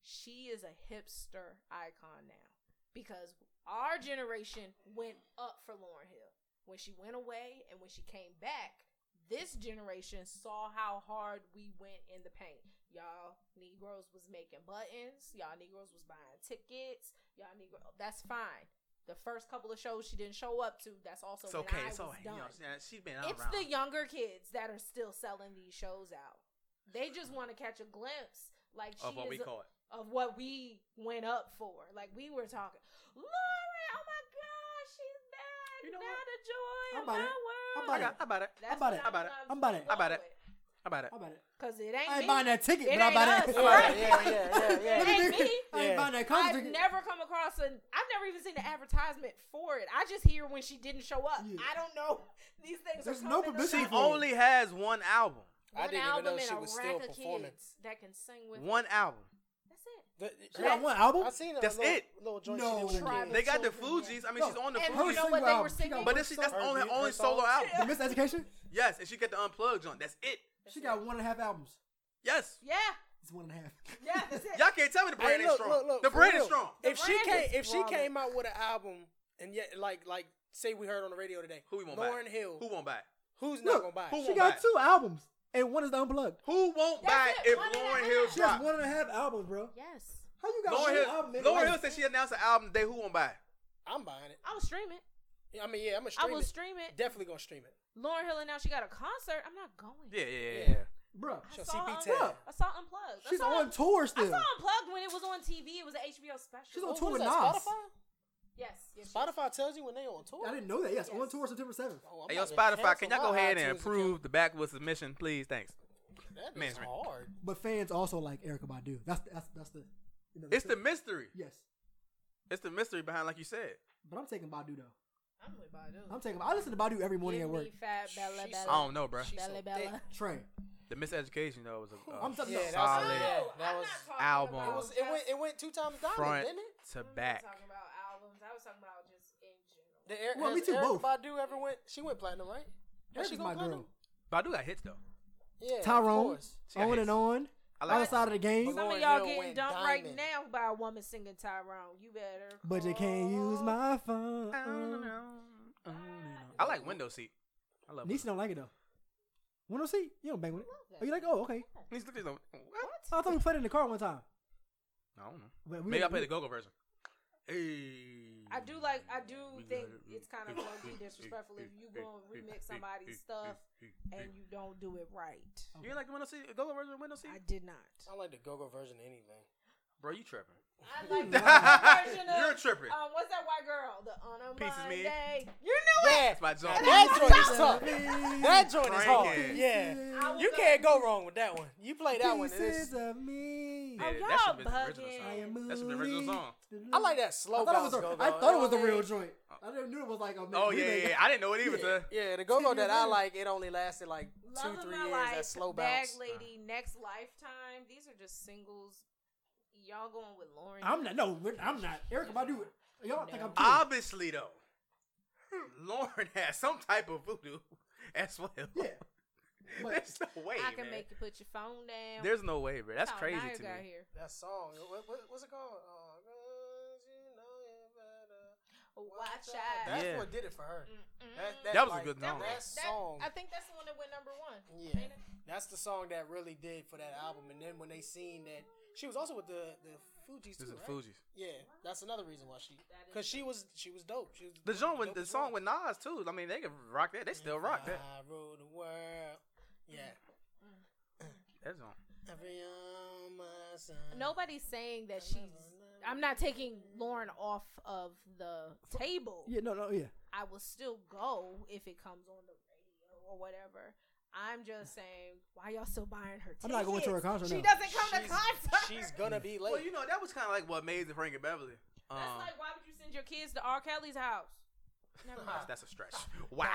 S3: she is a hipster icon now because our generation went up for Lauren Hill when she went away and when she came back. This generation saw how hard we went in the paint. Y'all Negroes was making buttons. Y'all Negroes was buying tickets. Y'all Negro, that's fine. The first couple of shows she didn't show up to. That's also
S1: it's
S3: when
S1: okay.
S3: I
S1: It's
S3: was
S1: alright. You
S3: done
S1: know, she- she's been out
S3: it's
S1: around.
S3: the younger kids that are still selling these shows out. They just want to catch a glimpse, like she
S1: of what
S3: is
S1: we call it.
S3: of what we went up for. Like we were talking, Lauren, oh my gosh, she's back!
S1: You know
S3: now
S1: what?
S3: the joy
S4: I'm
S3: of
S4: about
S3: my
S4: it.
S3: world.
S4: I'm about
S1: I got.
S4: it.
S1: I about it.
S3: That's
S4: about
S3: what
S4: it.
S3: I'm
S1: About it.
S3: gonna
S4: I'm about it.
S3: go
S1: I'm about it.
S3: with,
S1: I about it.
S4: How about it?
S3: Cause it ain't.
S4: I
S3: me.
S4: ain't buying that ticket,
S3: It
S4: but I
S3: ain't
S4: buy that.
S3: us,
S4: I buy
S5: Yeah,
S3: right?
S4: that-
S5: yeah, yeah, yeah, yeah.
S3: It ain't me.
S4: I ain't
S5: Yeah.
S4: buying that concert
S3: I've
S4: ticket.
S3: never come across an. I've never even seen an advertisement for it. I just hear when she didn't show up.
S4: Yeah.
S3: I don't know. These things.
S4: There's
S3: are
S4: no
S3: coming to
S4: publicity
S1: She
S3: me.
S4: for it.
S1: only has one album.
S5: I
S3: One
S5: didn't even
S3: album
S5: know she
S3: and a
S5: was
S3: rack
S5: still
S3: of
S5: performing.
S3: kids that can sing with
S1: One
S3: her.
S1: album.
S3: That's it.
S4: She got one album.
S5: I seen a
S1: That's
S5: little,
S1: it.
S5: Little joint
S4: No.
S5: she did with a kid.
S1: They got the Fugees. I mean,
S4: No.
S1: she's on the
S3: And
S4: Her
S3: you
S1: Fugees.
S3: know
S4: single
S3: what they
S4: album.
S3: were
S4: She got
S3: singing?
S4: one
S1: But this she,
S4: song.
S1: that's
S6: Her
S1: only
S6: beat,
S1: her only
S6: her
S1: solo
S6: songs.
S1: album.
S4: The Miseducation.
S1: Yes, and she got the unplugged on. That's it.
S4: She got one and a half albums.
S1: Yes.
S3: Yeah,
S4: It's one and a half.
S3: yeah, that's it.
S1: Y'all can't tell me the brand
S5: Hey,
S1: ain't
S5: look,
S1: strong.
S5: look, look,
S1: the
S5: for
S1: brand is
S5: real.
S1: strong.
S5: If she
S3: brand
S5: came,
S3: is
S5: if she
S3: flawless.
S5: came out with an album and yet, like, like, say we heard on the radio today,
S1: Who we want buy?
S5: Lauren Hill,
S1: Who won't buy? it?
S5: who's
S4: Look,
S5: not gonna buy? it?
S1: who
S4: She
S1: won't buy?
S4: got
S1: it?
S4: two albums and one is the unplugged.
S1: Who won't
S3: That's
S1: buy
S3: it,
S1: if
S3: one and a
S1: Lauren
S3: half.
S1: Hill
S4: She has
S1: drops?
S4: one and a half albums, bro.
S3: Yes,
S4: How you got one
S1: Lauren
S4: album?
S1: Hill,
S4: nigga?
S1: Lauren
S4: Like,
S1: Hill said she announced an album today. Who won't buy? it?
S5: I'm buying it.
S3: I will stream it.
S5: Yeah, I mean, yeah, I'm gonna
S3: I
S5: stream
S3: will
S5: it.
S3: stream it.
S5: Definitely gonna stream it.
S3: Lauren Hill and now she got a concert. I'm not going.
S1: Yeah, yeah, yeah.
S5: Yeah.
S1: yeah.
S4: Bro,
S3: I
S5: She's
S3: saw
S5: on CP10.
S3: Unplugged. I saw Unplugged. I
S4: she's
S3: saw
S4: on tour
S3: I
S4: still.
S3: saw Unplugged when it was on TV. It was an HBO special.
S4: She's on
S5: Who
S4: tour
S5: was
S4: with
S5: that,
S4: Nas.
S3: Yes, yes. she-
S5: Spotify. Spotify tells you when they on tour.
S4: I didn't know that. Yes, on tour September 7th.
S5: Oh, I'm
S1: Hey, yo,
S5: about to
S1: Spotify,
S5: cancel
S1: can y'all go
S5: my
S1: ahead
S5: iTunes
S1: and
S5: account.
S1: approve the backwards submission, please? Thanks.
S5: That is
S1: management.
S5: hard.
S4: But fans also like Erica Badu. That's that's that's the. You know,
S1: It's the mystery.
S4: yes,
S1: It's the mystery behind, like you said.
S4: but I'm taking Badu though.
S3: I'm with Badu.
S4: I'm taking. I listen to Badu every morning
S3: Give
S4: at work.
S3: me Fat Bella
S5: She's
S1: I
S3: Bella.
S1: don't know, bruh.
S5: She's
S3: Bella
S5: so
S3: Bella.
S5: thick.
S4: Train.
S1: The miseducation though was a uh,
S4: I'm talking.
S5: Yeah,
S4: no,
S5: that was-
S1: solid
S5: yeah, that
S3: I'm
S5: was
S3: not talking
S1: album.
S3: about
S5: It was. It went. It went two times diamond,
S1: front
S5: didn't it?
S1: to
S3: I'm not
S1: back.
S3: talking about albums. I was talking about just in general.
S5: The Eric,
S4: Well, me
S5: has
S4: too, both.
S5: Erykah Badu ever went. She went platinum, right? Has
S4: Erica's
S5: she gone
S4: my
S5: platinum?
S4: girl.
S1: Badu got hits though.
S5: Yeah. of
S4: Tyrone.
S5: course.
S1: She got
S4: On
S1: hits.
S4: and on.
S1: I
S4: Other
S1: like
S4: side of the game.
S3: Some
S5: Lauren
S3: of y'all
S5: Hill
S3: getting
S5: went
S3: dumped right
S5: diamond.
S3: now by a woman singing Tyrone. You better.
S4: But you can't
S3: call-
S4: use my phone.
S1: I like window seat. I love.
S4: Nisa
S1: Window.
S4: don't like it though. Window seat? You don't bang with it.
S3: Love
S4: Oh, you
S3: it.
S4: like? Oh, okay.
S1: Nisa, look at this. What?
S4: I thought we played it in the car one time.
S1: I don't know.
S4: But we-
S1: Maybe I
S4: we-
S1: play the go-go version. Hey.
S3: I do like. I do think it's kind
S1: Mm.
S3: of low key disrespectful if you gonna remix somebody's stuff and you don't do it right.
S4: Oh.
S1: You ain't like the window seat, go-go version of window seat,
S3: I did not.
S5: I
S2: Oh.
S5: don't like the go-go version of anything.
S1: bro. You tripping?
S3: I like the version of.
S1: You're tripping.
S3: Um, what's that white girl? The on a
S1: Pieces me.
S3: Monday. You knew it.
S1: That's my joke.
S5: That joint is tough. That joint is
S1: Crank
S5: hard.
S1: it.
S5: Yeah.
S3: I was
S5: You
S3: a-
S5: can't go wrong with that one. You play that one. and
S4: Pieces
S5: It's,
S4: of me.
S1: Yeah,
S3: y'all
S1: that should be the original
S3: bugging.
S1: song.
S4: I am
S1: That should be the original
S4: moving.
S1: song.
S5: I like that slow.
S4: I thought it was.
S5: bounce
S4: A,
S5: go-go.
S4: I thought it was
S5: You
S4: the
S5: know what I
S4: real
S5: mean?
S4: joint. I didn't knew it was like a.
S1: Oh yeah,
S4: remake.
S1: yeah, yeah. I didn't know it either. son.
S5: Yeah, the go-go that I
S4: years.
S5: like, it only lasted like
S3: Love
S5: two,
S3: of
S5: three
S3: my
S5: years.
S3: life.
S5: That slow
S3: Bag
S5: bounce.
S3: lady. Next lifetime. These are just singles. Y'all going with Lauren?
S4: I'm not. No, we're- I'm not. Eric, if I do it, y'all think I'm. Kidding.
S1: Obviously though, Lauren has some type of voodoo as well.
S4: yeah. But
S1: There's no way,
S3: I can
S1: man.
S3: make you put your phone down.
S1: There's no way, bro. That's
S3: Oh,
S1: crazy
S3: Naya
S1: to me.
S3: got here.
S5: That song. What, what, what's it called? Uh, 'Cause you know you better
S3: Watch out.
S5: That's
S1: Yeah.
S5: what did it for her.
S4: Mm-hmm.
S3: Mm-mm.
S5: That,
S1: That was a
S5: like,
S1: good
S5: That,
S1: song.
S5: that song.
S4: uh,
S3: I think that's the one that went number one.
S5: Yeah,
S3: ain't it?
S5: that's the song that really did for that album. And then when they seen that, she was also with the the Fugees
S1: This
S5: too,
S1: is
S5: right?
S1: Fuji's.
S5: Yeah, that's another reason why she, because she was she was dope. She was
S1: The joint with
S5: dope
S1: the
S5: as well.
S1: song with Nas too. I mean, they can rock that. They still rock that.
S5: I rule the world. Yeah,
S1: That song.
S5: every on my side.
S3: Nobody's saying that she's. I'm not taking Lauren off of the table.
S4: yeah, no, no, yeah.
S3: I will still go if it comes on the radio or whatever. I'm just saying, why y'all still buying her tickets?
S4: I'm not going to her concert
S3: She
S4: now.
S3: doesn't come to concert.
S5: She's gonna be late.
S1: Well, you know, that was kind of like what made the Frank and Beverly. Um,
S3: That's like, why would you send your kids to R. Kelly's house? Never mind.
S1: that's a stretch. Wow.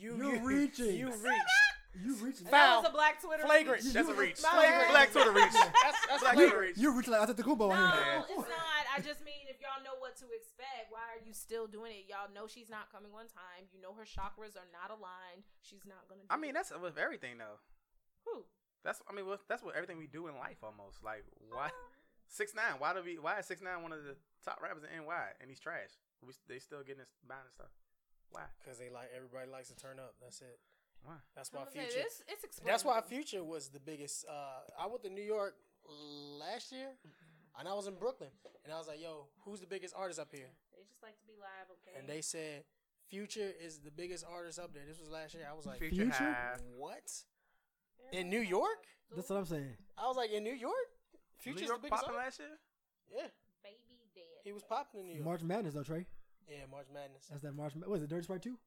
S5: you,
S4: You're reaching.
S5: You reached.
S4: You reaching.
S3: That
S5: Foul.
S3: was a black Twitter.
S5: Flagrant.
S3: reach.
S1: That's a reach.
S3: My bad.
S1: Black Twitter reach.
S5: That's that's
S1: Black
S5: flagrant.
S1: Twitter reach.
S4: You reaching like I took the Kumbo
S3: No,
S4: on here.
S3: it's not. I just mean if y'all know what to expect, why are you still doing it? Y'all know she's not coming on time. You know her chakras are not aligned. She's not gonna. Do
S1: I mean,
S3: it.
S1: that's with everything though.
S3: Who?
S1: That's I mean, with- that's what everything we do in life almost. Like why six nine? Why do we? Why is six nine one of the top rappers in NY and he's trash? We they still getting this buying his stuff. Why?
S5: Because they like everybody likes to turn up. That's it.
S1: Why?
S5: That's
S3: I'm
S5: why
S3: gonna say,
S5: future.
S3: this- it's
S5: That's why
S3: explainable.
S5: Future was the biggest. Uh, I went to New York last year, and I was in Brooklyn, and I was like, "Yo, who's the biggest artist up here?"
S3: They just like to be live, okay?
S5: And they said, "Future is the biggest artist up there." This was last year. I was like,
S4: Future?
S1: Hive.
S5: "What? In New York?"
S4: That's what I'm saying.
S5: I was like, "In New York? Future's
S1: New York
S5: the biggest
S1: popping
S5: artist?"
S1: last year.
S5: Yeah,
S3: baby
S5: he
S3: dead.
S5: was popping in New York.
S4: March Madness though, Trey.
S5: yeah, March Madness.
S4: That's that March. Ma- What is it? Dirty Sprite two?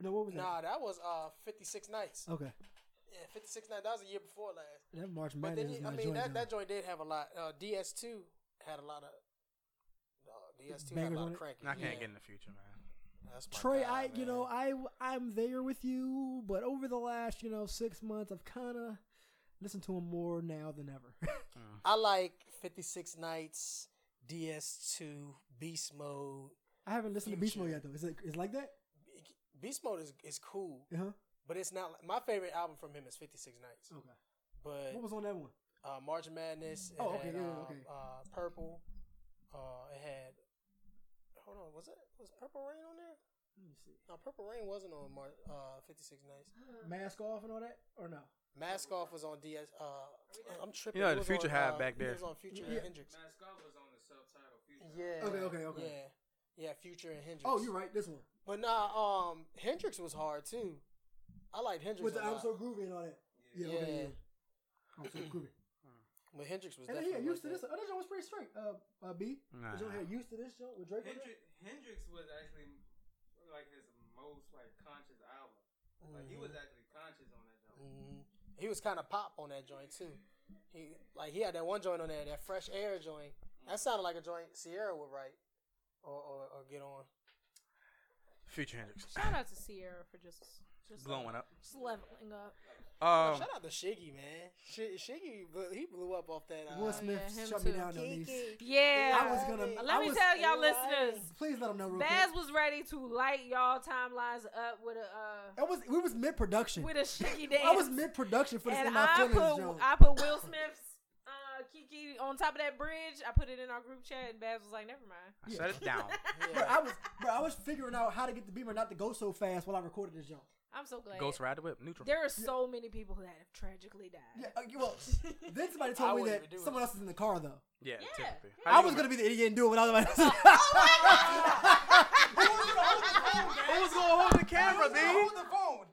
S4: No, what Oh. was that?
S5: Nah, that was uh 56 nights.
S4: Okay,
S5: Yeah, 56 nights. That was a year before last.
S4: that March
S5: But then,
S4: Madness.
S5: you-
S4: is my
S5: I mean,
S4: joint,
S5: that,
S4: though.
S5: that joint did have a lot. Uh, DS2 had a lot of. Uh, DS2 had a
S4: Bangers
S5: lot
S4: on
S5: of
S4: it?
S5: cranky.
S1: I can't
S5: yeah.
S1: get in the future, man.
S5: That's my
S4: Trey,
S5: guy,
S4: I you
S5: man.
S4: know I I'm there with you, but over the last you know six months I've kind of listen to him more now than ever.
S5: I like 56 Nights, DS2, Beast Mode.
S4: I haven't listened to Beast Mode
S5: Future.
S4: yet though. Is it is it like that?
S5: Beast Mode is, is cool,
S4: Uh huh.
S5: but it's not. My favorite album from him is 56 Nights.
S4: Okay.
S5: But
S4: What was on that one?
S5: uh, March Madness. It
S4: Oh, okay,
S5: had,
S4: yeah,
S5: uh,
S4: okay.
S5: Uh, purple. Uh, it had. Hold on, was it was Purple Rain on there?
S4: Let me see.
S5: No, Purple Rain wasn't on Mar- uh, 56 Nights.
S4: Mask off and all that, or no?
S5: Mask Off was on DS. Uh, I'm tripping.
S1: You know,
S5: It
S1: the
S5: was
S1: Future
S5: on,
S1: had
S5: uh,
S1: back there.
S5: It was on Future
S4: Yeah.
S5: and Hendrix.
S7: Mask Off was on the subtitle feature.
S5: Yeah.
S4: Okay, okay, okay.
S5: Yeah, yeah. Future and Hendrix.
S4: Oh, you're right. This one
S5: But nah, um, Hendrix was hard too. I liked Hendrix.
S4: with
S5: a
S4: the I'm
S5: lot.
S4: so groovy and all that. Yeah. Okay, yeah.
S5: Yeah.
S4: I'm so groovy.
S5: But Hendrix was
S4: And then
S5: definitely.
S4: he got used to
S5: like
S4: this. Oh, that joint was pretty straight. Uh, uh B.
S1: Nah.
S4: The joint had used to this joint with Drake. on it?
S7: Hendrix, Hendrix was actually like his most like conscious album. Like he was actually conscious on that
S5: that.
S7: album.
S5: Mhm. He was kind of pop on that joint too. He like he had that one joint on there, that fresh air joint.
S7: Mm.
S5: That sounded like a joint Sierra would write or or, or get on.
S1: Future Hendrix.
S3: Shout out to Sierra for just just
S1: Blowing up.
S3: just leveling up.
S1: Um,
S5: Shout out to Shiggy man. Sh- Shiggy blew- he blew up off that. Uh,
S4: Will Smith
S3: yeah, him
S4: shut
S3: too.
S4: me down on these.
S3: Yeah.
S4: I was gonna.
S5: Let
S4: I
S3: Let me
S4: was-
S3: tell y'all,
S5: lying.
S3: listeners,
S4: Please let them know real
S3: Baz
S4: quick.
S3: was ready to light y'all timelines up with a
S4: That was we was mid
S3: uh,
S4: production.
S3: with a shaky dance.
S4: I was mid production for this
S3: and
S4: in my
S3: I
S4: feelings
S3: put
S4: joint.
S3: I put Will Smith's uh, Kiki on top of that bridge. I put it in our group chat, and Baz was like, "Never mind."
S1: I shut it down.
S4: Bro, I was, bro, I was figuring out how to get the beamer not to go so fast while I recorded this jump.
S3: I'm so glad.
S1: Ghost Rider Whip. Neutral.
S3: There are so many people that have tragically died.
S4: Yeah, uh, well, then somebody
S5: I
S4: told me
S5: wouldn't
S4: that
S5: even do
S4: someone
S5: it.
S4: else is in the car though.
S1: Yeah,
S3: Yeah.
S1: typically.
S4: I was gonna be the idiot and do it without
S3: Oh,
S4: anybody else.
S1: Who was gonna hold the camera, B?
S5: the phone.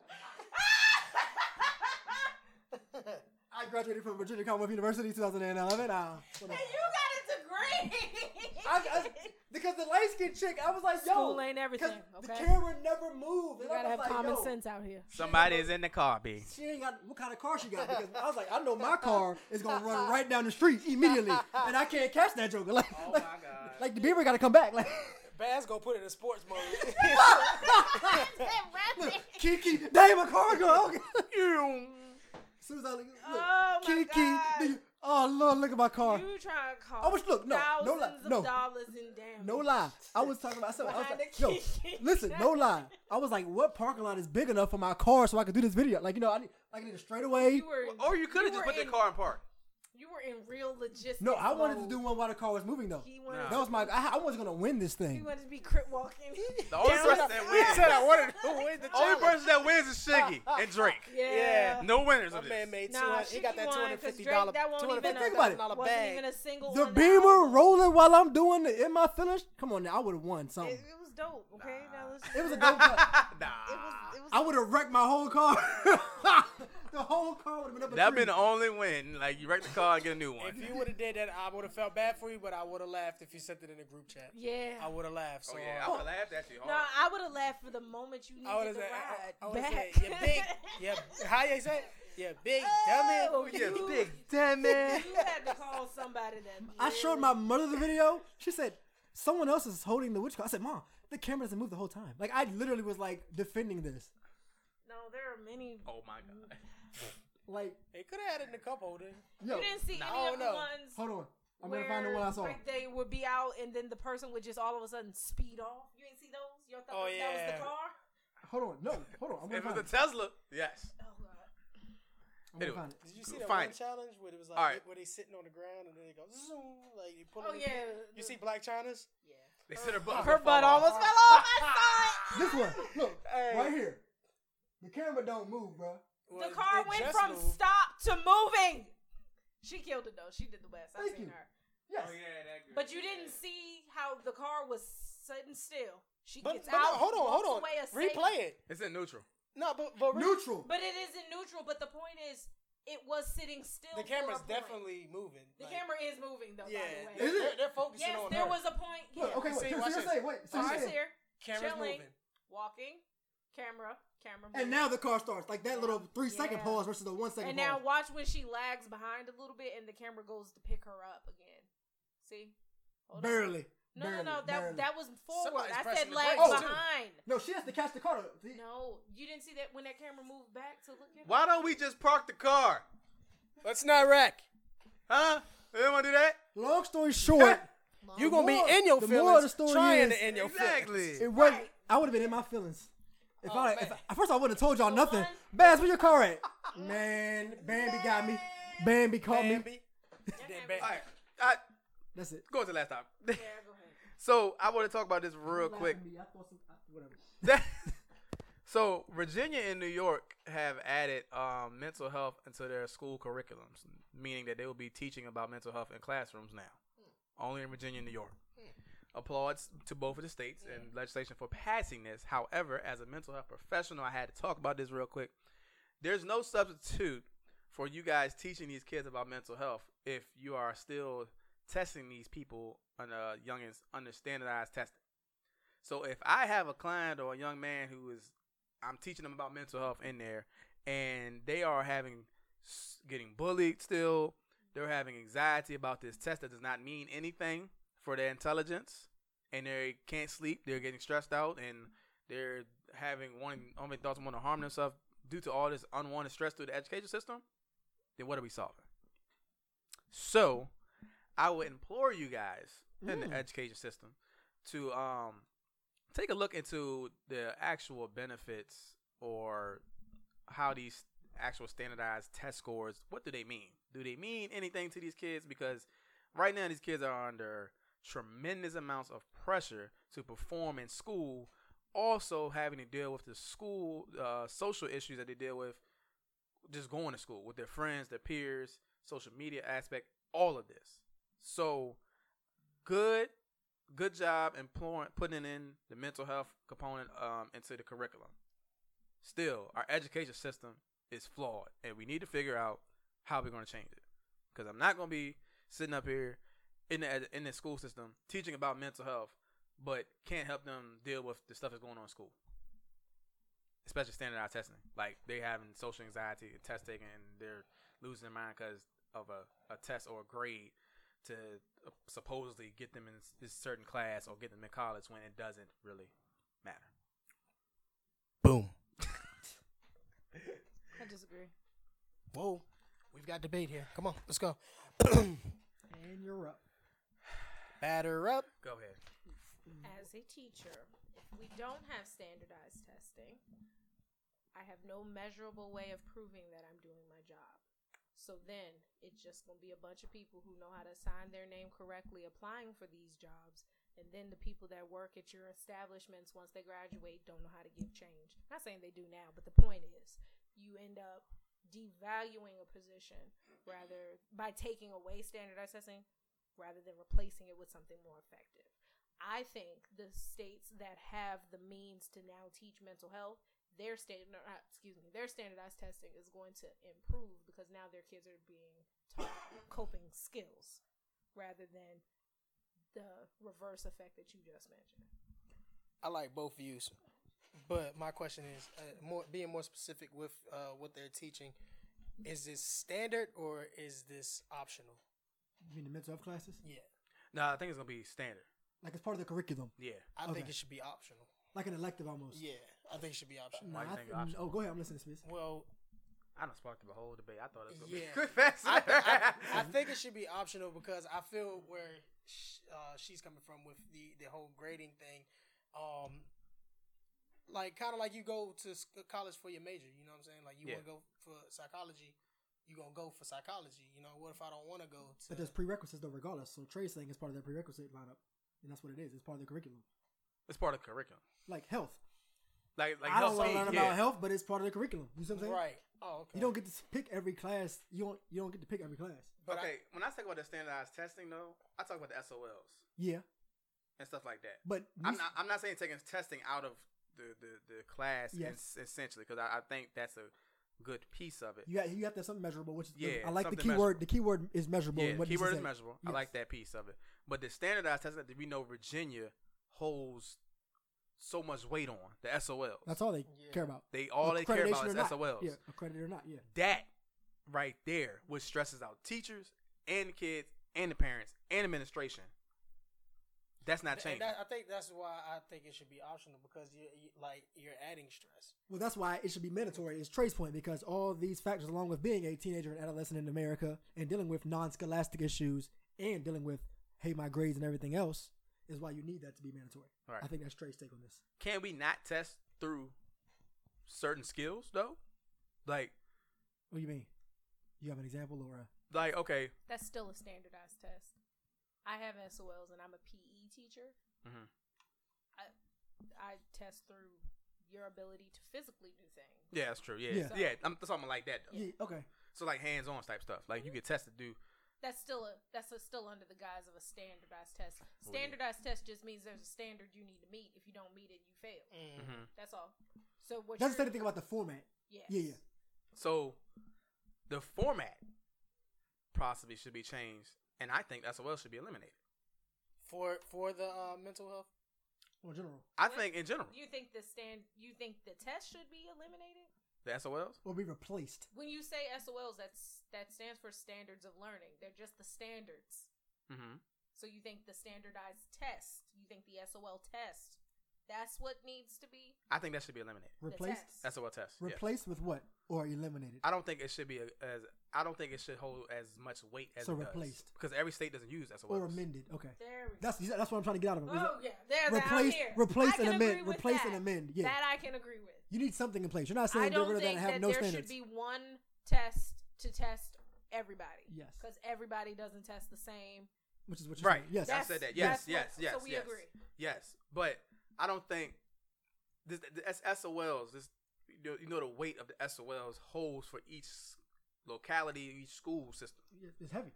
S4: I graduated from Virginia Commonwealth University in 2011. Uh, whatever.
S3: got a degree.
S4: I, I, because the light skinned chick, I was like, yo,
S3: School ain't everything,
S4: 'cause
S3: okay?
S4: The camera never moved.
S3: you
S4: And
S3: gotta
S4: I was
S3: have
S4: like,
S3: common
S4: yo,
S3: sense out here.
S1: Somebody's in the car, B.
S4: She ain't got what kind of car she got because I was like, I know my car is gonna run right down the street immediately, and I can't catch that joker. Like,
S7: Oh
S4: like,
S7: my god.
S4: like the beaver gotta come back. Like,
S5: Baz gonna put it in sports mode.
S4: Kiki, damn a car girl. Okay. As soon as I look, look
S3: Oh my
S4: Kiki,
S3: God.
S4: do you- oh lord, look at my car.
S3: You trying to call
S4: I was- look, no, no
S3: thousands
S4: lie,
S3: of
S4: no.
S3: dollars in damage.
S4: No lie, I was talking about something. I was
S3: Behind
S4: like,
S3: the
S4: yo,
S3: Kiki.
S4: listen, no lie. I was like, what parking lot is big enough for my car so I could do this video? Like, you know, I need, like, I need a straightaway.
S3: You were,
S1: Or you could have just
S3: were
S1: put the
S3: in-
S1: car in park.
S3: You were in real logistics.
S4: No, I wanted to
S3: mode.
S4: do one while the car was moving though.
S3: He wanted,
S4: That was my. I, I was gonna win this
S3: he
S4: thing.
S3: wanted to be crit walking.
S1: The only person that wins,
S5: I wanted to win the
S1: only person that wins is Shiggy and Drake.
S3: yeah.
S1: No winners
S5: My
S1: of this.
S5: man made two
S3: Nah,
S5: hundred. He got
S3: Shiggy
S5: that two
S3: won,
S5: hundred
S3: 'cause
S5: fifty
S3: Drake,
S5: dollar,
S3: that
S5: two
S3: won't
S5: hundred
S3: even
S5: fifty
S4: Think about it.
S5: dollar
S3: Wasn't even a
S5: bag.
S3: single
S4: The
S3: one
S4: beamer
S3: out.
S4: rolling while I'm doing it in my finish. Come on, now I would have won
S3: It,
S4: something.
S3: it was dope. Okay, that was.
S4: It was a dope. car.
S1: Nah.
S3: It was. It was
S4: I would have wrecked my whole car. the whole car would have been up. a
S1: That'd
S4: tree.
S1: been the only win. Like you wreck the car and get a new one.
S5: If you would have did that, I would have felt bad for you, but I would have laughed if you sent it in the group chat.
S3: yeah.
S5: I would have laughed. So
S1: Oh yeah, I
S3: uh,
S5: hard.
S1: would laugh at you. Oh.
S3: no, I would have laughed for the moment you needed
S5: I would have
S3: the
S5: said,
S3: ride
S5: I, I would have
S3: back.
S5: said, yeah, big, yeah, how you say, it? yeah, big,
S3: Oh,
S5: dumb it.
S1: Yeah,
S3: you-
S1: big damn it.
S3: You had to call somebody that.
S4: I showed my mother the video. She said someone else is holding the witch car. I said, Mom, the camera doesn't move the whole time. Like I literally was like defending this.
S3: No, there are many.
S1: Oh my god.
S4: Like
S5: They could have had it in the cup holder.
S4: yo,
S3: You didn't see
S5: I
S3: any
S5: don't
S3: of the
S5: know.
S3: ones.
S4: hold on. I'm
S3: where
S4: gonna find the one I saw.
S3: Like they would be out, and then the person would just all of a sudden speed off. You ain't see those? You thought
S5: Oh,
S3: that, that was
S5: yeah.
S3: the car?
S4: Hold on, no, hold on. I'm gonna
S1: If
S4: find it.
S1: it's a Tesla, yes.
S3: Oh god.
S4: I'm gonna
S1: anyway.
S4: find it.
S5: Did you see that
S1: Fine.
S5: one challenge where it was like
S1: All right.
S5: where they sitting on the ground and then they go zoom like you pull
S3: Oh
S5: them in?
S3: yeah.
S5: You see Black China's?
S3: Yeah.
S1: They said her butt.
S3: Her butt almost fell off. I saw
S4: This one, look,
S5: Hey.
S4: right here. The camera don't move, bro.
S3: it.
S5: Well,
S3: The car
S5: it
S3: went
S5: just
S3: from
S5: moved.
S3: stop to moving. She killed it though. She did the best. I
S4: Thank
S3: seen
S4: you.
S3: her.
S4: Yes.
S7: Oh yeah, that girl.
S3: But you didn't see how the car was sitting still. She
S5: But,
S3: gets
S5: but no,
S3: out.
S5: hold on,
S3: walks
S5: hold on.
S3: away a safe-
S5: Replay it.
S1: It's in neutral.
S5: No, but but re-
S4: Neutral.
S3: But it isn't neutral. But the point is, it was sitting still.
S5: the
S3: for
S5: camera's
S3: a point.
S5: definitely moving.
S3: The
S5: like,
S3: camera is moving though.
S5: Yeah,
S3: By the way.
S5: they're,
S4: Is it?
S5: they're, they're focusing
S3: Yes,
S5: on
S3: there
S5: her.
S3: was a point. Yeah.
S4: Look, okay, wait.
S5: See,
S4: so, so
S5: watch
S4: you're
S5: this.
S4: saying, wait. So
S3: Cars
S4: you're saying,
S3: here,
S5: Camera's
S3: chilling,
S5: moving.
S3: walking, camera, camera.
S4: and
S3: moving.
S4: now the car starts. Like that little three second
S3: Yeah.
S4: pause versus the one second
S3: and
S4: pause.
S3: now watch when she lags behind a little bit, and the camera goes to pick her up again. See? Hold on.
S4: barely.
S3: No,
S4: barely,
S3: no, no. That
S4: barely.
S3: that was forward. I
S5: Somebody's
S3: said
S5: pressing the
S3: lag
S5: brakes,
S4: too.
S3: behind.
S4: No, she has to catch the car. to-
S3: No, you didn't see that when that camera moved back to look at. her?
S1: Why don't we just park the car?
S5: Let's not wreck.
S1: Huh? They didn't want to do that?
S4: Long story short,
S5: You gonna be in your
S4: the
S5: feelings,
S4: moral of the story
S5: trying
S4: is-
S5: to end your feelings.
S1: Exactly.
S4: it wasn't. I would have been in my feelings. If I, if I first I wouldn't have told y'all nothing.
S3: Oh, one-
S4: Baz, where your car at? Man, Bambi got me. Bambi called me.
S5: Bambi.
S1: All right. I,
S4: That's it.
S1: go to the last topic.
S3: Yeah, go ahead.
S1: so I want to talk about this real quick. so Virginia and New York have added um, mental health into their school curriculums, meaning that they will be teaching about mental health in classrooms now, only in Virginia and New York. Applauds to both of the states and legislation for passing this. However, as a mental health professional, I had to talk about this real quick. There's no substitute for you guys teaching these kids about mental health if you are still testing these people on a youngins under standardized testing. So if I have a client or a young man who is, I'm teaching them about mental health in there, and they are having s- getting bullied still, they're having anxiety about this test that does not mean anything for their intelligence, and they can't sleep, they're getting stressed out, and they're having wanting only thoughts want to harm themselves due to all this unwanted stress through the education system. Then what are we solving? So, I would implore you guys in the education system to um take a look into the actual benefits or how these actual standardized test scores what do they mean do they mean anything to these kids because right now these kids are under tremendous amounts of pressure to perform in school also having to deal with the school uh, social issues that they deal with just going to school with their friends their peers social media aspect all of this so good good job employing putting in the mental health component um, into the curriculum. Still, our education system is flawed, and we need to figure out how we're going to change it. Because I'm not going to be sitting up here in the ed- in the school system teaching about mental health, but can't help them deal with the stuff that's going on in school. Especially standardized testing, like they having social anxiety and test taking, and they're losing their mind because of a, a test or a grade to uh, supposedly get them in this certain class or get them in college when it doesn't really matter.
S5: Boom.
S3: I disagree.
S5: Whoa. We've got debate here. Come on, let's go.
S4: And you're up.
S5: Batter up.
S1: Go ahead.
S3: As a teacher, if we don't have standardized testing, I have no measurable way of proving that I'm doing my job. So then it's just going to be a bunch of people who know how to sign their name correctly applying for these jobs. And then the people that work at your establishments once they graduate don't know how to give change. Not saying they do now, but the point is you end up devaluing a position rather by taking away standardized testing rather than replacing it with something more effective. I think the states that have the means to now teach mental health, their state, no, uh, excuse me, their standardized testing is going to improve because now their kids are being taught coping skills rather than the reverse effect that you just mentioned.
S5: I like both views, but my question is uh, more being more specific with uh, what they're teaching. Is this standard or is this optional?
S4: You mean the mental health classes?
S5: Yeah,
S1: No, I think it's gonna be standard.
S4: Like it's part of the curriculum,
S1: Yeah.
S5: I think
S4: Okay.
S5: it should be optional.
S4: like an elective almost.
S5: Yeah, I think it should be optional.
S4: Nah,
S1: Why you
S4: I
S1: think
S4: thi-
S1: optional?
S4: oh, go ahead. I'm listening, Smith.
S5: Well,
S1: I done sparked the whole debate. I thought it was gonna
S5: Yeah.
S1: be quick fast.
S5: I, I, I think it should be optional because I feel where sh- uh, she's coming from with the, the whole grading thing. Um, like kind of like you go to sc- college for your major, you know what I'm saying? Like you
S1: Yeah.
S5: want to go for psychology, you gonna go for psychology. You know, what if I don't want to go to?
S4: But there's prerequisites though, regardless. So Trey's saying it's part of their prerequisite lineup, and that's what it is. It's part of the curriculum,
S1: it's part of curriculum.
S4: like health.
S1: Like like
S4: I don't
S1: health
S4: want to
S1: aid,
S4: learn
S1: yeah.
S4: about health, but it's part of the curriculum. You see what I'm saying?
S5: right? Oh, okay.
S4: You don't get to pick every class. You don't. You don't get to pick every class.
S5: But
S1: okay, when I talk about the standardized testing though, I talk about the SOLs
S4: Yeah,
S1: and stuff like that.
S4: but we-
S1: I'm not I'm not saying taking testing out of the the, the class
S4: Yes.
S1: es- essentially because I, I think that's a good piece of it.
S4: you have, you have to have something measurable. Which is
S1: Yeah,
S4: I like the
S1: something
S4: key word. The key word is measurable.
S1: Yeah,
S4: in what this
S1: keyword is
S4: saying.
S1: measurable. I
S4: Yes.
S1: like that piece of it. But the standardized testing that we know Virginia holds so much weight on the SOL.
S4: That's all they care about.
S1: They all they care about
S4: Accreditation
S1: is
S4: or not.
S1: SOLs.
S4: Yeah, accredited or not. Yeah,
S1: That right there, which stresses out teachers and the kids and the parents and administration. That's not
S2: And
S1: changing.
S2: that, I think that's why I think it should be optional because you, you like you're adding stress.
S4: Well, that's why it should be mandatory. Is Trey's point because all these factors, along with being a teenager and adolescent in America and dealing with non-scholastic issues and dealing with hey my grades and everything else, is why you need that to be mandatory.
S1: Right.
S4: I think that's Trey's take on this.
S1: Can we not test through certain skills though? Like,
S4: What do you mean? You have an example, Laura?
S1: like okay,
S3: That's still a standardized test. I have SOLs and I'm a PE teacher.
S2: Mm-hmm.
S1: Mhm.
S3: I I test through your ability to physically do things.
S1: yeah, that's true. Yeah, yeah,
S4: Yeah.
S1: I'm something like that. Though.
S4: Yeah. okay.
S1: So like hands-on type stuff. Like you get tested to do.
S3: That's still a that's a, still under the guise of a standardized test.
S1: yeah.
S3: Standardized test just means there's a standard you need to meet. If you don't meet it, you fail.
S2: Mm-hmm.
S1: mhm.
S3: That's all. So what?
S4: Doesn't say
S3: you're-
S4: anything about the format.
S3: Yes.
S4: Yeah, yeah.
S1: So the format possibly should be changed, and I think SOL should be eliminated.
S2: For for the uh, mental health,
S4: Well, in general,
S1: I
S3: What?
S1: think in general
S3: You think the stand? You think the test should be eliminated?
S1: the SOLs.
S4: will be replaced.
S3: When you say SOLs, that's that stands for standards of learning. They're just the standards.
S1: Mm-hmm.
S3: So you think the standardized test, you think the SOL test, that's what needs to be
S1: I think that should be eliminated.
S3: the
S4: Replaced.
S3: test.
S1: SOL test. yeah.
S4: Replaced with what? Or eliminated?
S1: I don't think it should be a- as I don't think it should hold as much weight as
S4: So
S1: it does.
S4: replaced.
S1: because every state doesn't use SOLs.
S4: Or amended? Okay.
S3: There we
S4: That's that's what I'm trying to get out of it. Is
S3: Oh
S4: it-
S3: yeah, there's
S4: Replace-
S3: out here.
S4: replace
S3: I can
S4: and amend-
S3: agree with
S4: replace
S3: that.
S4: and amend, yeah.
S3: that I can agree with.
S4: You need something in place. You're not
S3: I
S4: saying get rid
S3: don't
S4: of that
S3: think
S4: and have
S3: that
S4: no
S3: there
S4: standards.
S3: should be one test to test everybody.
S4: Yes.
S3: because everybody doesn't test the same.
S4: which is what you're
S1: Right.
S4: saying. Yes.
S1: I
S3: That's-
S1: said that. Yes.
S3: that's
S1: Yes.
S3: what-
S1: yes.
S3: so we
S1: yes,
S3: agree.
S1: Yes, but I don't think this, the S- SOLs. This you know, you know the weight of the SOLs holds for each locality, each school system.
S4: It's heavy.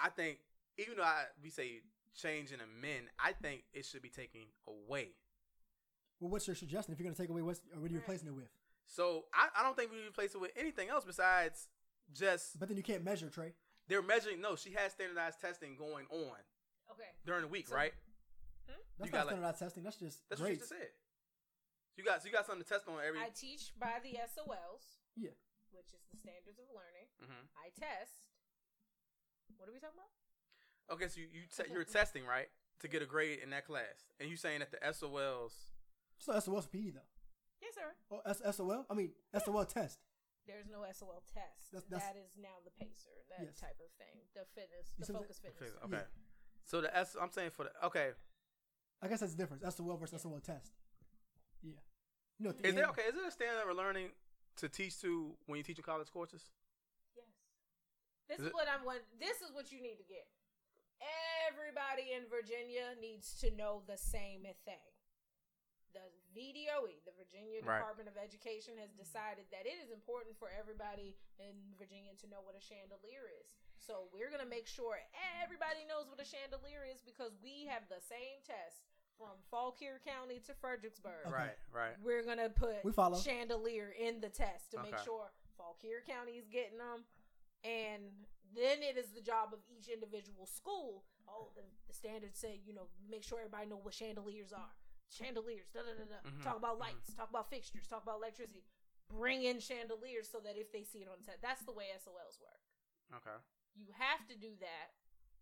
S1: I think even though I, we say change and amend, I think it should be taken away.
S4: Well, what's your suggestion if you're going to take away what's or what are you
S3: Right.
S4: replacing it with?
S1: So I, I don't think we replace it with anything else besides just
S4: But then you can't measure, Trey.
S1: they're measuring. No, she has standardized testing going on
S3: Okay,
S1: during the week,
S3: So-
S1: right?
S4: That's
S1: You
S4: not
S1: got, like-
S4: standardized testing. That's just
S1: That's what she
S4: grades.
S1: just said. You got so you got something to test on every.
S3: I teach by the SOLs,
S4: Yeah.
S3: which is the standards of learning.
S1: Mhm.
S3: I test. What are we talking about?
S1: Okay, so you, you te- you're testing right to get a grade in that class, and you saying that the SOLs.
S4: So SOL's PE E, though.
S3: Yes, sir.
S4: Oh, S- SOL. I mean SOL test.
S3: There's no SOL test.
S4: That's-
S3: That's,
S4: that's-
S3: now the pacer, that
S4: Yes.
S3: type of thing. The fitness,
S4: You
S3: the
S4: see what I'm
S3: focus
S1: Okay,
S3: fitness.
S1: okay. so the S I'm saying for the okay
S4: I guess that's the difference. SOL versus SOL test. Yeah. You know, at the
S1: is there
S4: end-
S1: okay is there a standard of learning to teach to when you teach in college courses?
S3: Yes. This
S1: Is
S3: is
S1: it-
S3: what I'm. want- This is what you need to get. Everybody in Virginia needs to know the same thing. The VDOE, E, the Virginia
S1: Right.
S3: Department of Education, has decided that it is important for everybody in Virginia to know what a chandelier is. So we're gonna make sure everybody knows what a chandelier is because we have the same test from Fauquier County to Fredericksburg.
S4: Okay.
S1: Right, right.
S3: We're gonna put
S4: We follow.
S3: chandelier in the test to make
S1: Okay.
S3: sure Fauquier County is getting them, and then it is the job of each individual school. Oh, the, the standards say you know make sure everybody know what chandeliers are. Chandeliers, da da da da.
S1: Mhm,
S3: Talk about
S1: mhm.
S3: lights. Talk about fixtures. Talk about electricity. Bring in chandeliers so that if they see it on set, that's the way SOLs work.
S1: Okay.
S3: You have to do that.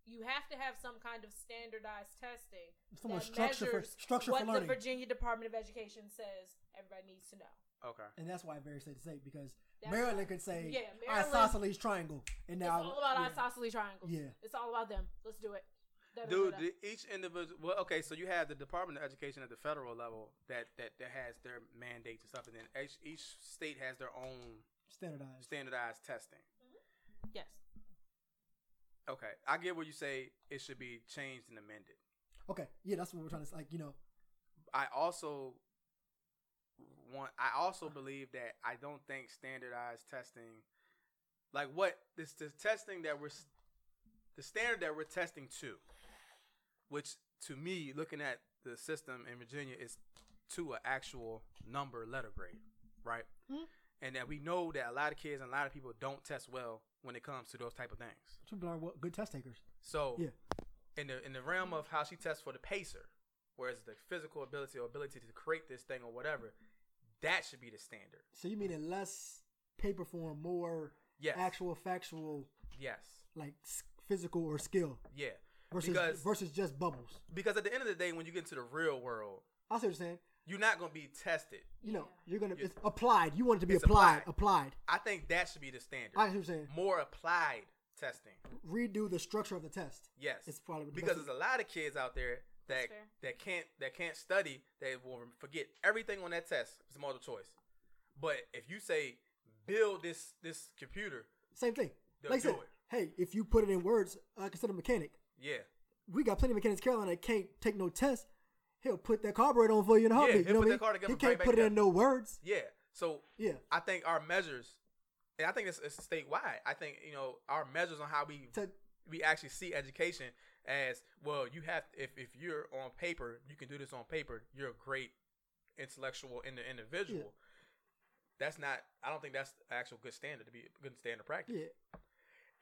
S3: You have to have some kind of standardized testing
S4: Some more
S3: that
S4: structure for-
S3: measures
S4: structure for
S3: what
S4: learning.
S3: the Virginia Department of Education says everybody needs to know.
S1: Okay.
S4: And that's why Barry said to say because
S3: That's
S4: Maryland
S3: why-
S4: could say
S3: Yeah, Maryland-
S4: isosceles triangle, and now
S3: it's all about
S4: yeah.
S3: isosceles triangles.
S4: Yeah.
S3: It's all about them. Let's do it. Da, da, da,
S1: Dude,
S3: da.
S1: the, each individual. Well, okay, so you have the Department of Education at the federal level that that, that has their mandates and stuff, and then each, each state has their own
S4: standardized.
S1: standardized testing.
S3: yes.
S1: Okay, I get where you say it should be changed and amended.
S4: Okay. Yeah, that's what we're trying to like. You know,
S1: I also want. I also believe that I don't think standardized testing, like what this the testing that we're s- the standard that we're testing to, which to me, looking at the system in Virginia, is to an actual number letter grade, right? And that we know that a lot of kids and a lot of people don't test well when it comes to those type of things.
S4: some people are well, good test takers.
S1: So
S4: Yeah.
S1: in the in the realm of how she tests for the pacer, whereas the physical ability or ability to create this thing or whatever, that should be the standard.
S4: So you mean in less paper form, more
S1: Yes.
S4: actual factual
S1: Yes.
S4: like s- physical or skill.
S1: Yeah.
S4: versus
S1: Because-
S4: versus just bubbles.
S1: Because at the end of the day, when you get into the real world,
S4: I see what you're saying.
S1: you're not gonna be tested.
S4: You know, you're gonna
S1: Yeah.
S4: it's applied. You want it to be
S1: It's
S4: applied, applied.
S1: I think that should be the standard.
S4: I see what you're saying.
S1: More applied testing.
S4: Redo the structure of the test.
S1: Yes.
S4: It's probably the
S1: because
S4: best-
S1: there's a lot of kids out there that
S3: That's fair.
S1: that can't that can't study that will forget everything on that test. It's multiple choice. But if you say build this this computer,
S4: Same thing.
S1: They'll
S4: like I said,
S1: do it.
S4: hey, if you put it in words, I consider mechanic.
S1: yeah,
S4: We got plenty of mechanics in Carolina that can't take no test. He'll put that carburetor on for you in a
S1: Yeah,
S4: heartbeat.
S1: he'll
S4: you
S1: put
S4: know what I
S1: that
S4: mean?
S1: car together
S4: He
S1: right
S4: can't
S1: back
S4: put it
S1: there.
S4: in no words.
S1: yeah. So
S4: Yeah.
S1: I think our measures, and I think it's, it's statewide. I think you know our measures on how we
S4: To-
S1: we actually see education as well. You have if if you're on paper, you can do this on paper. You're a great intellectual in the individual. That's not. I don't think that's the actual good standard to be a good standard practice.
S4: yeah.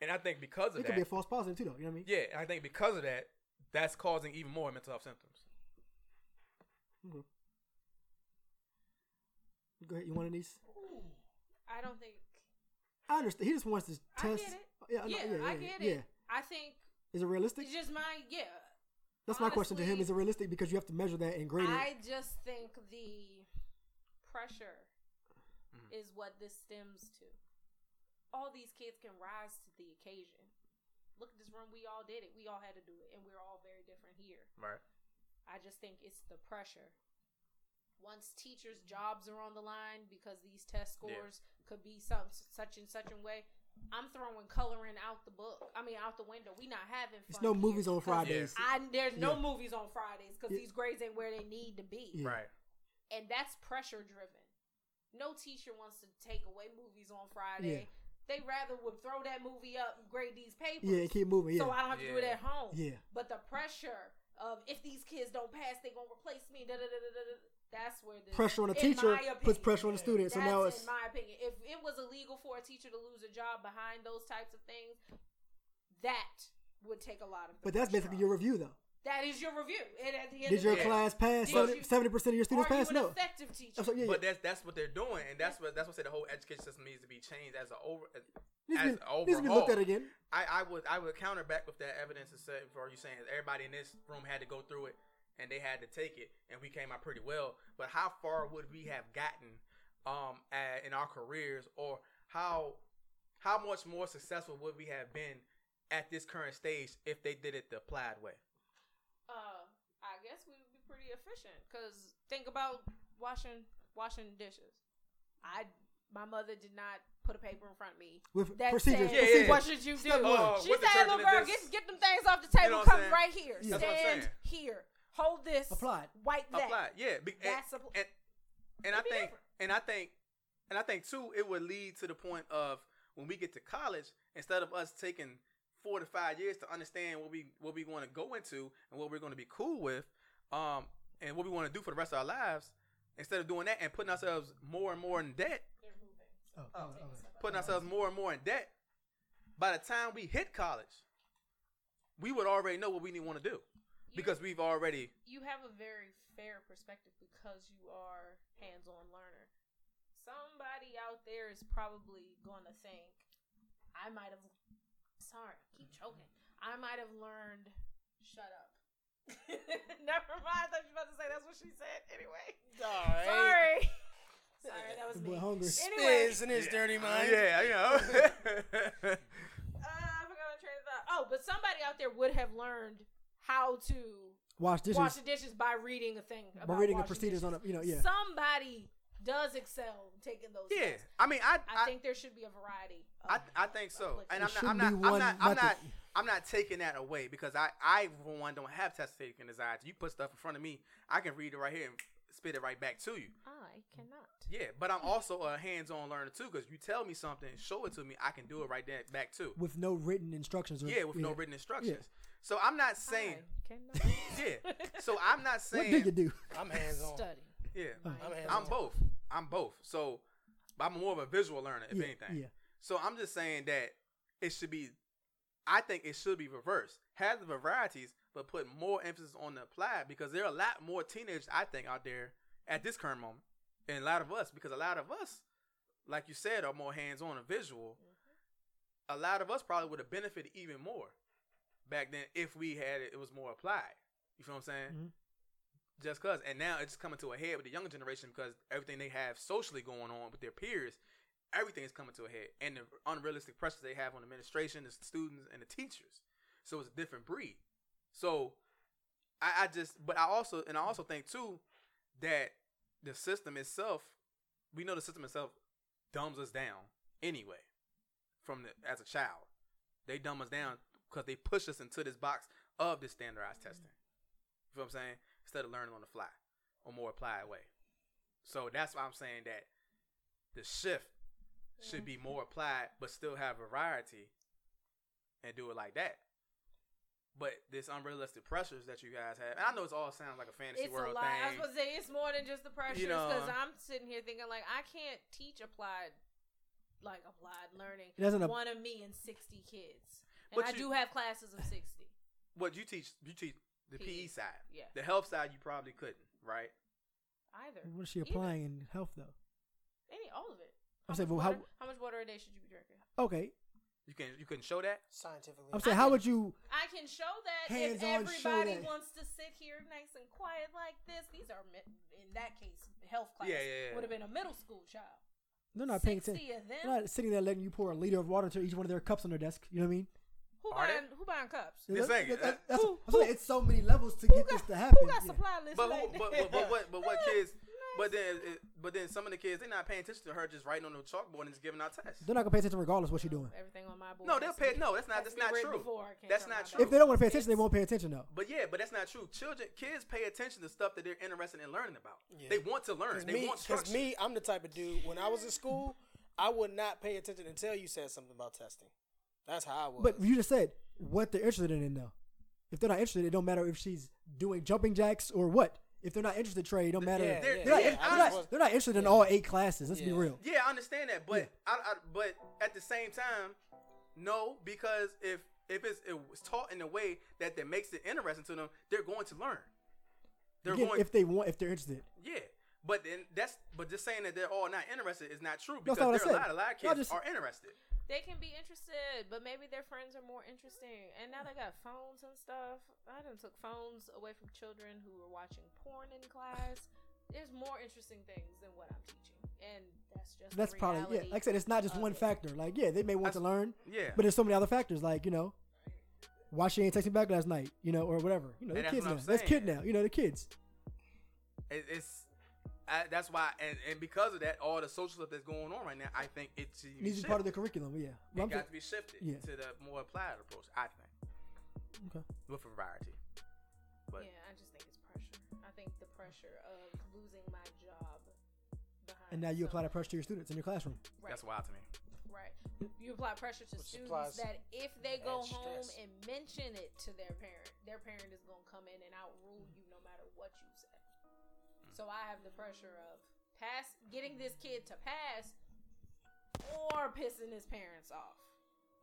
S1: And I think because of
S4: It
S1: that,
S4: could be a false positive too, though. You know what I mean?
S1: yeah, and I think because of that, that's causing even more mental health symptoms.
S4: Okay. Mm-hmm. Go ahead. You want these?
S3: I don't think.
S4: I understand. He just wants to
S3: I get it.
S4: test. I know-
S3: Yeah, I get
S4: Yeah.
S3: it. I think
S4: Is it realistic?
S3: it's just my yeah.
S4: That's my question to him.
S3: honestly,
S4: Is it realistic because you have to measure that and grade it?
S3: I just think the pressure is what this stems to. All these kids can rise to the occasion. Look at this room. We all did it. We all had to do it, and we're all very different here.
S1: Right.
S3: I just think it's the pressure. Once teachers' jobs are on the line because these test
S1: Yeah.
S3: scores could be some such and such a way, I'm throwing coloring out the book. I mean, out the window. We not having.
S4: It's
S3: fun
S4: no
S3: here
S4: movies on
S3: 'cause
S4: Fridays.
S3: I there's no
S4: Yeah.
S3: movies on Fridays because
S4: Yeah.
S3: these grades ain't where they need to be,
S4: Yeah.
S1: Right.
S3: and that's pressure driven. No teacher wants to take away movies on Friday. They rather would throw that movie up and grade these papers.
S4: Yeah, keep moving. Yeah.
S3: So I don't have to do it
S1: Yeah.
S3: at home.
S4: Yeah.
S3: But the pressure of if these kids don't pass, they gonna replace me. Da, da, da, da, da, da. That's where the
S4: pressure on the
S3: in
S4: teacher
S3: my
S4: puts
S3: opinion.
S4: pressure on the student.
S3: That's
S4: So now
S3: in
S4: it's
S3: my opinion. If it was illegal for a teacher to lose a job behind those types of things, that would take a lot of. The
S4: but that's
S3: pressure
S4: basically
S3: off.
S4: your review though.
S3: That is your review. And at the end
S4: Did
S3: of
S4: your
S3: the day,
S4: class pass?
S3: Did you-
S4: Seventy percent of your students
S3: are
S4: pass?
S3: you an
S4: No.
S3: effective teacher?
S4: I'm sorry, yeah, yeah.
S1: But that's that's what they're doing, and that's what that's what I said the whole education system needs to be changed as a over as,
S4: Needs to
S1: as
S4: be-
S1: a
S4: needs to be looked at
S1: overhaul.
S4: again.
S1: I, I would I would counter back with that evidence and say, "Are you saying everybody in this room had to go through it and they had to take it and we came out pretty well?" But how far would we have gotten um at, in our careers, or how how much more successful would we have been at this current stage if they did it the applied way?
S3: Uh, I guess we would be pretty efficient. Cause think about washing washing dishes. I my mother did not put a paper in front of me.
S4: With
S3: That
S4: procedures.
S3: said,
S1: Yeah, yeah, yeah.
S3: what should you do?
S4: Step one.
S1: Oh,
S3: she
S1: with the
S3: said,
S1: turkey
S3: "Little
S1: and
S3: girl,
S1: this."
S3: get get them things off the table.
S1: what I'm
S3: Come
S1: saying?
S3: right here.
S4: Yeah.
S1: That's what I'm
S3: Stand
S1: saying.
S3: here. Hold this.
S4: Apply it.
S3: Wipe that.
S1: Applied, yeah. Be, and,
S3: That's a-
S1: and, and I
S3: It'd be
S1: think,
S3: different.
S1: and I think, and I think too, it would lead to the point of when we get to college, instead of us taking four to five years to understand what we what we want to go into and what we're going to be cool with, um, and what we want to do for the rest of our lives, instead of doing that and putting ourselves more and more in debt,
S3: They're moving.
S4: Oh, oh, oh.
S1: putting ourselves more and more in debt, by the time we hit college, we would already know what we need want to do
S3: You-
S1: because we've already
S3: you have a very fair perspective because you are hands-on learner. Somebody out there is probably going to think, "I might have." Sorry, I keep choking. I might have learned. Shut up. Never mind. I thought you were about to say that's what she said. Anyway,
S2: All right.
S3: sorry. sorry, that was me.
S4: Boy, hungry.
S3: Anyway.
S2: Spiz in his dirty mind.
S1: yeah, you know.
S3: Uh, I forgot my train of thought. Oh, but somebody out there would have learned how to
S4: Wash dishes.
S3: wash the dishes by reading a thing.
S4: by
S3: about
S4: reading the
S3: washing
S4: procedures
S3: dishes.
S4: on a you know yeah.
S3: somebody does excel taking those.
S1: Yeah,
S3: tests.
S1: I mean, I,
S3: I,
S1: I,
S3: think there should be a variety. of-
S1: I, I think so,
S3: Like,
S1: and
S4: There
S1: I'm not, I'm not,
S4: shouldn't be
S1: I'm
S4: one
S1: not, I'm not,
S4: method.
S1: I'm not taking that away because I, I for one don't have testation anxiety. You put stuff in front of me, I can read it right here and spit it right back to you.
S3: I cannot.
S1: Yeah, but I'm also a hands-on learner too because you tell me something, show it to me, I can do it right there back too.
S4: With no written instructions. Or,
S1: Yeah, with no written instructions. So I'm not saying,
S3: I cannot
S1: yeah. So I'm not
S4: What did you
S1: saying,
S4: do?
S2: I'm hands on.
S3: study.
S1: yeah.
S2: I'm hands
S1: I'm
S2: on.
S1: both. I'm both. So I'm more of a visual learner, if
S4: Yeah,
S1: anything.
S4: yeah.
S1: So I'm just saying that it should be. I think it should be reversed. Have the varieties, but put more emphasis on the applied because there are a lot more teenagers I think out there at this current moment, and a lot of us because a lot of us, like you said, are more hands on and visual. A lot of us probably would have benefited even more back then if we had it, it was more applied. You feel what I'm saying?
S4: Mhm.
S1: Just cause, and now it's coming to a head with the younger generation because everything they have socially going on with their peers, everything is coming to a head, and the unrealistic pressures they have on administration, the students, and the teachers. So it's a different breed. So I, I just, but I also, and I also think too that the system itself, we know the system itself dumbs us down anyway from the as a child. They dumb us down because they push us into this box of this standardized testing. You feel what I'm saying? Instead of learning on the fly or more applied way. So that's why I'm saying that the shift should be more applied, but still have variety and do it like that. But this unrealistic pressures that you guys have, and I know it's all sounds like a fantasy
S3: It's a
S1: world
S3: lot.
S1: thing.
S3: I was supposed to say it's more than just the pressures
S1: know. um,
S3: because I'm sitting here thinking like I can't teach applied, like applied learning.
S4: It doesn't ap-
S3: one of me and sixty kids, and
S1: But
S3: I
S1: you-
S3: do have classes of sixty.
S1: what you teach, you teach the PE
S3: PE,
S1: side.
S3: E, yeah.
S1: The health side, you probably couldn't, right?
S3: Either
S4: What is she
S3: Either.
S4: applying in health though?
S3: Any all of it.
S4: I'm saying,
S3: much
S4: well, how-
S3: water, how much water a day should you be drinking?
S4: Okay,
S1: You can you couldn't show that.
S2: Scientifically.
S4: I'm saying, how would you?
S3: I can show that if
S4: Hands-on show
S3: everybody
S4: that.
S3: wants to sit here nice and quiet like this. These are mi- in that case health class.
S1: Yeah, yeah, yeah.
S3: Would have been a middle school child.
S4: They're not paying
S3: 60
S4: attention.
S3: of them.
S4: They're not sitting there letting you pour a liter of water into each one of their cups on their desk. You know what I mean?
S3: Who
S1: Are they?
S3: buying who buying cups?
S1: This
S4: That-
S1: ain't-
S4: that- that-
S1: uh,
S4: that's-
S3: who-
S4: I'm saying
S3: who-
S4: it's so many levels to get this to happen.
S3: Who got
S4: Yeah.
S3: supply lists
S1: But,
S3: like
S1: who, but,
S3: that?
S1: but but what but what kids? But then it- but then some of the kids they're not paying attention to her just writing on the chalkboard and just giving out tests.
S4: They're not gonna pay attention regardless what you're doing.
S3: Everything on my board.
S1: No, they'll
S3: has to
S1: pay.
S3: be-
S1: No, that's not
S3: has
S1: that's
S3: to be
S1: not
S3: read
S1: true.
S3: before I can
S1: That's
S3: turn my
S1: not
S3: back.
S1: true.
S4: If they don't want to pay attention, they won't pay attention though.
S1: But yeah, but that's not true. Children, kids pay attention to stuff that they're interested in learning about. They want to learn. They
S5: me,
S1: want
S5: Because
S1: structure.
S5: me, I'm the type of dude, when I was in school, I would not pay attention until you said something about testing. That's how I was.
S4: But you just said what they're interested in though. If they're not interested, it don't matter if she's doing jumping jacks or what. If they're not interested, Trey, it don't matter.
S5: yeah,
S4: they're,
S5: yeah,
S4: not,
S1: yeah,
S4: in-
S1: I
S4: they're not-
S5: was-
S4: they're not interested in all eight classes. Let's be
S5: Yeah.
S4: real.
S1: Yeah, I understand that, but I, I but at the same time, no, because if if it's it was taught in a way that that makes it interesting to them, they're going to learn. They're
S4: Again,
S1: going,
S4: if they want, if they're interested.
S1: yeah. But then that's but just saying that they're all not interested is not true because
S4: That's
S1: there are
S4: not what I
S1: a
S4: said.
S1: lot, a lot of
S4: No, I
S1: kids
S4: just-
S1: are interested.
S3: They can be interested, but maybe their friends are more interesting. And now they got phones and stuff. I done took phones away from children who were watching porn in class. There's more interesting things than what I'm teaching, and that's just
S4: That's
S3: the
S4: probably
S3: reality
S4: yeah. Like I said, it's not just
S3: of it.
S4: one factor. Like yeah, they may want to
S1: That's-
S4: learn,
S1: Yeah,
S4: but there's so many other factors. Like you know, why she ain't texting back last night, you know, or whatever. You know,
S1: And
S4: the
S1: that's
S4: kids
S1: what
S4: now.
S1: I'm
S4: That's kid
S1: saying.
S4: now. You know, the kids.
S1: it, it's I, that's why and, and because of that, all the social stuff that's going on right now, I think it's
S4: It needs to be part of the curriculum. Yeah.
S1: It
S4: But I'm
S1: got to
S4: just-
S1: be shifted
S4: yeah.
S1: to the more applied approach. I think
S4: okay.
S1: with variety. But
S3: yeah, I just think it's pressure. I think the pressure of losing my job. Behind
S4: And now you apply
S3: some-
S4: that pressure to your students in your classroom.
S3: Right.
S1: that's wild to me.
S3: Right. You apply pressure to
S2: Which
S3: students
S2: applies
S3: that if they go
S2: add
S3: home
S2: stress.
S3: and mention it to their parent, their parent is going to come in and outrule you no matter what you say.
S1: Mm.
S3: So I have the pressure of pass getting this kid to pass or pissing his parents off.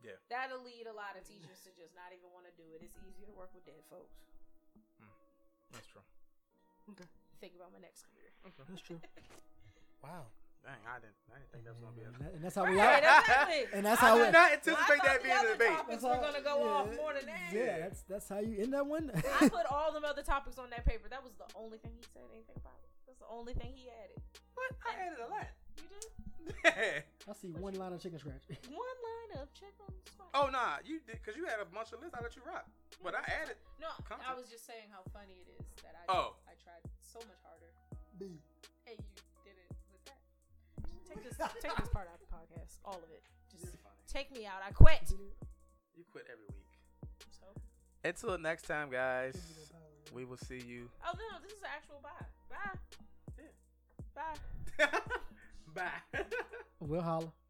S1: Yeah.
S3: That'll lead a lot of teachers to just not even want to do it. It's easier to work with dead folks.
S1: That's true.
S3: Think about my next career.
S4: That's true.
S5: wow.
S1: Dang, I didn't, I didn't think that was gonna be
S4: And,
S1: a
S4: that- and that's how we
S3: Right,
S4: out.
S3: exactly.
S4: And that's
S1: I
S4: how
S1: did
S4: it-
S1: not
S3: Well, I
S1: anticipate
S3: thought
S1: that being
S3: other
S1: a debate.
S3: topics
S4: That's
S3: were
S4: how-
S3: gonna go off more than that.
S4: Yeah, that's that's how you end that one.
S3: I put all them other topics on that paper. That was the only thing he said anything about. That's the only thing he added.
S1: What? I added a lot.
S3: You did
S4: I see one line of chicken scratch.
S3: one line of chicken scratch.
S1: oh nah, you did because you had a bunch of lists. I let you rock, but I added.
S3: no! I
S1: content.
S3: was just saying how funny it is that I
S1: Oh.
S3: I tried so much harder
S4: B.
S3: and you did it with that. Take this take this part out of the podcast, all of it. Just take me out. I quit.
S1: You quit every week.
S3: So, oh,
S1: Until next time, guys. We will see you.
S3: oh no, this is an actual bye. Bye.
S1: Yeah.
S3: Bye.
S1: Bye.
S4: We'll holler.